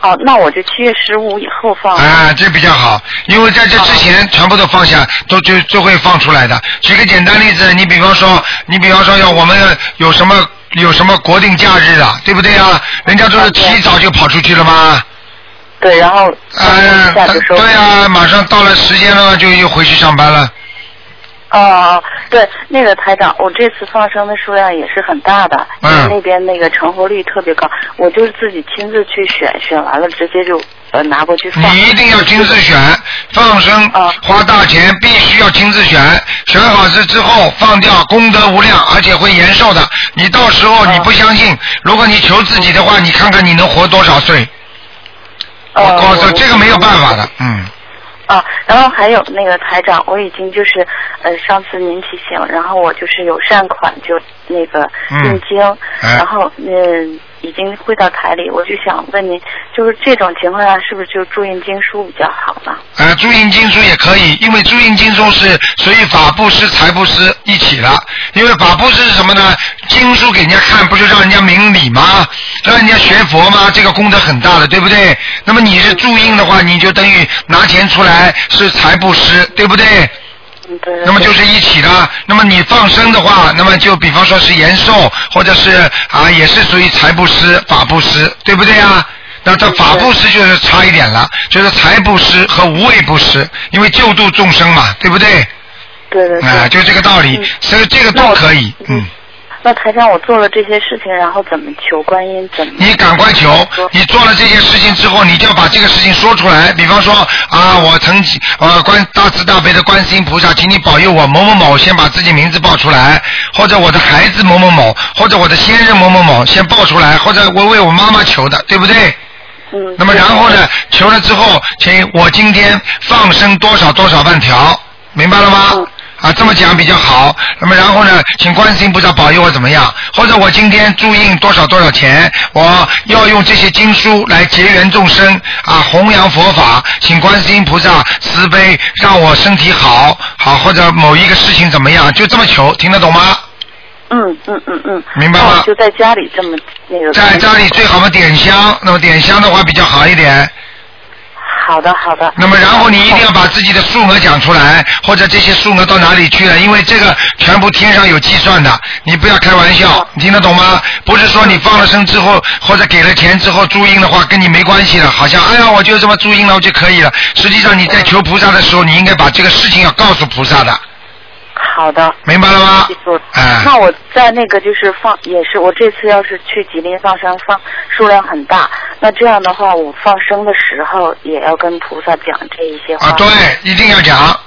[SPEAKER 14] 哦，那我就七月十五以后放。
[SPEAKER 2] 啊，这比较好，因为在这之前全部都放下，都就就会放出来的。举个简单例子，你比方说，你比方说要我们有什么有什么国定假日啊，对不对啊？人家都是提早就跑出去了吗？
[SPEAKER 14] 哦对，然后
[SPEAKER 2] 呃，对啊，马上到了时间了，就又回去上班了。
[SPEAKER 14] 哦，对，那个台长，我这次放生的数量也是很大的，
[SPEAKER 2] 嗯
[SPEAKER 14] 因为那边那个成活率特别高，我就是自己亲自去选，选完了直接就呃拿过去放。
[SPEAKER 2] 你一定要亲自选，放生花大钱，必须要亲自选。选好之之后放掉，功德无量，而且会延寿的。你到时候你不相信，如果你求自己的话，你看看你能活多少岁。
[SPEAKER 14] 哦
[SPEAKER 2] 我告
[SPEAKER 14] 嗯
[SPEAKER 2] 诉这个没有办法的，嗯。
[SPEAKER 14] 啊，然后还有那个台长，我已经就是呃上次您提醒，然后我就是有善款就那个
[SPEAKER 15] 嗯
[SPEAKER 14] 念经，
[SPEAKER 15] 哎
[SPEAKER 14] 然后嗯、已经汇到台里，我就想问您，就是这种情况下是不是就注印经书比较好呢？
[SPEAKER 2] 呃，朱印经书也可以，因为朱印经书是属于法布施、财布施一起了。因为法布施是什么呢？经书给人家看，不就让人家明理吗？让人家学佛吗？这个功德很大的，对不对？那么你是注印的话，你就等于拿钱出来是财布施，对不对？那么就是一起的。那么你放生的话，那么就比方说是延寿，或者是啊，也是属于财布施、法布施，对不对啊？那这法布施就是差一点了，就是财布施和无畏布施，因为救度众生嘛，对不对？
[SPEAKER 14] 对对对。嗯
[SPEAKER 2] 啊，就这个道理，所以这个都可以，嗯。
[SPEAKER 14] 那台长，我做了这些事情，然后怎么求观音？怎么？
[SPEAKER 2] 你赶快求，你做了这件事情之后，你就要把这个事情说出来。比方说啊，我曾经呃观大慈大悲的观世音菩萨，请你保佑我某某某，先把自己名字报出来，或者我的孩子某某某，或者我的先生某某某，先报出来，或者我为我妈妈求的，对不对？
[SPEAKER 14] 嗯。
[SPEAKER 2] 那么然后呢，求了之后，请我今天放生多少多少万条，明白了吗？啊，这么讲比较好。那么然后呢，请观世音菩萨保佑我怎么样？或者我今天注印多少多少钱？我要用这些经书来结缘众生啊，弘扬佛法。请观世音菩萨慈悲，让我身体好，好或者某一个事情怎么样？就这么求，听得懂吗？
[SPEAKER 14] 嗯嗯嗯嗯。
[SPEAKER 2] 明白
[SPEAKER 14] 吗？就在家里这么那个。
[SPEAKER 2] 在家里最好嘛点香，那么点香的话比较好一点。
[SPEAKER 14] 好的，好的。
[SPEAKER 2] 那么，然后你一定要把自己的数额讲出来，或者这些数额到哪里去了，因为这个全部天上有计算的，你不要开玩笑，你听得懂吗？不是说你放了生之后，或者给了钱之后注印的话，跟你没关系了，好像哎呀，我就这么注印了就可以了。实际上你在求菩萨的时候，你应该把这个事情要告诉菩萨的。
[SPEAKER 14] 好的，
[SPEAKER 2] 明白了吗？哎
[SPEAKER 14] 那我在那个就是放，也是我这次要是去吉林放生，放数量很大。那这样的话，我放生的时候也要跟菩萨讲这一些话。
[SPEAKER 2] 啊，对，一定要讲。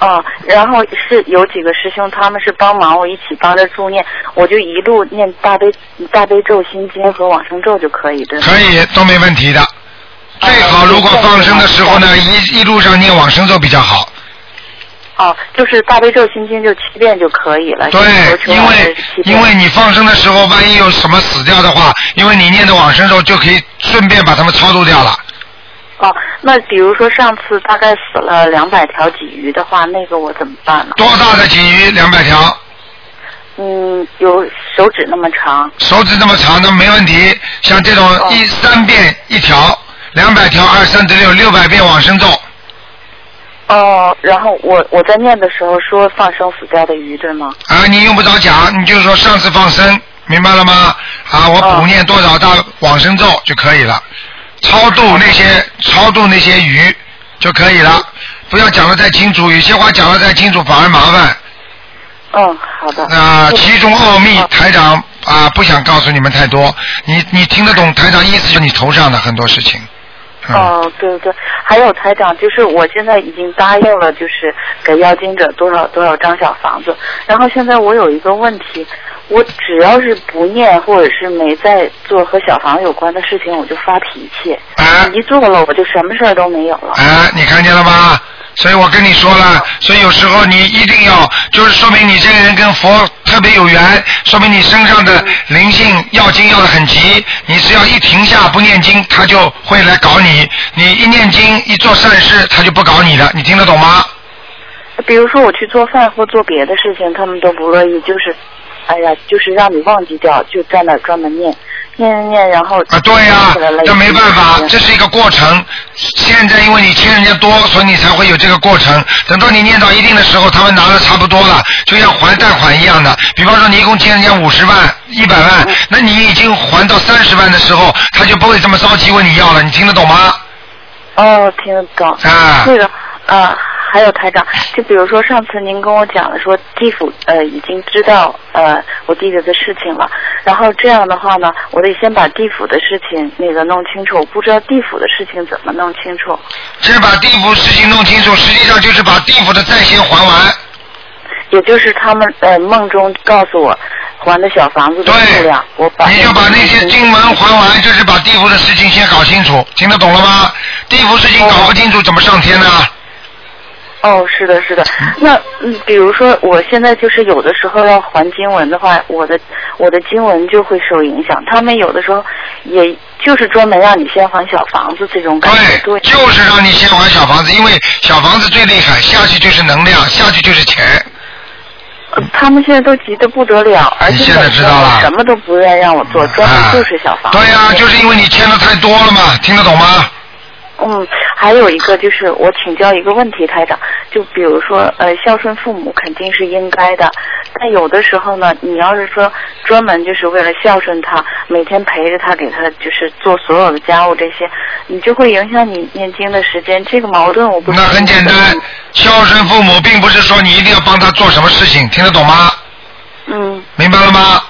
[SPEAKER 14] 嗯，然后是有几个师兄，他们是帮忙我一起帮着助念，我就一路念大悲大悲咒、心经和往生咒就可以，对吗？
[SPEAKER 2] 可以，都没问题的。最好如果放生的时候呢，一一路上念往生咒比较好。
[SPEAKER 14] 哦，就是大悲咒、心经就七遍就可以
[SPEAKER 7] 呃
[SPEAKER 14] 了。
[SPEAKER 2] 对，因为因为你放生的时候，万一有什么死掉的话，因为你念的往生咒就可以顺便把他们超度掉了。
[SPEAKER 14] 哦，那比如说上次大概死了两百条鲫鱼的话，那个我怎么办呢？
[SPEAKER 2] 多大的鲫鱼？两百条，
[SPEAKER 14] 嗯，有手指那么长。
[SPEAKER 2] 手指这么长的没问题。像这种一三遍一条，两百条二三得六，六百遍往生咒。
[SPEAKER 14] 哦，然后我我在念的时候说放生死掉的鱼，对吗？
[SPEAKER 2] 啊，你用不着讲，你就说上次放生，明白了吗？啊，我补念多少大往生咒就可以了，超度那些超度那些鱼就可以了，不要讲的太清楚，有些话讲的太清楚反而麻烦。
[SPEAKER 10] 哦
[SPEAKER 14] 嗯，好的。
[SPEAKER 2] 啊，其中奥秘台长啊不想告诉你们太多，你你听得懂台长意思就是你头上的很多事情。嗯
[SPEAKER 14] 哦，对对对，还有台长，就是我现在已经答应了，就是给要经者多少多少张小房子。然后现在我有一个问题，我只要是不念或者是没在做和小房子有关的事情，我就发脾气。
[SPEAKER 2] 啊
[SPEAKER 14] 一做了，我就什么事儿都没有了。
[SPEAKER 2] 哎，你看见了吗？所以我跟你说了，所以有时候你一定要，就是说明你这个人跟佛特别有缘，说明你身上的灵性要经要的很急。你只要一停下不念经，他就会来搞你；你一念经一做善事，他就不搞你了。你听得懂吗？
[SPEAKER 14] 比如说我去做饭或做别的事情，他们都不乐意，就是，哎呀，就是让你忘记掉，就在那儿专门念，念念念，然后
[SPEAKER 2] 啊，对呀、这没办法，这是一个过程。现在因为你欠人家多，所以你才会有这个过程。等到你念到一定的时候，他们拿的差不多了，就像还贷款一样的。比方说，你一共欠人家五十万、一百万，那你已经还到三十万的时候，他就不会这么着急问你要了。你听得懂吗？
[SPEAKER 14] 哦，听得懂。
[SPEAKER 2] 啊
[SPEAKER 14] 这个啊，还有台长，就比如说上次您跟我讲的说，地府呃已经知道呃我弟弟的事情了，然后这样的话呢，我得先把地府的事情那个弄清楚，我不知道地府的事情怎么弄清楚。
[SPEAKER 2] 这把地府事情弄清楚，实际上就是把地府的债先还完。
[SPEAKER 14] 也就是他们呃梦中告诉我还的小房子的数量，我把
[SPEAKER 2] 你就把那些经文还完，就是把地府的事情先搞清楚，听得懂了吗？地府事情搞不清楚，怎么上天呢？
[SPEAKER 14] 哦，是的，是的。那嗯，比如说我现在就是有的时候要还经文的话，我的我的经文就会受影响。他们有的时候也就是专门让你先还小房子这种感觉，对，
[SPEAKER 2] 就是让你先还小房子，因为小房子最厉害，下去就是能量，下去就是钱。
[SPEAKER 14] 呃他们现在都急得不得了，而且
[SPEAKER 2] 现在
[SPEAKER 14] 本
[SPEAKER 2] 知
[SPEAKER 14] 身
[SPEAKER 2] 道了啊
[SPEAKER 14] 什么都不愿意让我做，专门就是小房子。
[SPEAKER 2] 对呀、就是因为你欠的太多了嘛，听得懂吗？
[SPEAKER 14] 嗯，还有一个就是我请教一个问题，台长，就比如说呃，孝顺父母肯定是应该的，但有的时候呢，你要是说专门就是为了孝顺他，每天陪着他，给他就是做所有的家务这些，你就会影响你念经的时间，这个矛盾我不
[SPEAKER 2] 那很简单，孝顺父母并不是说你一定要帮他做什么事情，听得懂吗？
[SPEAKER 14] 嗯。
[SPEAKER 2] 明白了吗？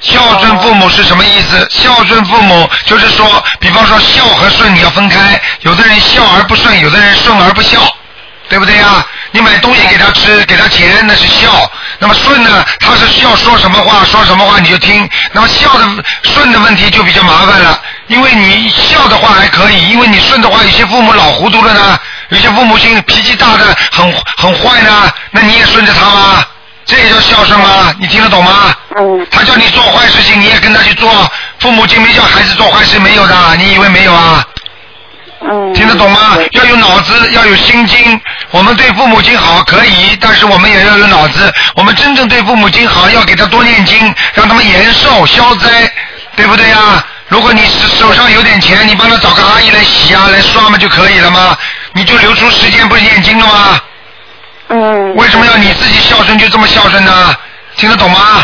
[SPEAKER 2] 孝顺父母是什么意思？孝顺父母就是说，比方说孝和顺你要分开，有的人孝而不顺，有的人顺而不孝，对不对呀？你买东西给他吃，给他钱，那是孝。那么顺呢，他是需要说什么话，说什么话你就听。那么孝的顺的问题就比较麻烦了，因为你孝的话还可以，因为你顺的话，有些父母老糊涂了呢，有些父母亲脾气大的很很坏呢，那你也顺着他吗？这也叫孝顺吗？你听得懂吗？
[SPEAKER 14] 嗯。
[SPEAKER 2] 他叫你做坏事情，你也跟他去做。父母亲没叫孩子做坏事没有的，你以为没有啊？
[SPEAKER 14] 嗯。
[SPEAKER 2] 听得懂吗？要有脑子，要有心经。我们对父母亲好可以，但是我们也要有脑子。我们真正对父母亲好，要给他多念经，让他们延寿消灾，对不对呀？如果你手上有点钱，你帮他找个阿姨来洗啊，来刷嘛就可以了吗？你就留出时间不是念经了吗？
[SPEAKER 14] 嗯。
[SPEAKER 2] 为什么要你自己孝顺就这么孝顺呢？听得懂吗？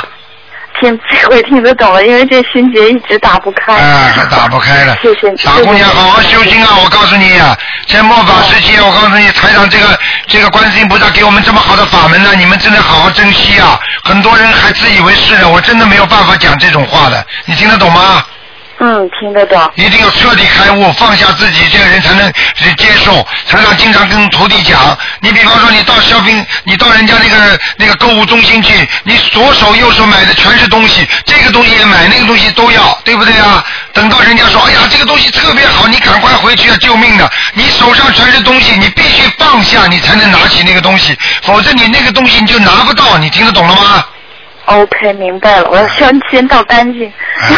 [SPEAKER 14] 听这回听得懂了，因为这 心结一直打不开。
[SPEAKER 2] 啊，还打不开了。
[SPEAKER 14] 谢谢。
[SPEAKER 2] 傻姑娘，好好修心啊！我告诉你啊，在末法时期，我告诉你，台长这个这个观世音菩萨给我们这么好的法门呢、你们真的好好珍惜啊！很多人还自以为是呢，我真的没有办法讲这种话的，你听得懂吗？
[SPEAKER 14] 嗯，听得懂。
[SPEAKER 2] 一定要彻底开悟，放下自己，这个人才能接受。台长经常跟徒弟讲，你比方说你到 shopping，你到人家那个那个购物中心去，你左手右手买的全是东西，这个东西也买，那个东西都要，对不对啊？等到人家说，哎呀，这个东西特别好，你赶快回去啊，救命的！你手上全是东西，你必须放下，你才能拿起那个东西，否则你那个东西你就拿不到。你听得懂了吗？
[SPEAKER 14] OK，明白了，我要先先倒干净。
[SPEAKER 2] 哎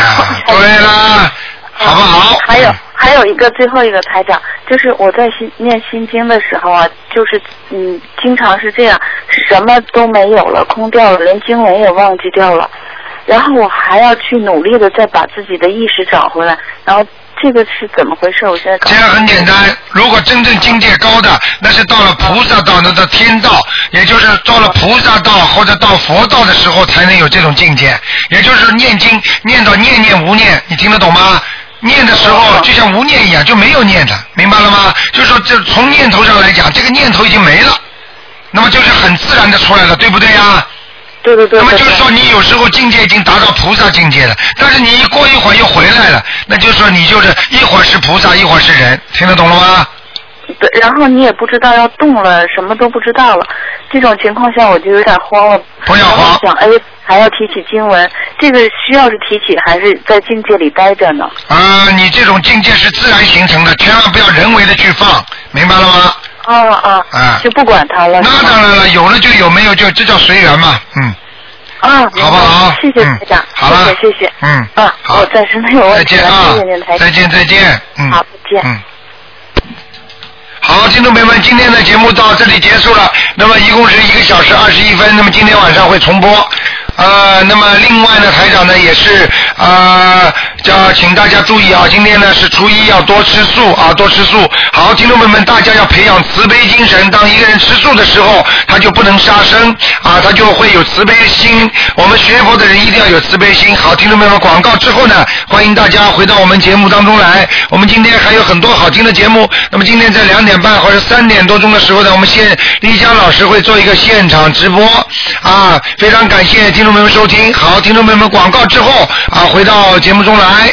[SPEAKER 2] 对啦，好不好？
[SPEAKER 14] 嗯
[SPEAKER 2] 嗯
[SPEAKER 14] 还有还有一个最后一个台长，就是我在心念心经的时候啊，就是嗯，经常是这样，什么都没有了，空掉了，连经文也忘记掉了。然后我还要去努力的再把自己的意识找回来，然后这个是怎么回事？我现在搞
[SPEAKER 2] 这样很简单，如果真正境界高的，那是到了菩萨道，那到天道，也就是到了菩萨道或者到佛道的时候，才能有这种境界。也就是念经念到念念无念，你听得懂吗？念的时候就像无念一样，就没有念的，明白了吗？就是说，这从念头上来讲，这个念头已经没了，那么就是很自然的出来了，对不对呀、
[SPEAKER 14] 对对对。
[SPEAKER 2] 那么就是说，你有时候境界已经达到菩萨境界了，但是你一过一会儿又回来了，那就是说你就是一会儿是菩萨，一会儿是人，听得懂了吗？
[SPEAKER 14] 对，然后你也不知道要动了，什么都不知道了。这种情况下，我就有点慌了。
[SPEAKER 2] 不要
[SPEAKER 14] 慌。想，哎，还要提起经文，这个需要是提起，还是在境界里待着呢？
[SPEAKER 2] 啊，你这种境界是自然形成的，千万不要人为的去放，明白了吗？
[SPEAKER 14] 啊啊。
[SPEAKER 2] 啊。
[SPEAKER 14] 就不管它了。
[SPEAKER 2] 那当然了，有了就有，没有就这叫随缘嘛，嗯
[SPEAKER 14] 啊，好不好？谢谢台长，
[SPEAKER 2] 好了
[SPEAKER 14] 谢谢谢谢。
[SPEAKER 2] 嗯。
[SPEAKER 14] 啊，我暂时没有问
[SPEAKER 2] 再
[SPEAKER 14] 题
[SPEAKER 2] 见
[SPEAKER 14] 了，
[SPEAKER 2] 啊
[SPEAKER 14] 谢谢您台，长。
[SPEAKER 2] 再见再见，嗯。
[SPEAKER 14] 好，再见。
[SPEAKER 2] 嗯。好，听众朋友们，今天的节目到这里结束了。那么一共是一个小时二十一分。那么今天晚上会重播。呃，那么另外呢，台长呢也是呃，叫请大家注意啊，今天呢是初一，要多吃素啊，多吃素。好，听众朋友们，大家要培养慈悲精神。当一个人吃素的时候，他就不能杀生啊，他就会有慈悲心。我们学佛的人一定要有慈悲心。好，听众朋友们，广告之后呢，欢迎大家回到我们节目当中来。我们今天还有很多好听的节目。那么今天在两点半或者三点多钟的时候呢，我们现丽江老师会做一个现场直播啊，非常感谢听众朋友们收听。好，听众朋友们，广告之后啊，回到节目中来。